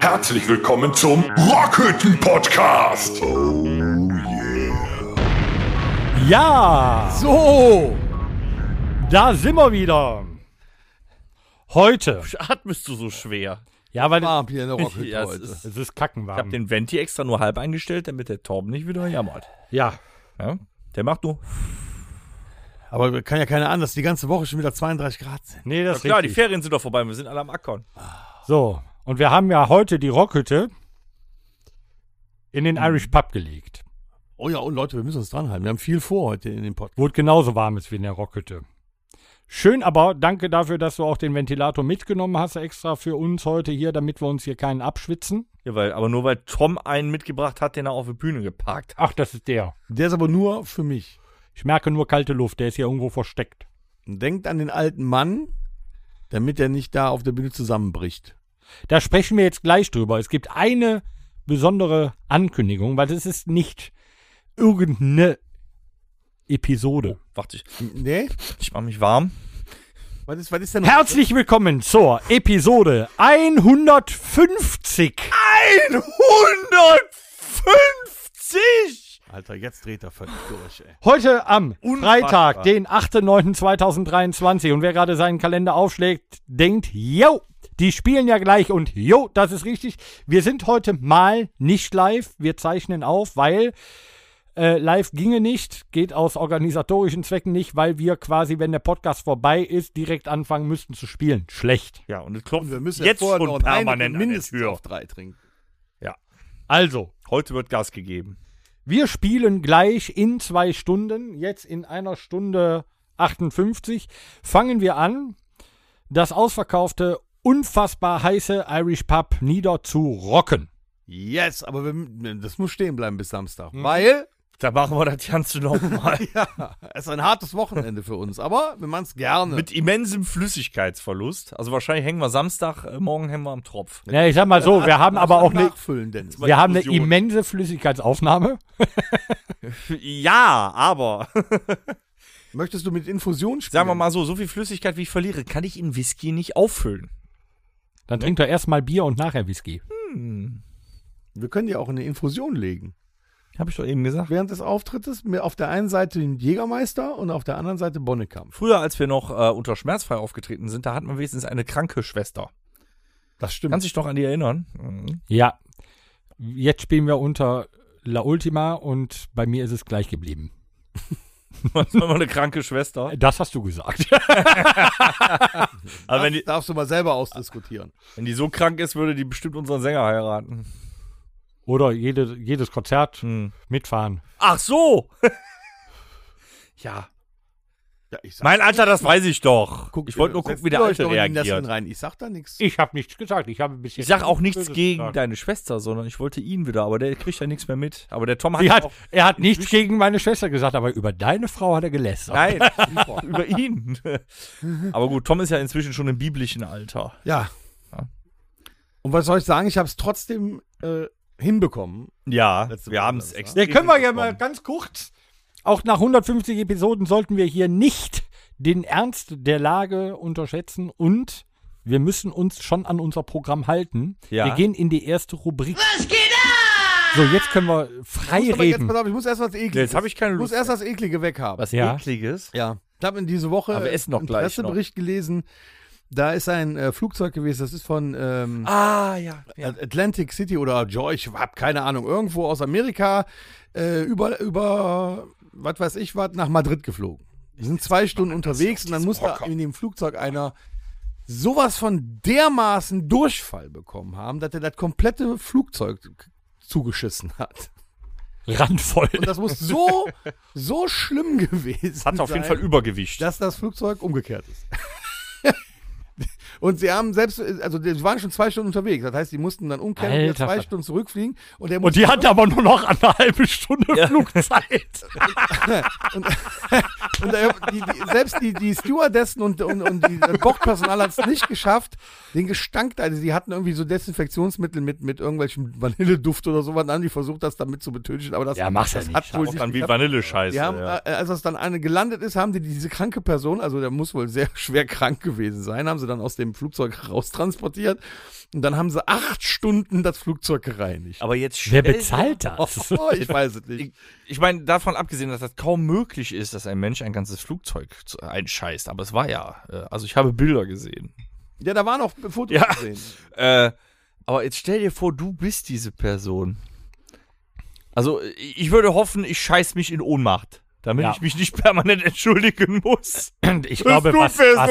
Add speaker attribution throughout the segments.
Speaker 1: Herzlich willkommen zum Rockhütten Podcast. Oh
Speaker 2: Ja,
Speaker 3: So,
Speaker 2: da sind wir wieder. Heute.
Speaker 4: atmest du so schwer?
Speaker 2: Ja, weil
Speaker 3: warm hier in der Rockhütte
Speaker 4: Ja, es
Speaker 3: heute.
Speaker 4: ist-
Speaker 2: es ist kackenwarm.
Speaker 4: Ich habe den Venti extra nur halb eingestellt, damit der Torben nicht wieder jammert.
Speaker 2: ja,
Speaker 4: Ja? Der macht nur.
Speaker 3: Aber wir- kann ja keiner an, dass die ganze Woche schon wieder 32 Grad sind.
Speaker 2: nee, das ist
Speaker 4: Klar, die
Speaker 2: richtig.
Speaker 4: Ferien sind doch vorbei, wir sind alle am Ackern.
Speaker 2: So, und wir haben ja heute die Rockhütte in den Irish Pub gelegt,
Speaker 3: Oh ja, und Leute, wir müssen uns dranhalten. Wir haben viel vor heute in dem Podcast.
Speaker 2: wo es genauso warm ist wie in der Rockhütte. Schön, aber danke dafür, dass du auch den Ventilator mitgenommen hast, extra für uns heute hier, damit wir uns hier keinen abschwitzen.
Speaker 4: Ja, weil, aber nur weil Tom einen mitgebracht hat, den er auf die Bühne geparkt hat.
Speaker 2: Ach, das ist der.
Speaker 3: Der ist aber nur für mich.
Speaker 2: Ich merke nur kalte Luft, der ist hier irgendwo versteckt.
Speaker 3: Denkt an den alten Mann, damit er nicht da auf der Bühne zusammenbricht.
Speaker 2: Da sprechen wir jetzt gleich drüber. Es gibt eine besondere Ankündigung, weil es ist nicht irgendeine Episode.
Speaker 4: Warte, ich,
Speaker 3: Nee?
Speaker 4: ich mache mich warm.
Speaker 3: Was ist, was ist denn?
Speaker 2: Herzlich willkommen zur Episode 150.
Speaker 4: 150!
Speaker 3: Alter, jetzt dreht er völlig durch, ey.
Speaker 2: Heute am
Speaker 4: Unfassbar.
Speaker 2: Freitag, den 8.9.2023. Und wer gerade seinen Kalender aufschlägt, denkt, yo, die spielen ja gleich. Und yo, das ist richtig. Wir sind heute mal nicht live. Wir zeichnen auf, weil äh, live ginge nicht. Geht aus organisatorischen Zwecken nicht, weil wir quasi, wenn der Podcast vorbei ist, direkt anfangen müssten zu spielen. Schlecht.
Speaker 4: Ja, und es klopft
Speaker 3: Und wir müssen
Speaker 4: jetzt
Speaker 3: ja vorher
Speaker 4: schon
Speaker 3: noch einen
Speaker 4: permanent an der
Speaker 3: mindestens
Speaker 4: Tür.
Speaker 3: auf drei trinken.
Speaker 2: Also,
Speaker 4: Heute wird Gas gegeben.
Speaker 2: Wir spielen gleich in zwei Stunden, jetzt in einer Stunde 58, fangen wir an, das ausverkaufte, unfassbar heiße Irish Pub nieder zu rocken.
Speaker 3: Yes, aber wir, das muss stehen bleiben bis Samstag,
Speaker 4: Mhm.
Speaker 3: weil
Speaker 4: Da machen wir das Ganze nochmal.
Speaker 3: ja, es ist ein hartes Wochenende für uns, aber wir machen es gerne.
Speaker 4: Mit immensem Flüssigkeitsverlust. Also wahrscheinlich hängen wir Samstag, äh, morgen hängen wir am Tropf.
Speaker 2: Ja, ich sag mal so, wir haben aber auch eine,
Speaker 3: nachfüllen, Dennis.
Speaker 2: wir haben eine
Speaker 4: Explosion.
Speaker 2: immense Flüssigkeitsaufnahme.
Speaker 4: Ja, aber
Speaker 3: Möchtest du mit Infusion spielen?
Speaker 4: sagen wir mal so, so viel Flüssigkeit, wie ich verliere, kann ich in Whisky nicht auffüllen.
Speaker 2: Dann trinkt er erstmal Bier und nachher Whisky.
Speaker 3: Wir können dir auch eine Infusion legen.
Speaker 4: Habe ich doch eben gesagt.
Speaker 3: Während des Auftrittes mir auf der einen Seite den Jägermeister und auf der anderen Seite Bonnekamp.
Speaker 4: Früher, als wir noch äh, unter Schmerzfrei aufgetreten sind, da hatten wir wenigstens eine kranke Schwester.
Speaker 3: Das stimmt.
Speaker 4: Kannst dich doch an die erinnern? Mhm.
Speaker 2: Ja. Jetzt spielen wir unter La Ultima und bei mir ist es gleich geblieben.
Speaker 4: Was war mal eine kranke Schwester?
Speaker 2: Das hast du gesagt.
Speaker 4: Aber wenn
Speaker 3: das
Speaker 4: die,
Speaker 3: darfst du mal selber ausdiskutieren.
Speaker 4: wenn die so krank ist, würde die bestimmt unseren Sänger heiraten. Hm.
Speaker 2: Oder jede, jedes Konzert mitfahren.
Speaker 4: Ach so! ja.
Speaker 3: Ja, ich sag,
Speaker 4: Mein Alter, das weiß ich doch. ich wollte nur gucken, wie der Alte
Speaker 3: reagiert.
Speaker 4: reagiert.
Speaker 3: Rein. Ich sag da nichts.
Speaker 2: Ich habe nichts gesagt. Ich habe ein bisschen.
Speaker 4: Ich sag auch nichts
Speaker 2: Böses
Speaker 4: gegen
Speaker 2: gesagt.
Speaker 4: deine Schwester, sondern ich wollte ihn wieder, aber der kriegt ja nichts mehr mit. Aber der Tom hat,
Speaker 2: Sie
Speaker 4: ja
Speaker 2: hat,
Speaker 4: auch.
Speaker 2: er hat nichts gegen meine Schwester gesagt, aber über deine Frau hat er gelästert.
Speaker 4: Nein, über ihn. aber gut, Tom ist ja inzwischen schon im biblischen Alter.
Speaker 3: Ja.
Speaker 4: Ja.
Speaker 3: Und was soll ich sagen? Ich habe es trotzdem äh, hinbekommen.
Speaker 4: Ja,
Speaker 3: Letzte
Speaker 4: wir
Speaker 3: Woche
Speaker 4: haben es
Speaker 3: das, ne?
Speaker 4: extrem.
Speaker 2: Ja, können wir ja mal
Speaker 4: mitbekommen.
Speaker 2: ganz kurz. Auch nach 150 Episoden sollten wir hier nicht den Ernst der Lage unterschätzen und wir müssen uns schon an unser Programm halten.
Speaker 4: Ja.
Speaker 2: Wir gehen in die erste Rubrik. Was geht ab? So, jetzt können wir frei
Speaker 3: Ich muss aber jetzt,
Speaker 2: reden.
Speaker 3: pass auf, ich muss erst was Ekliges.
Speaker 4: Jetzt hab ich keine
Speaker 3: Ich muss
Speaker 4: Lust
Speaker 3: erst was Eklige weghaben.
Speaker 4: Was
Speaker 2: Ja.
Speaker 4: Ekliges.
Speaker 3: Ja, ich habe in diese Woche
Speaker 4: Aber wir essen doch
Speaker 3: einen
Speaker 4: gleich noch.
Speaker 3: Pressebericht gelesen. Da ist ein äh, Flugzeug gewesen, das ist von ähm,
Speaker 4: Ah, ja. ja.
Speaker 3: Atlantic City oder Joy, ich hab keine Ahnung, irgendwo aus Amerika äh, über, über was weiß ich was, nach Madrid geflogen. Die sind zwei Stunden unterwegs und dann muss da in dem Flugzeug einer sowas von dermaßen Durchfall bekommen haben, dass er das komplette Flugzeug k- zugeschissen hat.
Speaker 2: Randvoll.
Speaker 3: Und das muss so, so schlimm gewesen
Speaker 4: Hat auf jeden
Speaker 3: sein,
Speaker 4: Fall Übergewicht.
Speaker 3: dass das Flugzeug umgekehrt ist. Und sie haben selbst, also die waren schon zwei Stunden unterwegs. Das heißt, die mussten dann umkehren und wieder
Speaker 2: Alter,
Speaker 3: zwei
Speaker 2: Vater.
Speaker 3: Stunden zurückfliegen. Und, der
Speaker 2: Und die hatte aber nur noch eine halbe Stunde Flugzeit.
Speaker 3: Und äh, die, die, selbst die, die Stewardessen und, und, und die, das Bordpersonal hat es nicht geschafft, den Gestank, also die hatten irgendwie so Desinfektionsmittel mit, mit irgendwelchem Vanilleduft oder sowas, dann haben die versucht, das damit zu betönen, aber das,
Speaker 2: Ja, mach's ja
Speaker 3: das
Speaker 2: nicht.
Speaker 3: hat wohl
Speaker 5: Auch
Speaker 3: nicht
Speaker 5: dann wie
Speaker 3: geklappt.
Speaker 5: Vanillescheiße.
Speaker 3: Die haben,
Speaker 5: ja.
Speaker 3: äh, als das dann eine gelandet ist, haben die diese kranke Person, also der muss wohl sehr schwer krank gewesen sein, haben sie dann aus dem Flugzeug raustransportiert und dann haben sie acht Stunden das Flugzeug gereinigt.
Speaker 4: Aber jetzt
Speaker 2: Wer
Speaker 4: schnell.
Speaker 2: bezahlt das?
Speaker 3: Oh, ich weiß es nicht.
Speaker 4: Ich, ich meine, davon abgesehen, dass das kaum möglich ist, dass ein Mensch ein ganzes Flugzeug zu- einscheißt. Aber es war ja. äh, Also ich habe Bilder gesehen.
Speaker 3: Ja, da waren auch Fotos
Speaker 4: Ja.
Speaker 3: gesehen.
Speaker 4: Äh, aber jetzt stell dir vor, du bist diese Person. Also ich ich würde hoffen, ich scheiß mich in Ohnmacht. Damit
Speaker 2: Ja.
Speaker 4: ich mich nicht permanent entschuldigen muss.
Speaker 2: Ich glaube,
Speaker 4: du
Speaker 2: was,
Speaker 4: bist
Speaker 2: was,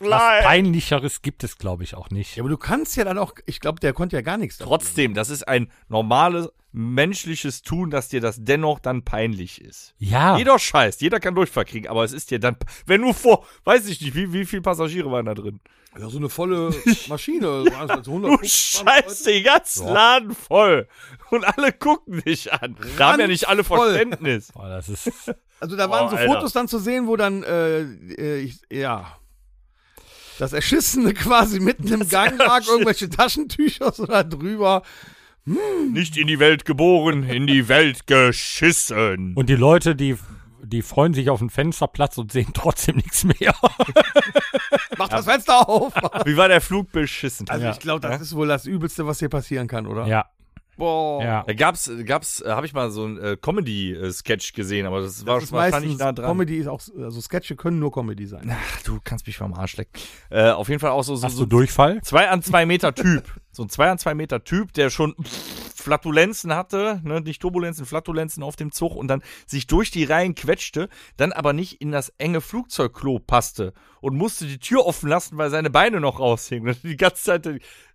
Speaker 2: was
Speaker 4: Leid.
Speaker 2: peinlicheres gibt es, glaube ich, auch nicht.
Speaker 3: Ja, aber du kannst ja dann auch, ich glaube, der konnte ja gar nichts dafür.
Speaker 4: Trotzdem, das ist ein normales menschliches Tun, dass dir das dennoch dann peinlich ist.
Speaker 2: Ja,
Speaker 4: Jeder scheißt, jeder kann Durchfall kriegen, aber es ist dir dann, wenn du vor, weiß ich nicht, wie, wie viele Passagiere waren da drin?
Speaker 3: Ja, so eine volle Maschine. waren es jetzt
Speaker 4: Du
Speaker 3: 150
Speaker 4: scheißt den ganzen Laden voll und alle gucken dich an. Da haben ja nicht alle
Speaker 3: Randvoll.
Speaker 4: Verständnis.
Speaker 2: oh, das ist.
Speaker 3: Also da waren
Speaker 4: Oh,
Speaker 3: so
Speaker 4: Alter.
Speaker 3: Fotos dann zu sehen, wo dann, äh, äh, ich, ja, das Erschissene quasi mitten im Gang lag, irgendwelche Taschentücher so da drüber.
Speaker 4: Nicht in die Welt geboren, in die Welt geschissen.
Speaker 2: Und die Leute, die, die freuen sich auf den Fensterplatz und sehen trotzdem nichts mehr.
Speaker 3: Mach das Fenster auf!
Speaker 4: Wie war der Flug beschissen?
Speaker 3: Also ich glaube, das ist wohl das Übelste, was hier passieren kann, oder?
Speaker 2: Ja,
Speaker 3: Boah.
Speaker 2: ja.
Speaker 5: Da gab's, gab's, äh, habe ich mal so ein äh, Comedy-Sketch gesehen, aber das, war
Speaker 3: Das ist
Speaker 5: wahrscheinlich
Speaker 3: meistens,
Speaker 5: nah dran.
Speaker 3: Comedy ist auch, also Sketche können nur Comedy sein.
Speaker 4: Ach, du kannst mich mal am Arsch lecken.
Speaker 5: Äh, auf jeden Fall auch so, so,
Speaker 2: Hast
Speaker 5: so
Speaker 2: du Durchfall?
Speaker 5: zwei an zwei Meter Typ. so ein zwei an zwei Meter Typ, der schon Flatulenzen hatte, ne? nicht Turbulenzen, Flatulenzen auf dem Zug und dann sich durch die Reihen quetschte, dann aber nicht in das enge Flugzeugklo passte und musste die Tür offen lassen, weil seine Beine noch raushingen. Und Die ganze Zeit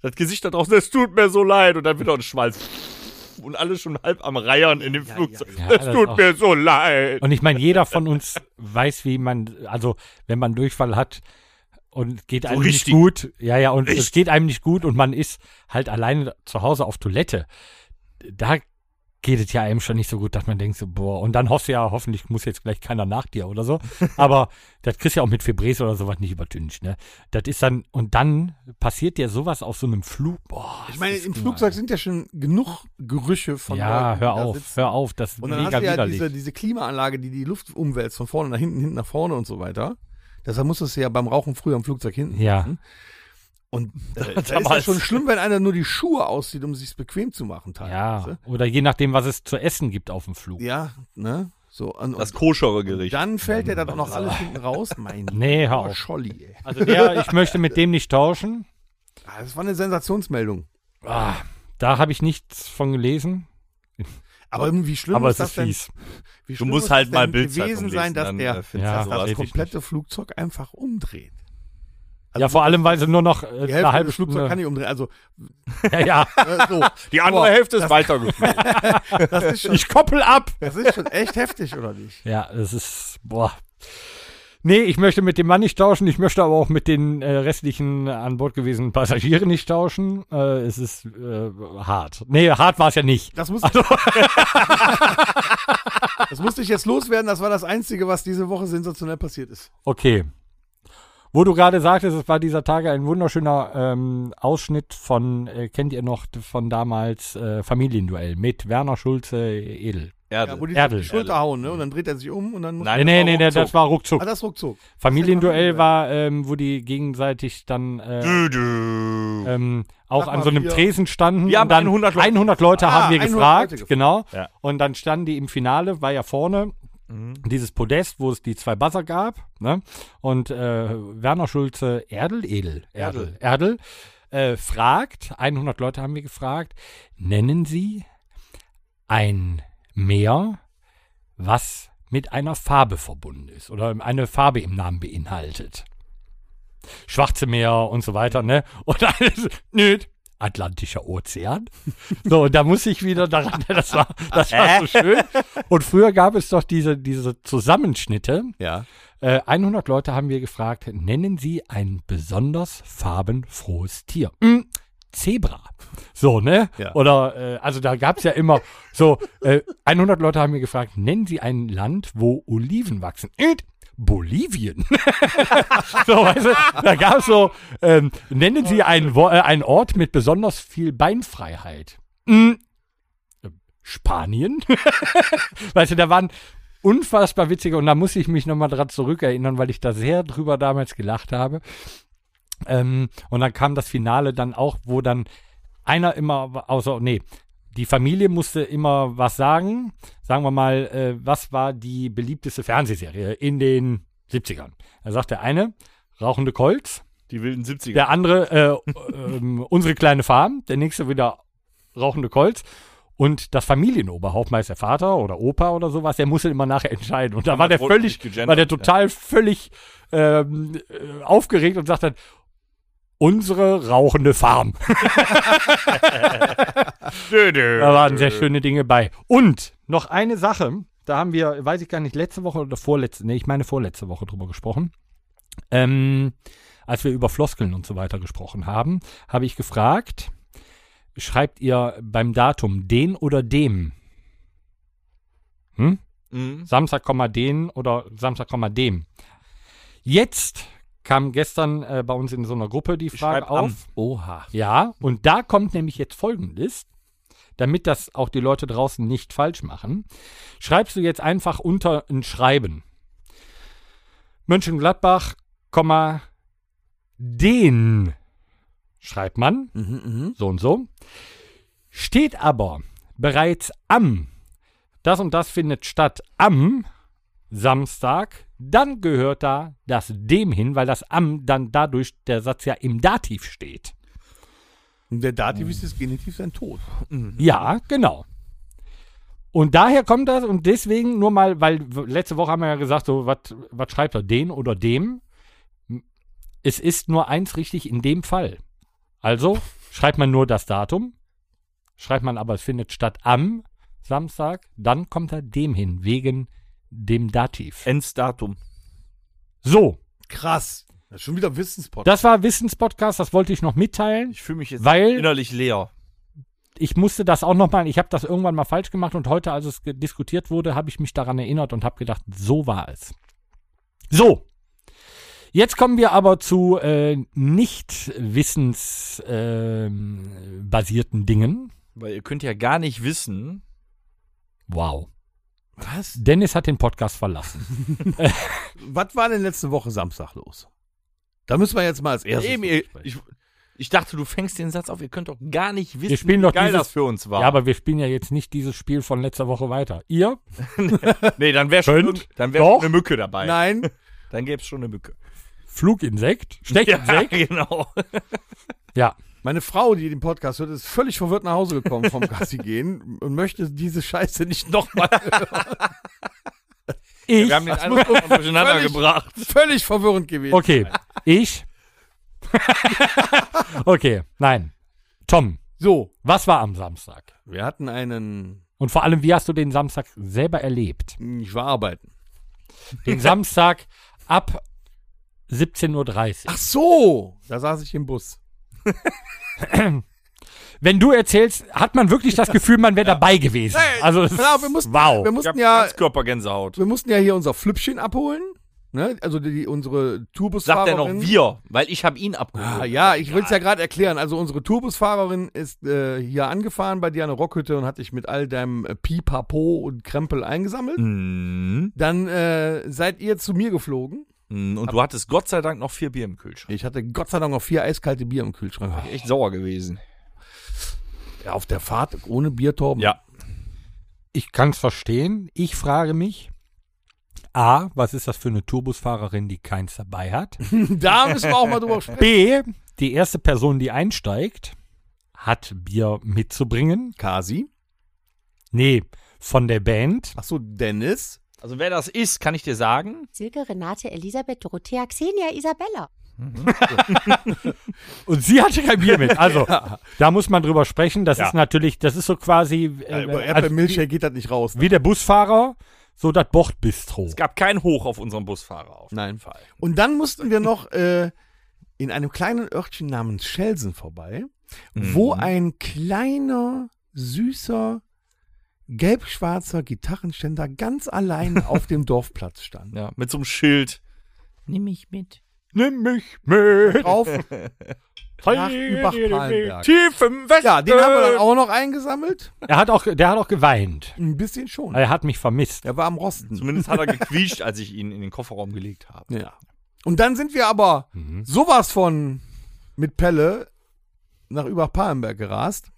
Speaker 5: das Gesicht da draußen, es tut mir so leid und dann wieder ein Schmalz. Und alle schon halb am Reiern in dem Flugzeug.
Speaker 2: ja. Ja,
Speaker 5: Es
Speaker 2: das
Speaker 5: tut
Speaker 2: auch.
Speaker 5: mir so leid.
Speaker 2: Und ich meine, jeder von uns weiß, wie man, also wenn man Durchfall hat und geht einem
Speaker 5: richtig.
Speaker 2: nicht gut, ja, ja, und es geht einem nicht gut und man ist halt alleine zu Hause auf Toilette, da geht es ja einem schon nicht so gut, dass man denkt so, boah, und dann hoffst du ja, hoffentlich muss jetzt gleich keiner nach dir oder so. Aber das kriegst du ja auch mit Fibres oder sowas nicht übertüncht, ne? Das ist dann, und dann passiert dir sowas auf so einem Flug, boah.
Speaker 3: Ich
Speaker 2: das
Speaker 3: meine,
Speaker 2: ist
Speaker 3: im
Speaker 2: gemein.
Speaker 3: Flugzeug sind ja schon genug Gerüche von
Speaker 2: Ja,
Speaker 3: Leuten, die
Speaker 2: hör
Speaker 3: da
Speaker 2: auf,
Speaker 3: sitzen.
Speaker 2: hör auf, das ist
Speaker 3: Und dann
Speaker 2: mega
Speaker 3: hast du ja
Speaker 2: widerlich.
Speaker 3: diese, diese Klimaanlage, die die Luft umwälzt, von vorne nach hinten, hinten nach vorne und so weiter. Deshalb musstest du ja beim Rauchen früher am Flugzeug hinten.
Speaker 2: ja,
Speaker 3: Und äh, da, da ist ja
Speaker 5: damals.
Speaker 3: schon schlimm, wenn einer nur die Schuhe auszieht, um sich's bequem zu machen
Speaker 2: ja.
Speaker 3: teilweise.
Speaker 2: Oder je nachdem, was es zu essen gibt auf dem Flug.
Speaker 3: Ja, ne? So, und,
Speaker 5: Das
Speaker 3: und
Speaker 5: koschere Gericht.
Speaker 3: dann fällt dir da doch noch alles hinten raus. Mein
Speaker 2: Nee, hör
Speaker 3: lieber
Speaker 2: auf.
Speaker 3: Scholli, ey.
Speaker 2: Also der, ich möchte mit dem nicht tauschen.
Speaker 3: Ah, Das war eine Sensationsmeldung.
Speaker 2: Ah, da habe ich nichts von gelesen.
Speaker 3: Aber wie schlimm
Speaker 2: aber
Speaker 3: ist
Speaker 2: es
Speaker 3: das
Speaker 2: ist
Speaker 3: denn?
Speaker 2: fies.
Speaker 3: Wie
Speaker 5: Du
Speaker 3: schlimm muss
Speaker 5: musst halt
Speaker 3: das
Speaker 5: mal
Speaker 3: denn
Speaker 5: Bildzeitung
Speaker 3: gewesen
Speaker 5: lesen,
Speaker 3: sein, dass
Speaker 5: dann,
Speaker 3: der
Speaker 5: äh, findest
Speaker 2: Ja,
Speaker 5: du
Speaker 3: das
Speaker 5: sowas.
Speaker 3: komplette Flugzeug einfach umdreht.
Speaker 2: ja, vor allem, weil sie nur noch äh,
Speaker 3: Also Die
Speaker 2: eine
Speaker 3: Hälfte
Speaker 2: halbe
Speaker 5: halt
Speaker 3: des Flugzeugs
Speaker 2: Stunde.
Speaker 3: kann ich umdrehen. Also,
Speaker 2: ja, ja.
Speaker 3: äh, so.
Speaker 5: Die andere
Speaker 3: Boah,
Speaker 5: Hälfte ist weitergeflogen.
Speaker 3: Das ist schon
Speaker 2: Ich koppel ab.
Speaker 3: Das ist schon echt heftig, oder nicht?
Speaker 2: Ja, das ist boah. Nee, ich möchte mit dem Mann nicht tauschen, ich möchte aber auch mit den äh, restlichen an Bord gewesenen Passagieren nicht tauschen. Äh, es ist äh, hart. Nee, hart war es ja nicht.
Speaker 3: Das muss,
Speaker 5: Also-
Speaker 3: das musste ich jetzt loswerden. Das war das Einzige, was diese Woche sensationell passiert ist.
Speaker 2: Okay. Wo du gerade sagtest, es war dieser Tage ein wunderschöner ähm, Ausschnitt von, äh, kennt ihr noch, von damals äh, Familienduell mit Werner Schulze Edel.
Speaker 5: Erde.
Speaker 3: Ja, wo die sich auf
Speaker 2: Erdl.
Speaker 3: die Schulter hauen, ne? Und dann dreht er sich um und dann. muss-
Speaker 5: Nein,
Speaker 2: nee,
Speaker 5: war
Speaker 2: nee, nee,
Speaker 5: ruckzuck.
Speaker 2: das war ruckzuck.
Speaker 3: Ah, das ruckzuck.
Speaker 2: Familienduell war, ähm, wo die gegenseitig dann
Speaker 4: Hm.
Speaker 2: äh,
Speaker 5: Dü, dü.
Speaker 2: ähm, auch
Speaker 3: Sag
Speaker 2: an
Speaker 3: mal
Speaker 2: so einem
Speaker 3: vier.
Speaker 2: Tresen standen.
Speaker 5: Wir haben
Speaker 2: und dann
Speaker 5: 100 Leute
Speaker 2: 100 Leute
Speaker 3: Ah,
Speaker 2: haben wir
Speaker 3: 100
Speaker 2: gefragt,
Speaker 3: Leute gefragt.
Speaker 2: genau.
Speaker 5: Ja.
Speaker 2: Und dann standen die im Finale, war ja vorne dieses Podest, wo es die zwei Buzzer gab. Ne? Und äh, Werner Schulze Erdel, Edel, Erdel, Erdel, äh, fragt, 100 Leute haben wir gefragt, nennen Sie ein Meer, was mit einer Farbe verbunden ist oder eine Farbe im Namen beinhaltet. Schwarze Meer und so weiter, ne? Und alles, nö, Atlantischer Ozean. So, und da muss ich wieder daran, das war, das war so schön. Und früher gab es doch diese, diese Zusammenschnitte.
Speaker 3: Ja.
Speaker 2: Äh, 100 Leute haben wir gefragt, nennen Sie ein besonders farbenfrohes Tier. Mm, Zebra. So, ne?
Speaker 3: Ja.
Speaker 2: Oder, äh, also da gab es ja immer so, äh, 100 Leute haben mir gefragt, nennen Sie ein Land, wo Oliven wachsen. Int, Bolivien. so, weißt du, da gab es so, ähm, nennen Sie einen, Wo- äh, einen Ort mit besonders viel Beinfreiheit. Mm, Spanien. weißt du, da waren unfassbar witzige, und da muss ich mich nochmal dran zurückerinnern, weil ich da sehr drüber damals gelacht habe. Ähm, und dann kam das Finale dann auch, wo dann einer immer, außer, nee, die Familie musste immer was sagen. Sagen wir mal, äh, was war die beliebteste Fernsehserie in den 70ern? Da sagt der eine, Rauchende Colts.
Speaker 5: Die wilden 70er.
Speaker 2: Der andere, äh, ähm, unsere kleine Farm. Der nächste wieder rauchende Colts. Und das Familienoberhaupt, meist der Vater oder Opa oder sowas, der musste immer nachher entscheiden. Und da war der
Speaker 5: wurde
Speaker 2: völlig,
Speaker 5: nicht gegendert,
Speaker 2: war der total völlig ähm, äh, aufgeregt und sagt dann, unsere rauchende Farm.
Speaker 4: Äh,
Speaker 2: Da waren sehr schöne Dinge bei. Und noch eine Sache, da haben wir, weiß ich gar nicht, letzte Woche oder vorletzte, nee, ich meine vorletzte Woche drüber gesprochen. Ähm, als wir über Floskeln und so weiter gesprochen haben, habe ich gefragt, schreibt ihr beim Datum den oder dem? Hm?
Speaker 5: Mhm.
Speaker 2: Samstag, Komma, den oder Samstag, Komma, dem. Jetzt kam gestern äh, bei uns in so einer Gruppe die Frage
Speaker 5: schreib am.
Speaker 2: auf. Oha. Ja, und da kommt nämlich jetzt Folgendes, damit das auch die Leute draußen nicht falsch machen. Schreibst du jetzt einfach unter ein Schreiben. Mönchengladbach, Komma, den schreibt man,
Speaker 3: Mhm,
Speaker 2: so und so. Steht aber bereits am, das und das findet statt am Samstag, dann gehört da das dem hin, weil das am dann dadurch der Satz ja im Dativ steht.
Speaker 3: Und der Dativ ist das Genitiv sein Tod.
Speaker 2: Ja, genau. Und daher kommt das und deswegen nur mal, weil w- letzte Woche haben wir ja gesagt, so, was was schreibt er, den oder dem? Es ist nur eins richtig in dem Fall. Also schreibt man nur das Datum, schreibt man aber, es findet statt am Samstag, dann kommt er dem hin, wegen dem Dativ.
Speaker 5: Endsdatum.
Speaker 2: So,
Speaker 3: Krass. Das ist schon wieder Wissenspodcast.
Speaker 2: das war Wissenspodcast, das wollte ich noch mitteilen.
Speaker 5: Ich fühle mich jetzt
Speaker 2: Weil-
Speaker 5: innerlich leer.
Speaker 2: ich musste das auch nochmal, ich habe das irgendwann mal falsch gemacht und heute, als es ge- diskutiert wurde, habe ich mich daran erinnert und habe gedacht, so war es. So. Jetzt kommen wir aber zu äh, nicht wissensbasierten basierten Dingen.
Speaker 5: Weil ihr könnt ja gar nicht wissen.
Speaker 2: Wow.
Speaker 3: Was?
Speaker 2: Dennis hat den Podcast verlassen.
Speaker 3: Was war denn letzte Woche Samstag los? Da müssen wir jetzt mal als erstes.
Speaker 5: Eben, ihr, ich, ich dachte, du fängst den Satz auf, ihr könnt doch gar nicht wissen,
Speaker 2: spielen doch
Speaker 5: wie geil
Speaker 2: dieses-
Speaker 5: das für uns war.
Speaker 2: Ja, aber wir spielen ja jetzt nicht dieses Spiel von letzter Woche weiter. Ihr?
Speaker 5: nee, dann wäre schon,
Speaker 2: Könnt.
Speaker 5: irgend- dann wär
Speaker 2: Doch.
Speaker 5: schon eine Mücke dabei.
Speaker 3: Nein.
Speaker 5: Dann gäbe es schon eine Mücke.
Speaker 2: Fluginsekt? Steckinsekt?
Speaker 5: genau.
Speaker 2: Ja.
Speaker 3: Meine Frau, die den Podcast hört, ist völlig verwirrt nach Hause gekommen vom Gassi gehen und möchte diese Scheiße nicht nochmal.
Speaker 2: Ich?
Speaker 5: Wir haben den Eindruck durcheinander
Speaker 3: Völlig-
Speaker 5: gebracht.
Speaker 3: völlig verwirrend gewesen.
Speaker 2: Okay. Ich? okay, nein. Tom,
Speaker 3: So,
Speaker 2: was war am Samstag?
Speaker 3: wir hatten einen.
Speaker 2: Und vor allem, wie hast du den Samstag selber erlebt?
Speaker 3: Ich war arbeiten.
Speaker 2: Den Samstag ab 17.30 Uhr.
Speaker 3: Ach so, da saß ich im Bus.
Speaker 2: Wenn du erzählst, hat man wirklich das Gefühl, man wäre dabei gewesen. Also, das
Speaker 3: Klar, wir mussten,
Speaker 2: wow.
Speaker 3: wir
Speaker 5: Ich
Speaker 3: mussten
Speaker 5: habe
Speaker 3: ja,
Speaker 5: Ganzkörpergänsehaut.
Speaker 3: wir mussten ja hier unser Flüppchen abholen. Ne? Also die, unsere Tourbusfahrerin.
Speaker 5: Sagt er noch wir, weil ich habe ihn abgeholt.
Speaker 3: Ah, ja, ich will es ja gerade erklären. Also unsere Tourbusfahrerin ist äh, hier angefahren bei dir an der Rockhütte und hat dich mit all deinem äh, Pipapo und Krempel eingesammelt.
Speaker 5: Mhm.
Speaker 3: Dann äh, seid ihr zu mir geflogen.
Speaker 5: Mhm. Und du hattest Gott sei Dank noch vier Bier im Kühlschrank.
Speaker 3: Ich hatte Gott sei Dank noch vier eiskalte Bier im Kühlschrank.
Speaker 4: Ah.
Speaker 5: Echt sauer gewesen.
Speaker 3: Ja, auf der Fahrt ohne Bier, Torben.
Speaker 5: Ja.
Speaker 2: Ich kann es verstehen. Ich frage mich, A, was ist das für eine Turbusfahrerin, die keins dabei hat?
Speaker 3: da müssen wir auch mal drüber sprechen.
Speaker 2: B, die erste Person, die einsteigt, hat Bier mitzubringen.
Speaker 3: Kasi.
Speaker 2: Nee, von der Band.
Speaker 3: Achso, Dennis.
Speaker 5: Also wer das ist, kann ich dir sagen.
Speaker 6: Silke, Renate, Elisabeth, Dorothea, Xenia, Isabella.
Speaker 2: Und sie hatte kein Bier mit. Also, da muss man drüber sprechen. Das
Speaker 5: Ja.
Speaker 2: ist natürlich, das ist so quasi
Speaker 3: Ja,
Speaker 2: äh,
Speaker 3: über
Speaker 2: also,
Speaker 3: Erdbeermilchshake geht das nicht raus.
Speaker 2: wie der Busfahrer, so das Bordbistro.
Speaker 5: Es gab kein Hoch auf unserem Busfahrer auf.
Speaker 3: Nein.
Speaker 5: Fall.
Speaker 3: Und dann mussten wir noch äh, in einem kleinen Örtchen namens Schelsen vorbei, wo
Speaker 5: Mhm.
Speaker 3: ein kleiner, süßer, gelb-schwarzer Gitarrenständer ganz allein auf dem Dorfplatz stand.
Speaker 5: Ja, mit so einem Schild.
Speaker 4: Nimm mich mit.
Speaker 2: Nimm mich mit.
Speaker 3: Drauf nach Übach-Palenberg.
Speaker 5: Tief im Westen.
Speaker 3: Ja, den haben wir dann auch noch eingesammelt.
Speaker 2: Er hat auch, der hat auch geweint.
Speaker 3: Ein bisschen schon.
Speaker 2: Er hat mich vermisst.
Speaker 3: Der war am Rosten.
Speaker 5: Ah Zumindest hat er gequietscht, als ich ihn in den Kofferraum gelegt habe.
Speaker 3: Ja. Und dann sind wir aber
Speaker 5: Mhm.
Speaker 3: sowas von mit Pelle nach Übach-Palenberg gerast.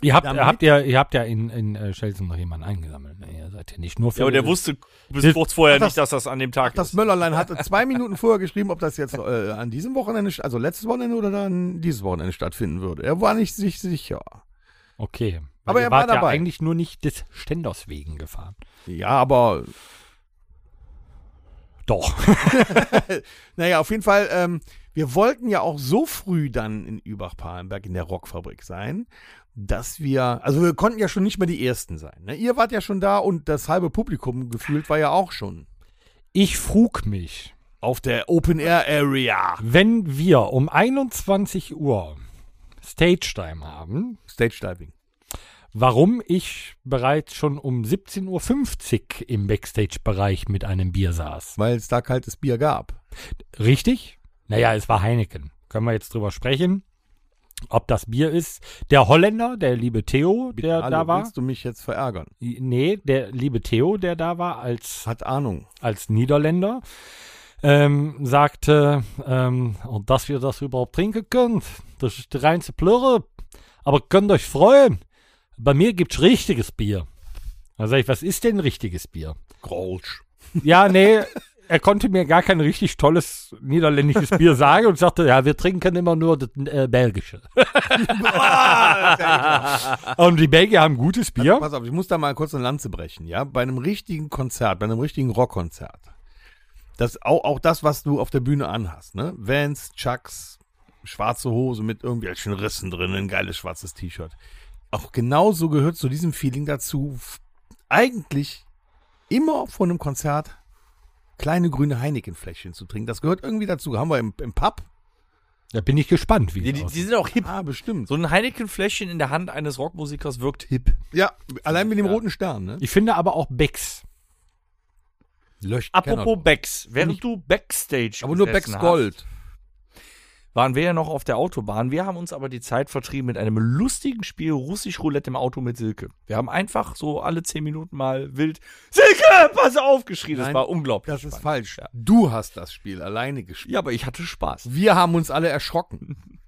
Speaker 2: Ihr habt,
Speaker 3: Damit-
Speaker 2: habt ihr, ihr habt ja in, in äh, Schelsen noch jemanden eingesammelt. Ne? Ihr seid ja nicht nur für.
Speaker 5: Ja, aber der wusste bis
Speaker 2: Das-
Speaker 5: kurz vorher
Speaker 3: Ach, das-
Speaker 5: nicht, dass das an dem Tag
Speaker 3: Das
Speaker 5: ist.
Speaker 3: Möllerlein hatte zwei Minuten vorher geschrieben, ob das jetzt äh, an diesem Wochenende, st- also letztes Wochenende oder dann dieses Wochenende stattfinden würde. Er war nicht sich sicher.
Speaker 2: Okay.
Speaker 3: Aber
Speaker 2: ihr
Speaker 3: er war
Speaker 2: wart ja
Speaker 3: dabei.
Speaker 2: eigentlich nur nicht des Ständers wegen gefahren.
Speaker 3: Ja, aber
Speaker 2: Doch.
Speaker 3: naja, auf jeden Fall, ähm, wir wollten ja auch so früh dann in Übach-Palenberg in der Rockfabrik sein, dass wir, also wir konnten ja schon nicht mehr die Ersten sein. Ne? Ihr wart ja schon da und das halbe Publikum gefühlt war ja auch schon
Speaker 2: Ich frug mich,
Speaker 3: auf der Open-Air-Area.
Speaker 2: wenn wir um 21 Uhr Stage Time haben,
Speaker 3: Stage-Diving.
Speaker 2: warum ich bereits schon um 17.50 Uhr im Backstage-Bereich mit einem Bier saß.
Speaker 3: Weil es da kaltes Bier gab.
Speaker 2: Richtig? Naja, es war Heineken. Können wir jetzt drüber sprechen, ob das Bier ist. Der Holländer, der liebe Theo, der
Speaker 3: Hallo,
Speaker 2: da war.
Speaker 3: willst du mich jetzt verärgern?
Speaker 2: Nee, der liebe Theo, der da war als
Speaker 3: Hat Ahnung.
Speaker 2: als Niederländer, ähm, sagte, ähm, und dass ihr das überhaupt trinken könnt, das ist die reinste Plörre. Aber könnt euch freuen, bei mir gibt's richtiges Bier. Da sag ich, was ist denn richtiges Bier?
Speaker 3: Grolsch.
Speaker 2: Ja, nee, er konnte mir gar kein richtig tolles niederländisches Bier sagen und sagte, ja, wir trinken immer nur das äh, belgische.
Speaker 4: Ah,
Speaker 2: und die Belgier haben
Speaker 4: Also
Speaker 2: gutes Bier.
Speaker 3: Pass auf, ich muss da mal kurz eine Lanze brechen, ja? Bei einem richtigen Konzert, bei einem richtigen Rockkonzert. Das, auch, auch das, was du auf der Bühne anhast, ne? Vans, Chucks, schwarze Hose mit irgendwelchen Rissen drin, ein geiles schwarzes T-Shirt. Auch genauso gehört zu diesem Feeling dazu, f- eigentlich immer vor einem Konzert kleine grüne Heineken-Fläschchen zu trinken. Das gehört irgendwie dazu. Haben wir im, im Pub?
Speaker 2: Da bin ich gespannt, wie das
Speaker 4: Die, die, die
Speaker 2: aussieht.
Speaker 4: sind auch hip.
Speaker 3: Ah, bestimmt.
Speaker 4: So ein Heineken-Fläschchen in der Hand eines Rockmusikers wirkt hip.
Speaker 3: Ja, allein mit dem roten Stern, ne?
Speaker 2: Ich finde aber auch Becks.
Speaker 3: Löscht
Speaker 5: Apropos Becks, während du Backstage
Speaker 3: Aber nur
Speaker 5: gesessen
Speaker 3: Becks Gold.
Speaker 5: Hast, waren wir ja noch auf der Autobahn. Wir haben uns aber die Zeit vertrieben mit einem lustigen Spiel Russisch Roulette im Auto mit Silke. Wir haben einfach so alle zehn Minuten mal wild Silke, pass auf, geschrien.
Speaker 3: Nein,
Speaker 5: das war unglaublich.
Speaker 3: Das ist
Speaker 5: spannend.
Speaker 3: falsch.
Speaker 5: Ja.
Speaker 3: Du hast das Spiel alleine gespielt.
Speaker 5: ja, aber ich hatte Spaß.
Speaker 3: Wir haben uns alle erschrocken.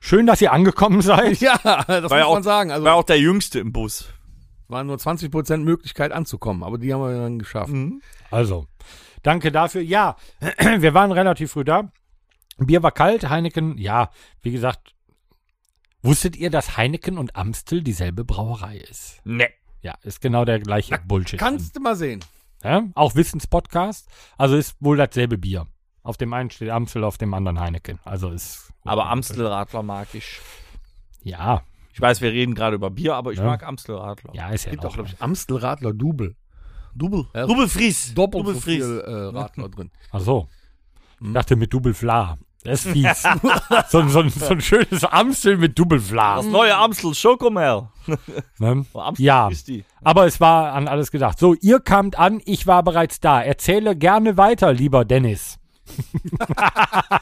Speaker 2: Schön, dass ihr angekommen seid.
Speaker 3: Ja, das
Speaker 5: War ja
Speaker 3: muss man
Speaker 5: auch-
Speaker 3: sagen. Also
Speaker 5: War auch der Jüngste im Bus.
Speaker 3: waren nur 20% Möglichkeit anzukommen, aber die haben wir dann geschafft.
Speaker 2: Also, danke dafür. Ja, wir waren relativ früh da. Bier war kalt, Heineken, ja, wie gesagt. Wusstet ihr, dass Heineken und Amstel dieselbe Brauerei ist?
Speaker 5: Ne.
Speaker 2: Ja, ist genau der gleiche Bullshit.
Speaker 3: Kannst du mal sehen.
Speaker 2: ja? Auch Wissenspodcast. Also ist wohl dasselbe Bier. Auf dem einen steht Amstel, auf dem anderen Heineken. Also ist.
Speaker 5: Aber Amstelradler mag ich.
Speaker 2: Ja,
Speaker 5: Ich weiß, wir reden gerade über Bier, aber ich
Speaker 2: Ja.
Speaker 5: mag Amstelradler.
Speaker 2: ja, ist ja in
Speaker 3: Gibt auch,
Speaker 2: Ordnung.
Speaker 3: glaube ich, Amstelradler Double.
Speaker 5: Double.
Speaker 3: Ja.
Speaker 5: Double Fries.
Speaker 3: Doppelt
Speaker 5: Double
Speaker 3: so
Speaker 5: Fries.
Speaker 3: viel äh, Radler drin.
Speaker 2: Ach so.
Speaker 5: Hm.
Speaker 2: Ich dachte mit Double Fla. Das ist fies. so, ein- so, ein- so ein schönes Amstel mit Double Fla.
Speaker 5: Das neue Amstel Schokomel.
Speaker 2: Ne?
Speaker 5: Amstel
Speaker 2: Ja.
Speaker 5: Christi.
Speaker 2: Aber es war an alles gedacht. So, ihr kamt an, ich war bereits da. Erzähle gerne weiter, lieber Dennis.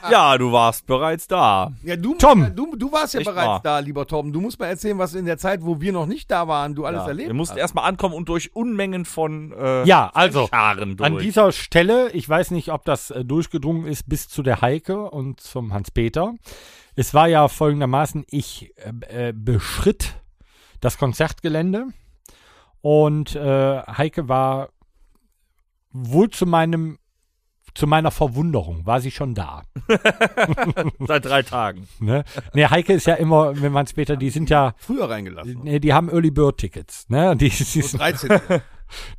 Speaker 5: Ja, du warst bereits da.
Speaker 3: Ja, du,
Speaker 2: Tom.
Speaker 3: ja, Du, du warst ja
Speaker 5: Echt
Speaker 3: bereits
Speaker 5: wahr.
Speaker 3: da, lieber Tom. Du musst mal erzählen, was in der Zeit, wo wir noch nicht da waren, du alles
Speaker 5: ja.
Speaker 3: erlebt
Speaker 5: Wir mussten
Speaker 3: hast.
Speaker 5: erstmal ankommen und durch Unmengen von äh,
Speaker 2: Ja, also,
Speaker 5: Scharen durch.
Speaker 2: An dieser Stelle, ich weiß nicht, ob das äh, durchgedrungen ist bis zu der Heike und zum Hans-Peter. Es war ja folgendermaßen, ich äh, äh, beschritt das Konzertgelände und äh, Heike war wohl zu meinem zu meiner Verwunderung war sie schon da.
Speaker 5: Seit drei Tagen.
Speaker 2: Ne, nee, Heike ist ja immer, wenn man später, die sind ja,
Speaker 3: Früher reingelassen.
Speaker 2: Nee, die haben Early Bird Tickets. Ne? Die, die
Speaker 3: So
Speaker 2: sind,
Speaker 3: 13.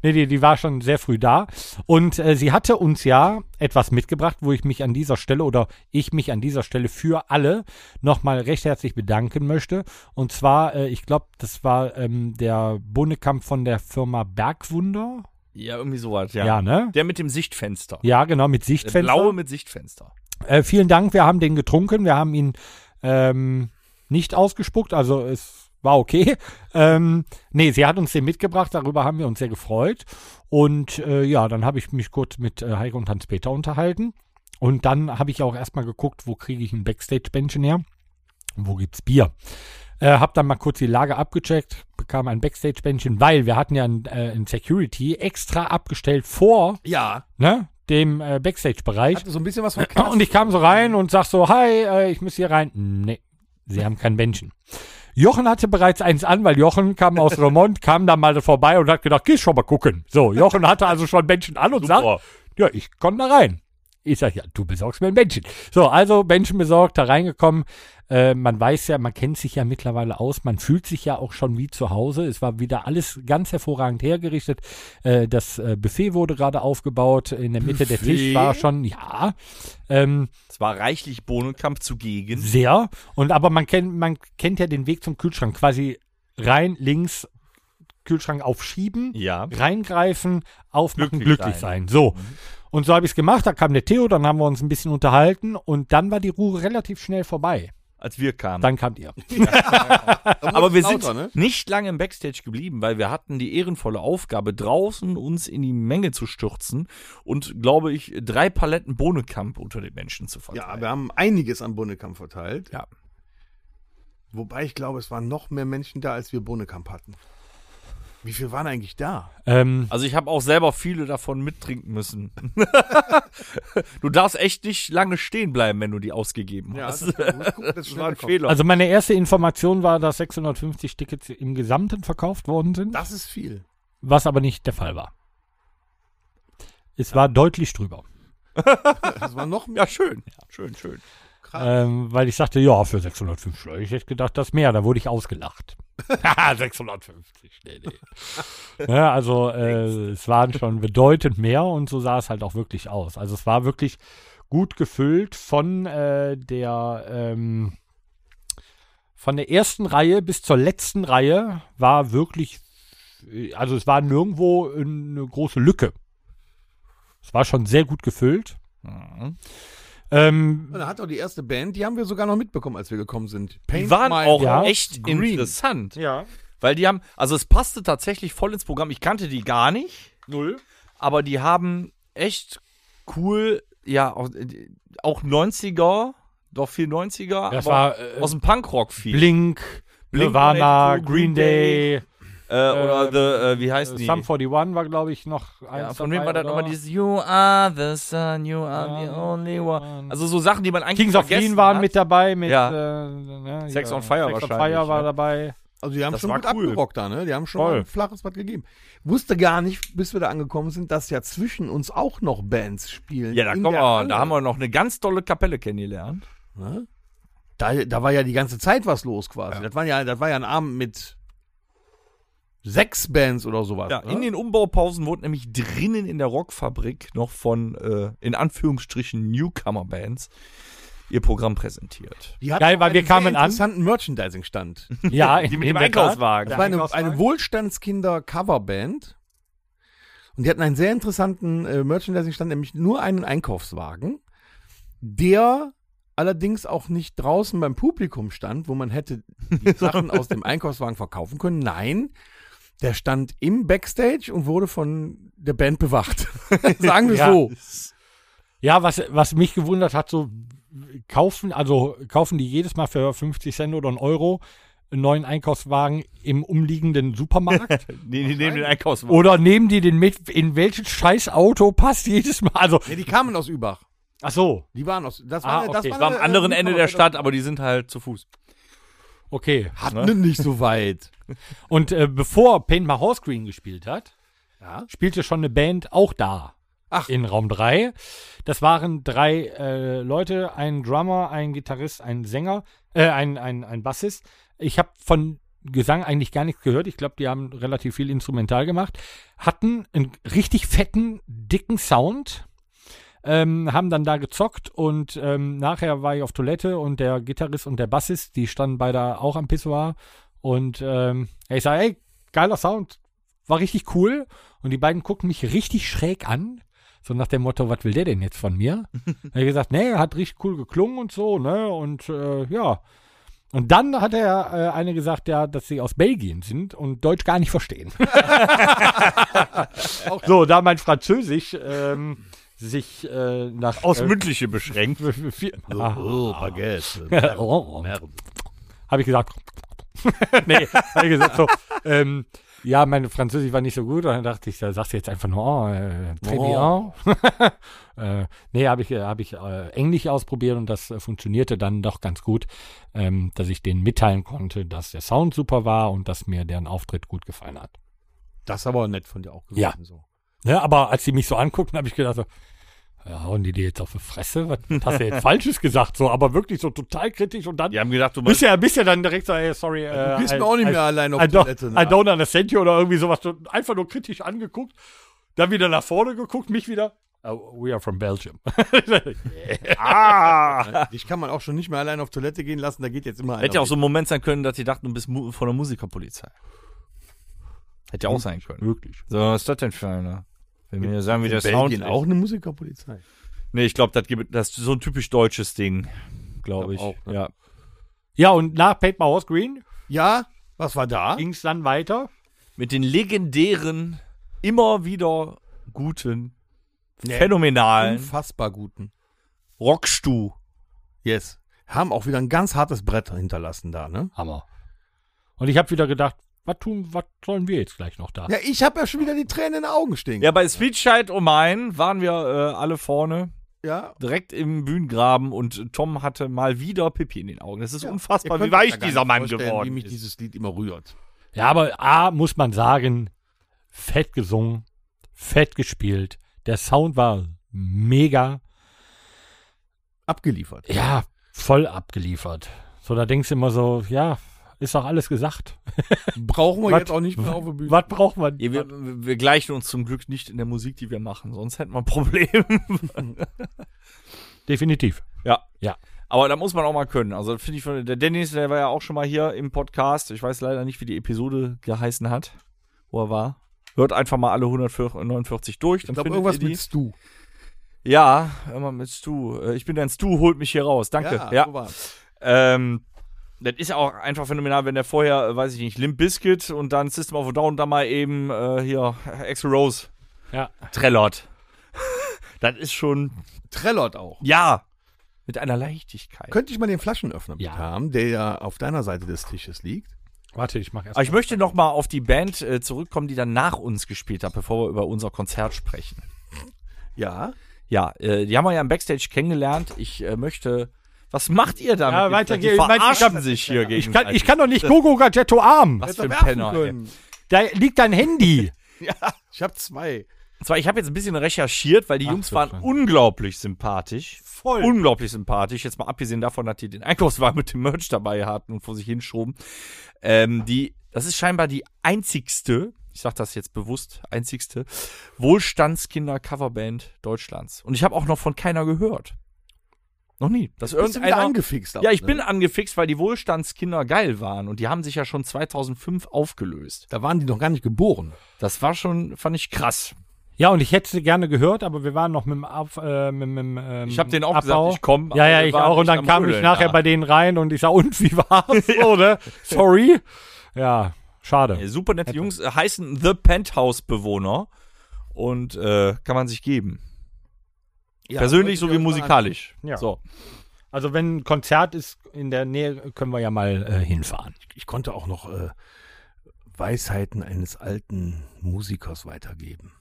Speaker 2: Nee, die, die war schon sehr früh da. Und äh, sie hatte uns ja etwas mitgebracht, wo ich mich an dieser Stelle oder ich mich an dieser Stelle für alle nochmal recht herzlich bedanken möchte. Und zwar, äh, ich glaube, das war ähm, der Bohnekamp von der Firma Bergwunder.
Speaker 4: Ja, irgendwie sowas, ja.
Speaker 2: Ja, ne?
Speaker 4: Der mit dem Sichtfenster.
Speaker 2: Ja, genau, mit
Speaker 4: Der
Speaker 2: Sichtfenster.
Speaker 4: blaue mit Sichtfenster.
Speaker 2: Äh, vielen Dank, wir haben den getrunken, wir haben ihn ähm, nicht ausgespuckt, also es war okay. Ähm, nee, sie hat uns den mitgebracht, darüber haben wir uns sehr gefreut. Und äh, ja, dann habe ich mich kurz mit äh, Heike und Hans-Peter unterhalten. Und dann habe ich auch erstmal geguckt, wo kriege ich ein Backstage-Bändchen her? Und Wo gibt's Bier? Äh, hab dann mal kurz die Lage abgecheckt, bekam ein Backstage-Bändchen, weil wir hatten ja ein, äh, ein Security extra abgestellt vor
Speaker 3: Ja.
Speaker 2: ne, dem äh, Backstage-Bereich.
Speaker 3: Hatte so ein bisschen was von
Speaker 2: Und ich kam so rein und sag so, hi, äh, ich muss hier rein. Nee, sie haben kein Bändchen. Jochen hatte bereits eins an, weil Jochen kam aus Romont, kam da mal vorbei und hat gedacht, geh schon mal gucken. So, Jochen hatte also schon Bändchen an und sagt, ja, ich komm da rein. Ich sag, ja, du besorgst mir ein Bändchen. So, also Bändchen besorgt, da reingekommen. Äh, man weiß ja, man kennt sich ja mittlerweile aus, man fühlt sich ja auch schon wie zu Hause. Es war wieder alles ganz hervorragend hergerichtet. Äh, das äh, Buffet wurde gerade aufgebaut. In der Mitte der Tisch war schon, ja, ähm,
Speaker 4: Es war reichlich Bohnenkampf zugegen.
Speaker 2: sehr. Und aber man kennt, man kennt ja den Weg zum Kühlschrank. Quasi rein, links, Kühlschrank aufschieben,
Speaker 4: Ja.
Speaker 2: reingreifen, aufmachen, glücklich,
Speaker 4: Glücklich
Speaker 2: sein. So. Und so habe ich es gemacht. Da kam der Theo, dann haben wir uns ein bisschen unterhalten und dann war die Ruhe relativ schnell vorbei.
Speaker 4: Als wir kamen.
Speaker 2: Dann kamt ihr.
Speaker 4: Aber wir sind
Speaker 3: lauter, ne?
Speaker 4: nicht lange im Backstage geblieben, weil wir hatten die ehrenvolle Aufgabe, draußen uns in die Menge zu stürzen und, glaube ich, drei Paletten Bohnenkamp unter den Menschen zu
Speaker 3: Ja,
Speaker 4: verteilen.
Speaker 3: wir haben einiges an Bonnekamp verteilt.
Speaker 4: Ja.
Speaker 3: Wobei ich glaube, es waren noch mehr Menschen da, als wir Bonnekamp hatten. Wie viel waren eigentlich da?
Speaker 2: Ähm,
Speaker 4: Also ich habe auch selber viele davon mittrinken müssen. du darfst echt nicht lange stehen bleiben, wenn du die ausgegeben hast.
Speaker 3: das, das war ein Fehler.
Speaker 2: also meine erste Information war, dass 650 Tickets im Gesamten verkauft worden sind,
Speaker 3: Das ist viel.
Speaker 2: was aber nicht der Fall war. Es war deutlich drüber.
Speaker 3: Das war noch mehr.
Speaker 4: Ja, schön. Schön, schön.
Speaker 2: Ähm, weil ich sagte, ja, für 650 Leute, ich hätte gedacht, das mehr. Da wurde ich ausgelacht. Haha, 650, nee, nee. ja, also äh, es waren schon bedeutend mehr und so sah es halt auch wirklich aus. Also es war wirklich gut gefüllt von äh, der ähm, von der ersten Reihe bis zur letzten Reihe war wirklich, äh, also es war nirgendwo eine große Lücke. Es war schon sehr gut gefüllt. Ähm,
Speaker 3: Und da hat auch die erste Band, die haben wir sogar noch mitbekommen, als wir gekommen sind.
Speaker 4: Die waren
Speaker 3: My-
Speaker 4: auch
Speaker 2: Ja.
Speaker 4: echt
Speaker 3: Green.
Speaker 4: interessant. Ja. Weil die haben, also es passte tatsächlich voll ins Programm. Ich kannte die gar nicht. Null. Aber die haben echt cool, ja, auch, äh, auch 90er, doch viel 90er,
Speaker 2: Das
Speaker 4: aber
Speaker 2: war, äh,
Speaker 4: aus dem Punkrock viel.
Speaker 2: Blink,
Speaker 4: Blink
Speaker 2: Nirvana,
Speaker 4: 182,
Speaker 2: Green Day,
Speaker 4: äh, oder the, äh, wie heißt die?
Speaker 2: Sum 41 war, glaube ich, noch eins.
Speaker 4: Ja, von
Speaker 2: dabei,
Speaker 4: wem war das
Speaker 2: oder?
Speaker 4: nochmal dieses You are the sun, you are the only one. Also so Sachen, die man eigentlich
Speaker 2: Kings of
Speaker 4: vergessen
Speaker 2: Lean waren
Speaker 4: hat.
Speaker 2: mit dabei, mit
Speaker 4: Ja.
Speaker 2: äh, ne,
Speaker 4: Sex
Speaker 2: hier,
Speaker 4: on Fire
Speaker 2: Sex on
Speaker 4: wahrscheinlich,
Speaker 2: Fire war
Speaker 4: ne?
Speaker 2: dabei.
Speaker 3: Also die haben
Speaker 4: Das
Speaker 3: schon
Speaker 4: war
Speaker 3: gut
Speaker 4: cool.
Speaker 3: abgerockt da, ne? Die haben schon mal
Speaker 4: Voll.
Speaker 3: ein flaches Bad gegeben. Wusste gar nicht, bis wir da angekommen sind, dass ja zwischen uns auch noch Bands spielen.
Speaker 4: Ja, da,
Speaker 3: In
Speaker 4: kommen
Speaker 3: der
Speaker 4: wir,
Speaker 3: Halle.
Speaker 4: da haben wir noch eine ganz tolle Kapelle kennengelernt.
Speaker 3: Ne? Da, da war ja die ganze Zeit was los quasi. Das, war ja, das war ja ein Abend mit sechs Bands oder sowas.
Speaker 4: Ja,
Speaker 3: ne?
Speaker 4: in den Umbaupausen wurden nämlich drinnen in der Rockfabrik noch von, äh, in Anführungsstrichen, Newcomer-Bands ihr Programm präsentiert.
Speaker 3: die hatten
Speaker 2: Geil,
Speaker 3: auch
Speaker 2: weil wir
Speaker 3: einen
Speaker 2: kamen
Speaker 3: sehr
Speaker 2: an.
Speaker 3: interessanten Merchandising-Stand.
Speaker 2: Ja, in
Speaker 4: mit
Speaker 2: der
Speaker 4: dem
Speaker 2: Tat.
Speaker 4: Einkaufswagen.
Speaker 3: Das
Speaker 2: Der
Speaker 3: war eine,
Speaker 2: Einkaufswagen.
Speaker 3: eine Wohlstandskinder-Coverband. Und die hatten einen sehr interessanten äh, Merchandising-Stand, nämlich nur einen Einkaufswagen, der allerdings auch nicht draußen beim Publikum stand, wo man hätte die Sachen aus dem Einkaufswagen verkaufen können. Nein, der stand im Backstage und wurde von der Band bewacht. Sagen wir
Speaker 2: Ja.
Speaker 3: so.
Speaker 2: Ja, was, was mich gewundert hat, so kaufen, also kaufen die jedes Mal für 50 Cent oder einen Euro einen neuen Einkaufswagen im umliegenden Supermarkt?
Speaker 4: Nee, die nehmen den Einkaufswagen.
Speaker 2: oder nehmen die den mit? In welches scheiß Auto passt jedes Mal? Also,
Speaker 3: Ja, die kamen aus Übach.
Speaker 2: ach so,
Speaker 3: Die waren aus. Das
Speaker 2: Ah, okay.
Speaker 4: Das war am
Speaker 3: eine, äh,
Speaker 4: anderen Ende der
Speaker 3: Liebhaber-
Speaker 4: Stadt, aber die sind halt zu Fuß.
Speaker 2: okay.
Speaker 3: Hatten nicht so weit.
Speaker 2: Und äh, bevor Paint My House Green gespielt hat,
Speaker 3: Ja.
Speaker 2: spielte schon eine Band auch da.
Speaker 3: Ach.
Speaker 2: In Raum 3. Das waren drei äh, Leute, ein Drummer, ein Gitarrist, ein Sänger, äh, ein, ein, ein Bassist. Ich habe von Gesang eigentlich gar nichts gehört. Ich glaube, die haben relativ viel instrumental gemacht. Hatten einen richtig fetten, dicken Sound. Ähm, haben dann da gezockt und ähm, nachher war ich auf Toilette und der Gitarrist und der Bassist, die standen beide auch am Pissoir und ähm, ich sage, ey, geiler Sound, war richtig cool und die beiden gucken mich richtig schräg an, so nach dem Motto, was will der denn jetzt von mir? Er hat gesagt, nee, hat richtig cool geklungen und so, ne? Und äh, ja. Und dann hat er äh, eine gesagt, ja, dass sie aus Belgien sind und Deutsch gar nicht verstehen. so, da mein Französisch ähm, sich äh, nach
Speaker 5: Aus
Speaker 2: äh,
Speaker 5: mündliche beschränkt.
Speaker 2: viel-
Speaker 3: Oh, Baguette.
Speaker 2: Oh. Habe ich gesagt. nee, habe ich gesagt so. Ähm, ja, mein Französisch war nicht so gut. Und dann dachte ich, da sagst du jetzt einfach nur, oh, äh, très
Speaker 3: Oh.
Speaker 2: bien. äh, nee, habe ich, äh, hab ich äh, Englisch ausprobiert und das äh, funktionierte dann doch ganz gut, ähm, dass ich denen mitteilen konnte, dass der Sound super war und dass mir deren Auftritt gut gefallen hat.
Speaker 3: Das ist aber nett von dir auch gewesen.
Speaker 2: Ja.
Speaker 3: So.
Speaker 2: Ne, aber als die mich so anguckten, habe ich gedacht, so, ja, hauen die dir jetzt auf die Fresse? Was hast du jetzt Falsches gesagt? So, aber wirklich so total kritisch und dann
Speaker 5: Die haben gedacht, du
Speaker 2: bist ja, bist ja dann direkt so, ey, sorry.
Speaker 3: Du
Speaker 2: Äh,
Speaker 3: gehst
Speaker 2: I-
Speaker 3: mir auch nicht
Speaker 2: I-
Speaker 3: mehr allein auf
Speaker 2: I don't,
Speaker 3: Toilette. ne?
Speaker 2: I don't understand you oder irgendwie sowas. So Einfach nur kritisch angeguckt, dann wieder nach vorne geguckt, mich wieder. Oh, we are from Belgium.
Speaker 3: Ah! Dich kann man auch schon nicht mehr allein auf Toilette gehen lassen, da geht jetzt immer einer.
Speaker 4: Hätte ja auch so ein Moment sein können, dass die dachten, du bist mu- von der Musikerpolizei. Hätte ja auch sein können.
Speaker 2: Wirklich.
Speaker 4: So, was ist das denn für einer? Wenn wir sagen, wie der
Speaker 3: mit. in
Speaker 4: Sound
Speaker 3: Belgien
Speaker 4: ist.
Speaker 3: auch eine Musikerpolizei.
Speaker 4: Nee, ich glaube, das, gibt- das ist so ein typisch deutsches Ding, glaube ich.
Speaker 3: glaub auch, ne?
Speaker 4: Ja.
Speaker 2: Ja, und nach Paper House Green
Speaker 3: Ja, was war da?
Speaker 2: ging es dann weiter.
Speaker 4: Mit den legendären, immer wieder guten, phänomenalen
Speaker 3: Unfassbar guten.
Speaker 4: Rockstuhl.
Speaker 3: Yes. Haben auch wieder ein ganz hartes Brett hinterlassen da, ne?
Speaker 2: Hammer. Und ich habe wieder gedacht, was tun, was sollen wir jetzt gleich noch da?
Speaker 3: Ja, ich habe ja schon wieder die Tränen in den Augen stehen.
Speaker 4: Ja, bei Sweet Child Oh Mine waren wir äh, alle vorne,
Speaker 3: ja.
Speaker 4: direkt im Bühnengraben und Tom hatte mal wieder Pipi in den Augen. Das ist unfassbar,
Speaker 3: Ihr
Speaker 4: wie
Speaker 3: könnt euch
Speaker 4: weich
Speaker 3: ja gar
Speaker 4: dieser
Speaker 3: nicht
Speaker 4: Mann
Speaker 3: vorstellen, Wie
Speaker 4: geworden
Speaker 3: mich
Speaker 4: ist.
Speaker 3: dieses Lied immer rührt.
Speaker 2: Ja, aber A, muss man sagen, fett gesungen, fett gespielt. Der Sound war mega.
Speaker 3: Abgeliefert.
Speaker 2: ja, voll abgeliefert. So, da denkst du immer so, ja, ist doch alles gesagt.
Speaker 3: Brauchen wir
Speaker 2: Was-
Speaker 3: jetzt auch nicht mehr auf der Bühne.
Speaker 2: Was braucht man?
Speaker 4: Ja, Hm. wir, wir gleichen uns zum Glück nicht in der Musik, die wir machen, sonst hätten wir ein Problem.
Speaker 2: Definitiv.
Speaker 4: Aber da muss man auch mal können. Also finde ich, von- der Dennis, der war ja auch schon mal hier im Podcast. Ich weiß leider nicht, wie die Episode geheißen hat, wo er war. Hört einfach mal alle 149 durch. Dann
Speaker 3: Ich glaube,
Speaker 4: findet
Speaker 3: irgendwas
Speaker 4: ihr die.
Speaker 3: mit Stu.
Speaker 4: Ja, immer mit Stu. Äh, Ich bin dein Stu, holt mich hier raus. Danke. Ja,
Speaker 3: so war's.
Speaker 4: Ähm, das ist auch einfach phänomenal, wenn der vorher, äh, weiß ich nicht, Limp Biscuit und dann System of a Down und dann mal eben äh, hier Axel Rose
Speaker 2: Ja.
Speaker 4: trellert. das ist schon,
Speaker 3: Trellert auch.
Speaker 4: ja, mit einer Leichtigkeit.
Speaker 3: Könnte ich mal den Flaschenöffner bitte
Speaker 2: Ja.
Speaker 3: haben, der ja auf deiner Seite des Tisches liegt?
Speaker 2: Warte, ich mach erst.
Speaker 4: Aber ich möchte noch mal auf die Band äh, zurückkommen, die dann nach uns gespielt hat, bevor wir über unser Konzert sprechen.
Speaker 3: Ja.
Speaker 4: Ja, äh, die haben wir ja im Backstage kennengelernt. Ich äh, möchte, was macht ihr damit?
Speaker 2: Ja,
Speaker 4: jetzt?
Speaker 2: weiter
Speaker 4: die
Speaker 2: geht's. Meinst du, ich
Speaker 4: verarschen
Speaker 2: hab-
Speaker 4: sich hier
Speaker 2: ich,
Speaker 4: gegenseitig.
Speaker 2: kann, ich kann doch nicht Gogo Gadgetto arm.
Speaker 4: was für
Speaker 3: Hätte
Speaker 4: ein
Speaker 3: er werfen
Speaker 4: Penner. ey.
Speaker 3: können.
Speaker 2: Da liegt dein Handy.
Speaker 3: Ich habe zwei.
Speaker 4: Und zwar, ich habe jetzt ein bisschen recherchiert, weil die
Speaker 2: Ach,
Speaker 4: Jungs
Speaker 2: so
Speaker 4: waren
Speaker 2: schön.
Speaker 4: unglaublich sympathisch.
Speaker 2: Voll.
Speaker 4: Unglaublich sympathisch. Jetzt mal abgesehen davon, dass die den Einkaufswagen mit dem Merch dabei hatten und vor sich hinschoben. Ähm, die, das ist scheinbar die einzigste, ich sag das jetzt bewusst, einzigste Wohlstandskinder-Coverband Deutschlands. Und ich habe auch noch von keiner gehört. Noch nie. Dass
Speaker 3: Bist du wieder
Speaker 4: irgendeiner,
Speaker 3: angefixt. auch,
Speaker 4: ja, ich
Speaker 3: ne?
Speaker 4: bin angefixt, weil die Wohlstandskinder geil waren und die haben sich ja schon 2005 aufgelöst.
Speaker 3: Da waren die noch gar nicht geboren.
Speaker 4: Das war schon, fand ich krass.
Speaker 2: Ja, und ich hätte sie gerne gehört, aber wir waren noch mit dem Ab, äh, mit, mit, dem, ähm,
Speaker 4: Ich habe den auch
Speaker 2: Abbau.
Speaker 4: gesagt, ich komme.
Speaker 2: ja, ja, ich auch. Und dann kam ich nachher bei denen rein und ich sag, und wie war's? So, ne? Sorry. Ja, schade.
Speaker 4: Super nette Jungs, äh, heißen The Penthouse-Bewohner und äh, kann man sich geben. Persönlich sowie musikalisch.
Speaker 2: Ja.
Speaker 4: So.
Speaker 2: Also wenn ein Konzert ist in der Nähe, können wir ja mal äh, hinfahren.
Speaker 3: Ich konnte auch noch äh, Weisheiten eines alten Musikers weitergeben.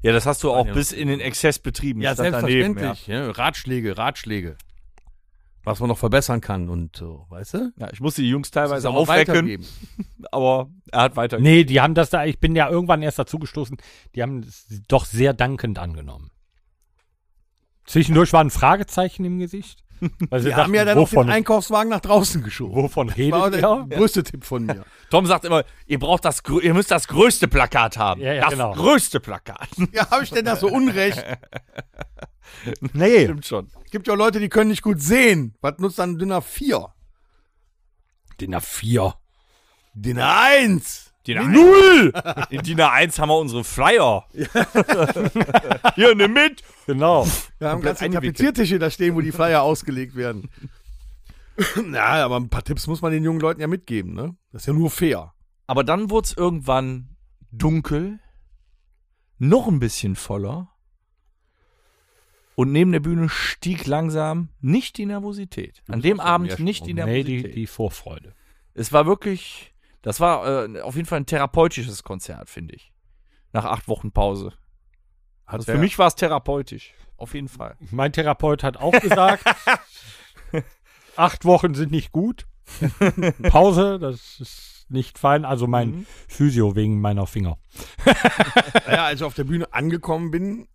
Speaker 4: ja, das hast du auch bis in den Exzess betrieben. Ich stand daneben,
Speaker 3: ja. Ratschläge, Ratschläge. Was man noch verbessern kann und so, weißt du?
Speaker 4: ja. Ja, ich musste die Jungs
Speaker 3: Das ist
Speaker 4: teilweise
Speaker 3: auch
Speaker 4: aufwecken,
Speaker 3: weitergeben.
Speaker 4: aber er hat weiter.
Speaker 2: Nee, die haben das da, ich bin ja irgendwann erst dazugestoßen, die haben es doch sehr dankend angenommen. Zwischendurch war ein Fragezeichen im Gesicht. Weil sie
Speaker 3: Wir haben ja dann auch
Speaker 2: wovon,
Speaker 3: den Einkaufswagen nach draußen geschoben.
Speaker 2: wovon
Speaker 3: War
Speaker 2: redet
Speaker 3: der
Speaker 2: ihr?
Speaker 3: größte Tipp von mir.
Speaker 4: Tom sagt immer, ihr braucht das, grö- ihr müsst das größte Plakat haben.
Speaker 2: Ja, ja,
Speaker 4: das
Speaker 2: genau.
Speaker 4: größte Plakat.
Speaker 3: Ja, habe ich denn da so Unrecht?
Speaker 2: Nee,
Speaker 4: Stimmt schon.
Speaker 3: Gibt ja auch Leute, die können nicht gut sehen. Was nutzt dann DIN A4?
Speaker 2: DIN A4.
Speaker 3: DIN A1!
Speaker 4: DIN Null! In DIN A1 haben wir unsere Flyer. Hier, nimm mit!
Speaker 2: Genau.
Speaker 3: Wir haben ganze
Speaker 4: eingewickelt.
Speaker 3: Tapeziertische da stehen, wo die Flyer ausgelegt werden. Na, aber ein paar Tipps muss man den jungen Leuten ja mitgeben, ne? Das ist ja nur fair.
Speaker 4: Aber dann wurde es irgendwann dunkel, noch ein bisschen voller. Und neben der Bühne stieg langsam nicht die Nervosität. An dem Abend nicht die
Speaker 2: Nee,
Speaker 4: Nervosität.
Speaker 2: die, die Vorfreude.
Speaker 4: Es war wirklich, das war äh, auf jeden Fall ein therapeutisches Konzert, finde ich. Nach acht Wochen Pause.
Speaker 3: Hat
Speaker 4: Also Für mich war es therapeutisch. Auf jeden Fall.
Speaker 2: Mein Therapeut hat auch gesagt, acht Wochen sind nicht gut. Pause, das ist nicht fein. Also mein
Speaker 3: Mhm.
Speaker 2: Physio wegen meiner Finger.
Speaker 3: Naja, als ich auf der Bühne angekommen bin,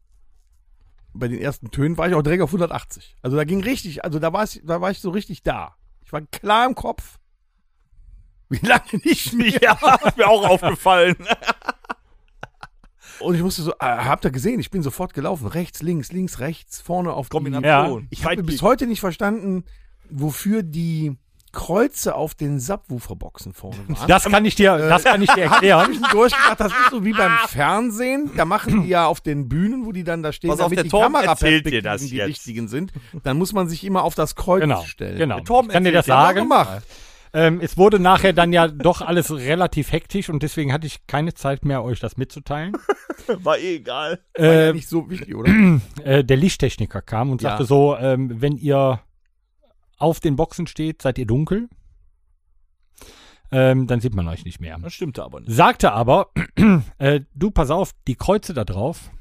Speaker 3: bei den ersten Tönen war ich auch direkt auf 180. Also da ging richtig, also da war ich, da war ich so richtig da. Ich war klar im Kopf. Wie lange nicht mehr.
Speaker 4: Ja, ist mir auch aufgefallen.
Speaker 3: Und ich musste so, äh, habt ihr gesehen, ich bin sofort gelaufen. Rechts, links, links, rechts, vorne auf die...
Speaker 4: Kombination.
Speaker 3: Ich habe bis heute nicht verstanden, wofür die Kreuze auf den Subwooferboxen vorne waren.
Speaker 2: Das kann ich dir, das kann ich dir
Speaker 3: äh, hab
Speaker 2: erklären.
Speaker 3: ich durchgedacht, das ist so wie beim Fernsehen. Da machen die ja auf den Bühnen, wo die dann da stehen,
Speaker 4: Pass auf, der
Speaker 3: die
Speaker 4: Torben erzählt dir
Speaker 3: Kameraperspektiven
Speaker 4: das
Speaker 3: die
Speaker 4: jetzt.
Speaker 3: richtigen sind. Dann muss man sich immer auf das Kreuz
Speaker 2: Genau,
Speaker 3: stellen.
Speaker 2: genau.
Speaker 4: Torben
Speaker 2: Ich kann dir das
Speaker 4: erzählt, der hat
Speaker 2: sagen.
Speaker 3: Gemacht.
Speaker 2: Ähm, es wurde nachher dann ja doch alles relativ hektisch und deswegen hatte ich keine Zeit mehr, euch das mitzuteilen.
Speaker 4: War eh egal.
Speaker 2: Äh,
Speaker 3: Nicht so wichtig, oder?
Speaker 2: äh, der Lichttechniker kam und
Speaker 3: Ja.
Speaker 2: sagte so, ähm, wenn ihr auf den Boxen steht, seid ihr dunkel. Ähm, dann sieht man euch nicht mehr.
Speaker 4: Das stimmte aber nicht.
Speaker 2: Sagte aber, äh, du pass auf, die Kreuze da drauf,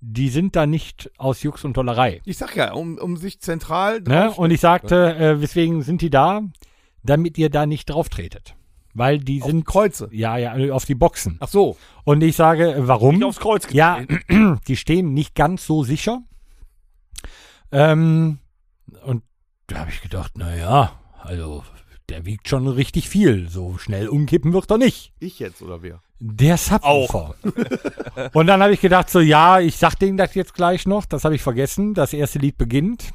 Speaker 2: die sind da nicht aus Jux und Tollerei.
Speaker 3: Ich sag ja, um, um sich zentral.
Speaker 2: Ne? Und ich sagte, äh, weswegen sind die da? Damit ihr da nicht drauf tretet. Weil die
Speaker 3: Auf die
Speaker 2: sind,
Speaker 3: Kreuze.
Speaker 2: ja, ja, auf die Boxen.
Speaker 3: Ach so.
Speaker 2: Und ich sage, äh, warum?
Speaker 4: Kreuz
Speaker 2: Ja, die stehen nicht ganz so sicher. Ähm, und da habe ich gedacht, naja, also der wiegt schon richtig viel. So schnell umkippen wird er nicht.
Speaker 3: Ich jetzt oder wer?
Speaker 2: Der Subwoofer. und dann habe ich gedacht, so ja, ich sag denen das jetzt gleich noch. Das habe ich vergessen. Das erste Lied beginnt.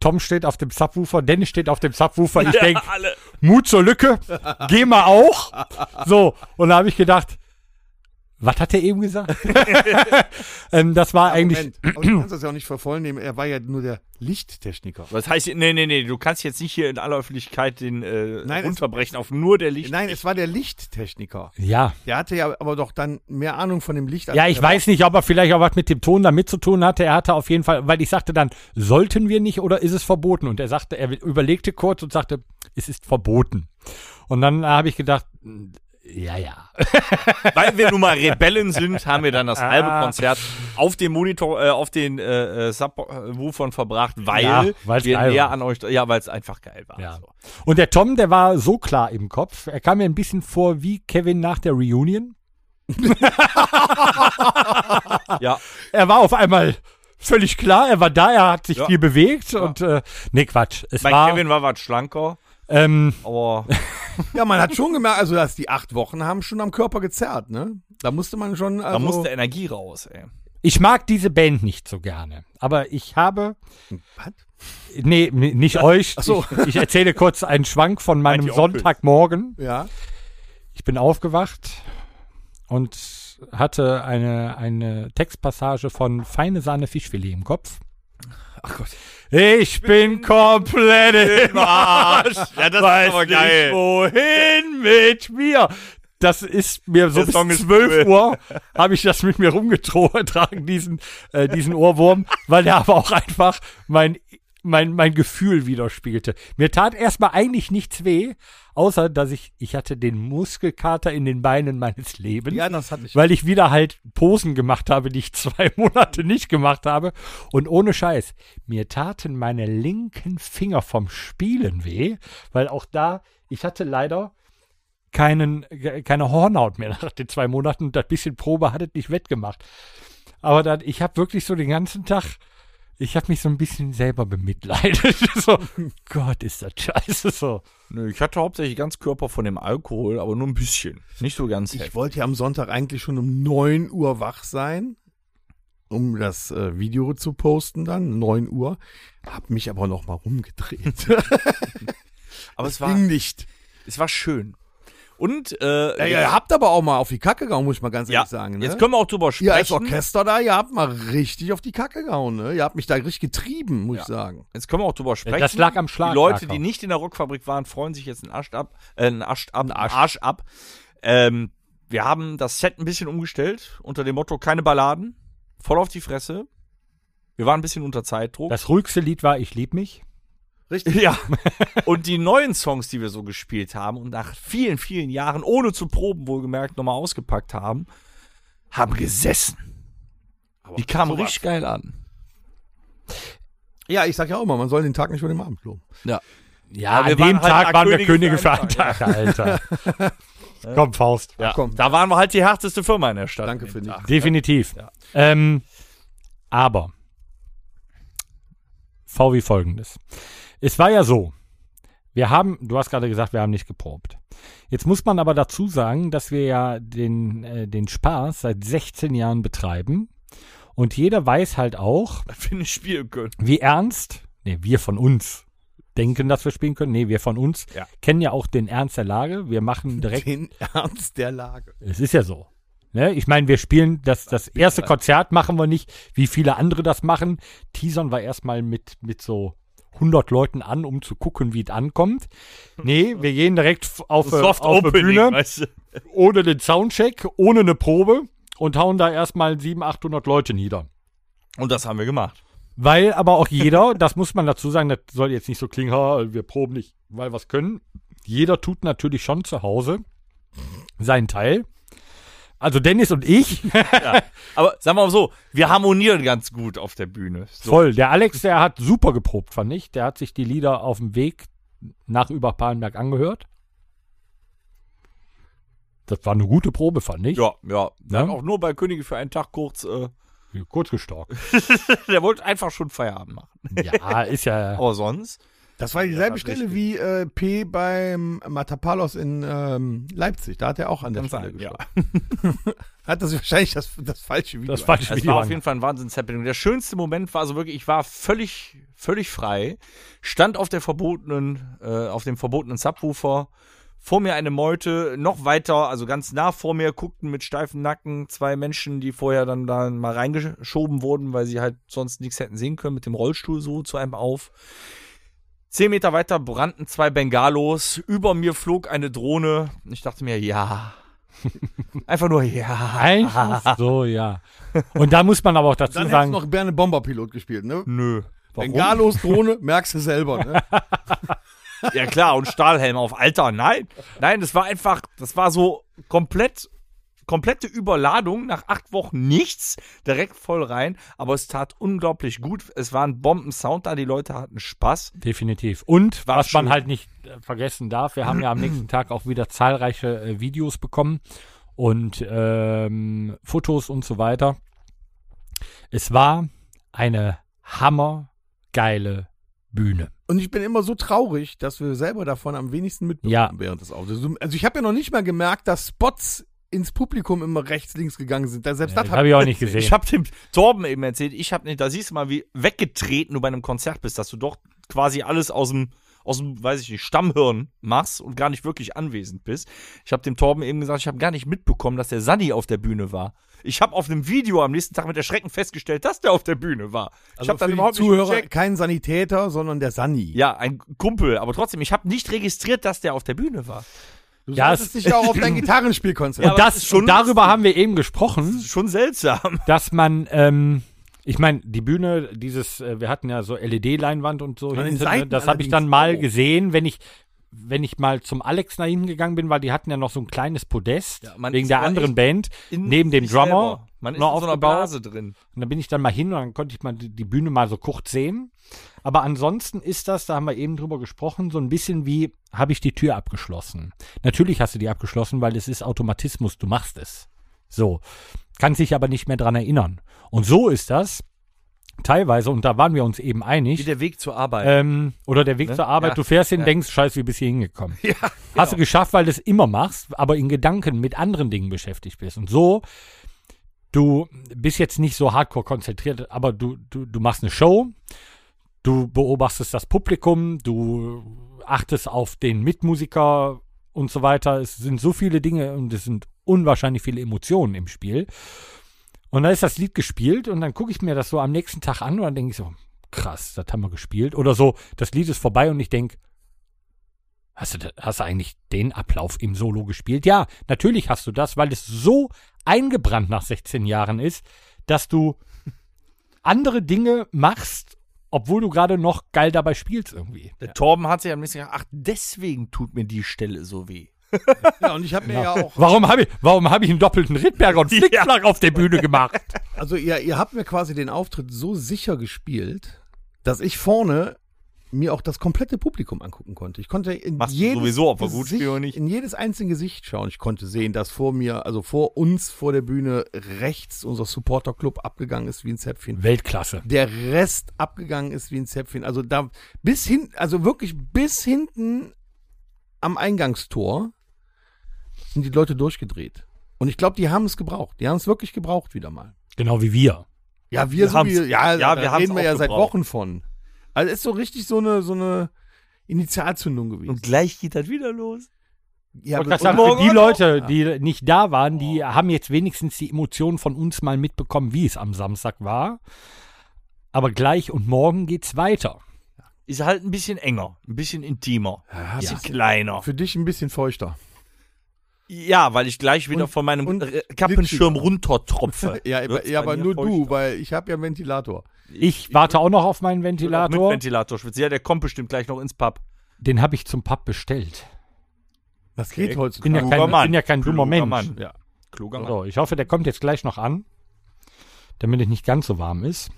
Speaker 2: Tom steht auf dem Subwoofer, Dennis steht auf dem Subwoofer. Ich denk,
Speaker 4: alle.
Speaker 2: Mut zur Lücke, geh mal auch. So, und da habe ich gedacht, was hat er eben gesagt? ähm, das war eigentlich,
Speaker 3: Moment. Aber du kannst das ja auch nicht vervollnehmen. Er war ja nur der Lichttechniker.
Speaker 4: Das heißt, nee, nee, nee, du kannst jetzt nicht hier in aller Öffentlichkeit den äh,
Speaker 3: Nein, es-
Speaker 4: unterbrechen auf nur der Licht.
Speaker 3: Nein, es war der Lichttechniker.
Speaker 2: ja.
Speaker 3: Der hatte ja aber doch dann mehr Ahnung von dem Licht. als
Speaker 2: Ja, ich
Speaker 4: genau.
Speaker 3: er-
Speaker 2: weiß nicht, ob er vielleicht auch was mit dem Ton damit zu tun hatte. Er hatte auf jeden Fall, weil ich sagte dann, sollten wir nicht oder ist es verboten? Und er sagte, er überlegte kurz und sagte, es ist verboten. Und dann habe ich gedacht, mm, ja, ja.
Speaker 4: Weil wir nun mal Rebellen sind, haben wir dann
Speaker 3: Ah.
Speaker 4: das halbe Konzert auf den Monitor, äh, auf den äh, äh, Subwoofern verbracht, weil
Speaker 2: Ja, weil's
Speaker 4: wir
Speaker 2: geil
Speaker 4: näher
Speaker 2: war.
Speaker 4: an euch, ja, weil es einfach geil war.
Speaker 2: Ja.
Speaker 4: So.
Speaker 2: Und der Tom, der war so klar im Kopf. Er kam mir ein bisschen vor wie Kevin nach der Reunion.
Speaker 4: ja.
Speaker 2: Er war auf einmal völlig klar. Er war da, er hat sich
Speaker 4: Ja.
Speaker 2: viel bewegt und äh, nee, Quatsch. Es
Speaker 4: Mein
Speaker 2: war
Speaker 4: Kevin war was schlanker,
Speaker 2: ähm,
Speaker 4: aber
Speaker 3: Ja, man hat schon gemerkt, also dass die acht Wochen haben schon am Körper gezerrt, ne? Da musste man schon.
Speaker 4: da
Speaker 3: Also,
Speaker 4: musste Energie raus, ey.
Speaker 2: ich mag diese Band nicht so gerne, aber ich habe
Speaker 3: Was?
Speaker 2: Nee, n- nicht euch.
Speaker 3: so.
Speaker 2: Ich, ich erzähle kurz einen Schwank von meinem
Speaker 4: Meint ihr Onkel?
Speaker 2: Sonntagmorgen.
Speaker 3: Ja.
Speaker 2: Ich bin aufgewacht und hatte eine, eine Textpassage von Feine Sahne Fischfilet im Kopf. Ach Gott. Ich bin komplett im Arsch.
Speaker 4: Ja, das
Speaker 2: Weiß nicht wohin mit mir. Das ist mir so
Speaker 4: Der Song
Speaker 2: bis
Speaker 4: ist
Speaker 2: 12 Uhr habe ich das mit mir rumgetragen, diesen, äh, diesen Ohrwurm, weil der aber auch einfach mein, mein, mein Gefühl widerspiegelte. Mir tat erstmal eigentlich nichts weh, außer dass ich, ich hatte den Muskelkater in den Beinen meines Lebens.
Speaker 3: Ja, das hatte ich.
Speaker 2: Weil ich wieder halt Posen gemacht habe, die ich zwei Monate nicht gemacht habe. Und ohne Scheiß, mir taten meine linken Finger vom Spielen weh, weil auch da, ich hatte leider keinen, ge- keine Hornhaut mehr nach den zwei Monaten und das bisschen Probe hat es nicht wettgemacht. Aber das, ich habe wirklich so den ganzen Tag Ich habe mich so ein bisschen selber bemitleidet. so, Gott, ist das scheiße so.
Speaker 4: Nö, ich hatte hauptsächlich ganz Körper von dem Alkohol, aber nur ein bisschen. Nicht so ganz
Speaker 3: Ich
Speaker 4: heftig.
Speaker 3: wollte ja am Sonntag eigentlich schon um 9 Uhr wach sein, um das äh, Video zu posten dann, 9 Uhr. Hab mich aber noch mal rumgedreht.
Speaker 4: Aber es war,
Speaker 3: Ging nicht.
Speaker 4: es war schön. Und, äh,
Speaker 3: Ja, ihr habt aber auch mal auf die Kacke gehauen, muss ich mal ganz
Speaker 4: ja,
Speaker 3: ehrlich sagen. Ne?
Speaker 4: jetzt können wir auch drüber sprechen.
Speaker 3: ihr als Orchester da, ihr habt mal richtig auf die Kacke gehauen. Ne? Ihr habt mich da richtig getrieben, muss ich sagen.
Speaker 4: Jetzt können wir auch drüber sprechen.
Speaker 2: das lag am Schlag,
Speaker 4: Die Leute,
Speaker 2: Jakob.
Speaker 4: die nicht in der Rockfabrik waren, freuen sich jetzt einen Arsch ab. Äh, einen Arsch ab. Einen Arsch. ab. Ähm, wir haben das Set ein bisschen umgestellt unter dem Motto keine Balladen, voll auf die Fresse. Wir waren ein bisschen unter Zeitdruck.
Speaker 2: Das ruhigste Lied war Ich lieb mich.
Speaker 4: ja. Und die neuen Songs, die wir so gespielt haben und nach vielen, vielen Jahren ohne zu proben wohlgemerkt nochmal ausgepackt haben, haben gesessen. die kamen richtig geil an.
Speaker 3: Ja, ich sag ja auch immer, man soll den Tag nicht vor dem Abend loben.
Speaker 2: Ja,
Speaker 4: wir
Speaker 2: an
Speaker 4: waren
Speaker 2: dem
Speaker 4: halt
Speaker 2: Tag
Speaker 4: mal
Speaker 2: waren wir
Speaker 4: Könige
Speaker 2: Könige
Speaker 4: für
Speaker 2: für einen Tag, Alter. Komm, Faust.
Speaker 4: Ja.
Speaker 3: komm.
Speaker 4: Da waren wir halt die härteste Firma in der Stadt.
Speaker 3: Danke für dich.
Speaker 2: Definitiv. Ähm, aber VW folgendes. Es war ja so, wir haben, du hast gerade gesagt, wir haben nicht geprobt. Jetzt muss man aber dazu sagen, dass wir ja den, äh, den Spaß seit 16 Jahren betreiben. Und jeder weiß halt auch,
Speaker 4: dass wir nicht spielen können.
Speaker 2: wie ernst, nee, wir von uns denken, dass wir spielen können. Nee, wir von uns
Speaker 4: Ja.
Speaker 2: kennen ja auch den Ernst der Lage. Wir machen direkt
Speaker 3: Den Ernst der Lage.
Speaker 2: es ist ja so. Ne? Ich meine, wir spielen das, das erste Konzert machen wir nicht, wie viele andere das machen. Teasern wir erstmal mit, mit so 100 Leuten an, um zu gucken, wie es ankommt. Nee, wir gehen direkt f- auf, äh, auf die Bühne,
Speaker 4: Hm. weißt du?
Speaker 2: ohne den Soundcheck, ohne eine Probe und hauen da erstmal 700, 800 Leute nieder.
Speaker 4: Und das haben wir gemacht.
Speaker 2: Weil aber auch jeder, das muss man dazu sagen, das soll jetzt nicht so klingen, "Ha, wir proben nicht, weil wir es können. Jeder tut natürlich schon zu Hause seinen Teil. Also Dennis und ich
Speaker 4: Aber sagen wir mal so, wir harmonieren ganz gut auf der Bühne. So.
Speaker 2: Voll. Der Alex, der hat super geprobt, fand ich. Der hat sich die Lieder auf dem Weg nach Überpalenberg angehört. Das war eine gute Probe, fand ich.
Speaker 4: Ja, ja. Dann
Speaker 2: Ja.
Speaker 4: auch nur bei Könige für einen Tag kurz. Äh,
Speaker 2: Kurz gestorben.
Speaker 4: der wollte einfach schon Feierabend machen.
Speaker 2: Ja, ist ja.
Speaker 4: Aber sonst,
Speaker 3: Das war dieselbe Stelle wie äh, P beim Matapalos in ähm, Leipzig. Da hat er auch an der
Speaker 4: Kann
Speaker 3: Stelle
Speaker 4: sein, ja.
Speaker 3: gestorben. hat das wahrscheinlich das, das falsche Video.
Speaker 2: Das falsche
Speaker 4: es
Speaker 2: Video.
Speaker 4: war auf
Speaker 2: an.
Speaker 4: jeden Fall ein Wahnsinns-Happening. Der schönste Moment war also wirklich, ich war völlig, völlig frei, stand auf der verbotenen, äh, auf dem verbotenen Subwoofer, vor mir eine Meute, noch weiter, also ganz nah vor mir, guckten mit steifen Nacken zwei Menschen, die vorher dann da mal reingeschoben wurden, weil sie halt sonst nichts hätten sehen können, mit dem Rollstuhl so zu einem auf. Zehn Meter weiter brannten zwei Bengalos, über mir flog eine Drohne. Ich dachte mir, ja. Einfach nur, ja.
Speaker 2: Einfach so, ja. Und da muss man aber auch dazu
Speaker 3: Dann hättest
Speaker 2: sagen,
Speaker 3: du noch Berne Bomberpilot gespielt, ne?
Speaker 4: Nö.
Speaker 3: Bengalos, Drohne, merkst du selber, ne?
Speaker 4: Ja klar, und Stahlhelm auf. Alter, nein. Nein, das war einfach, das war so komplett, komplette Überladung. Nach acht Wochen nichts, direkt voll rein. Aber es tat unglaublich gut. Es war ein Bombensound da, die Leute hatten Spaß.
Speaker 2: definitiv. Und
Speaker 4: War
Speaker 2: was
Speaker 4: schön.
Speaker 2: man halt nicht äh, vergessen darf, wir haben ja am nächsten Tag auch wieder zahlreiche äh, Videos bekommen und ähm, Fotos und so weiter. Es war eine hammergeile Bühne.
Speaker 3: Und ich bin immer so traurig, dass wir selber davon am wenigsten mitbekommen
Speaker 2: Ja.
Speaker 3: während des Autos. Also ich habe ja noch nicht mal gemerkt, dass Spots ins Publikum immer rechts, links gegangen sind. Da selbst
Speaker 2: Das
Speaker 3: das
Speaker 2: habe Äh, ich auch nicht gesehen.
Speaker 4: Ich habe dem Torben eben erzählt, ich habe nicht, da siehst du mal, wie weggetreten du bei einem Konzert bist, dass du doch quasi alles aus dem, aus dem, weiß ich nicht, Stammhirn machst und gar nicht wirklich anwesend bist. Ich habe dem Torben eben gesagt, ich habe gar nicht mitbekommen, dass der Sunny auf der Bühne war. Ich habe auf einem Video am nächsten Tag mit Erschrecken festgestellt, dass der auf der Bühne war.
Speaker 2: Also
Speaker 4: ich habe dann
Speaker 3: Also für
Speaker 4: überhaupt
Speaker 3: die Zuhörer
Speaker 4: nicht gecheckt.
Speaker 3: kein Sanitäter, sondern der Sani.
Speaker 4: Ja, ein Kumpel, aber trotzdem, ich habe nicht registriert, dass der auf der Bühne war.
Speaker 3: Du
Speaker 2: Ja,
Speaker 3: solltest
Speaker 2: es-
Speaker 3: dich ja auch auf dein Gitarrenspiel
Speaker 2: und
Speaker 3: konzentrieren.
Speaker 4: aber es
Speaker 2: das,
Speaker 4: ist schon
Speaker 2: und darüber
Speaker 4: lustig.
Speaker 2: haben wir eben gesprochen,
Speaker 4: Schon seltsam.
Speaker 2: dass man, ähm, ich meine, die Bühne, dieses, äh, wir hatten ja so LED-Leinwand und so,
Speaker 3: den
Speaker 2: hinten, ne?
Speaker 3: Seiten
Speaker 2: das habe ich dann
Speaker 3: allerdings
Speaker 2: mal
Speaker 3: auch.
Speaker 2: gesehen, wenn ich, wenn ich mal zum Alex nach hinten gegangen bin, weil die hatten ja noch so ein kleines Podest
Speaker 4: Ja, man
Speaker 2: wegen
Speaker 4: ist
Speaker 2: der
Speaker 4: aber
Speaker 2: anderen
Speaker 4: echt
Speaker 2: Band
Speaker 4: In
Speaker 2: neben dem
Speaker 4: sich
Speaker 2: Drummer.
Speaker 4: selber. Man ist in
Speaker 2: noch
Speaker 4: so einer
Speaker 2: aufgebaut.
Speaker 4: Blase drin.
Speaker 2: Und dann bin ich dann mal hin und dann konnte ich mal die, die Bühne mal so kurz sehen. Aber ansonsten ist das, da haben wir eben drüber gesprochen, so ein bisschen wie, habe ich die Tür abgeschlossen? Natürlich hast du die abgeschlossen, weil es ist Automatismus, du machst es. So. Kannst dich aber nicht mehr dran erinnern. Und so ist das teilweise, und da waren wir uns eben
Speaker 4: Wie
Speaker 2: einig,
Speaker 4: der Weg zur Arbeit. Ne?
Speaker 2: ähm, oder der Weg zur Arbeit,
Speaker 4: Ja. genau.
Speaker 2: du fährst hin, denkst, scheiße, wie bist du hier hingekommen. Hast du geschafft, weil du es immer machst, aber in Gedanken mit anderen Dingen beschäftigt bist. Und so, du bist jetzt nicht so hardcore konzentriert, aber du, du, du machst eine Show, du beobachtest das Publikum, du achtest auf den Mitmusiker und so weiter. Es sind so viele Dinge und es sind unwahrscheinlich viele Emotionen im Spiel. Und dann ist das Lied gespielt und dann gucke ich mir das so am nächsten Tag an und dann denke ich so, krass, das haben wir gespielt. Oder so, das Lied ist vorbei und ich denke, hast du, da- hast du eigentlich den Ablauf im Solo gespielt? Ja, natürlich hast du das, weil es so eingebrannt nach 16 Jahren ist, dass du andere Dinge machst, obwohl du gerade noch geil dabei spielst irgendwie.
Speaker 4: der Torben hat sich am nächsten Tag gedacht, ach, deswegen tut mir die Stelle so weh.
Speaker 3: Ja, und ich habe mir ja auch
Speaker 2: Warum habe ich, warum hab ich einen doppelten Rittberger und Flickflack auf der Bühne gemacht?
Speaker 3: Also ihr, ihr habt mir quasi den Auftritt so sicher gespielt, dass ich vorne mir auch das komplette Publikum angucken konnte. Ich konnte in
Speaker 5: Machst du
Speaker 3: jedes
Speaker 5: sowieso, ob wir gut
Speaker 3: Gesicht,
Speaker 5: spielen oder nicht.
Speaker 3: in jedes einzelne Gesicht schauen. Ich konnte sehen, dass vor mir, also vor uns vor der Bühne rechts unser Supporterclub abgegangen ist wie ein Zäpfchen
Speaker 2: Weltklasse.
Speaker 3: der Rest abgegangen ist wie ein Zäpfchen. Also da bis hin, also wirklich bis hinten am Eingangstor sind die Leute durchgedreht. Und ich glaube, die haben es gebraucht. Die haben es wirklich gebraucht wieder mal.
Speaker 2: Genau wie wir.
Speaker 3: Ja, wir, so
Speaker 5: haben's-
Speaker 3: wie, ja,
Speaker 5: ja, wir
Speaker 3: da
Speaker 5: haben's
Speaker 3: reden wir ja
Speaker 5: auch
Speaker 3: seit
Speaker 5: gebraucht.
Speaker 3: Wochen von. Also ist so richtig so eine so eine Initialzündung gewesen.
Speaker 5: Und gleich geht das wieder los.
Speaker 3: ja,
Speaker 2: Ich
Speaker 3: aber-
Speaker 2: wollte gerade
Speaker 3: und-
Speaker 2: sagen, für die Leute, die nicht da waren, die haben jetzt wenigstens die Emotionen von uns mal mitbekommen, wie es am Samstag war. Aber gleich und morgen geht's weiter.
Speaker 5: Ist halt ein bisschen enger, ein bisschen intimer, ein bisschen kleiner.
Speaker 3: für dich ein bisschen feuchter.
Speaker 5: Ja, weil ich gleich wieder
Speaker 3: Und-
Speaker 5: von meinem
Speaker 3: und
Speaker 5: R- Kappenschirm
Speaker 3: glitschiger.
Speaker 5: runtertropfe.
Speaker 3: Ja, aber-
Speaker 5: Wird's
Speaker 3: ja
Speaker 5: bei
Speaker 3: aber
Speaker 5: mir
Speaker 3: nur
Speaker 5: feuchter.
Speaker 3: du, weil ich habe ja einen Ventilator.
Speaker 2: Ich warte auch noch auf meinen
Speaker 5: Ich will auch Mit
Speaker 2: Ventilator.
Speaker 5: Ventilator schwitzen. Ja, der kommt bestimmt gleich noch ins Pub.
Speaker 2: Den habe ich zum Pub bestellt.
Speaker 3: Das geht
Speaker 2: Ich bin ja
Speaker 3: heutzutage.
Speaker 5: Äh, Kluger
Speaker 2: kein,
Speaker 5: Mann.
Speaker 2: bin ja kein dummer
Speaker 5: Kluger
Speaker 2: Mensch.
Speaker 5: Mann.
Speaker 3: Ja.
Speaker 5: Kluger Mann.
Speaker 2: So, ich hoffe, der kommt jetzt gleich noch an, damit es nicht ganz so warm ist.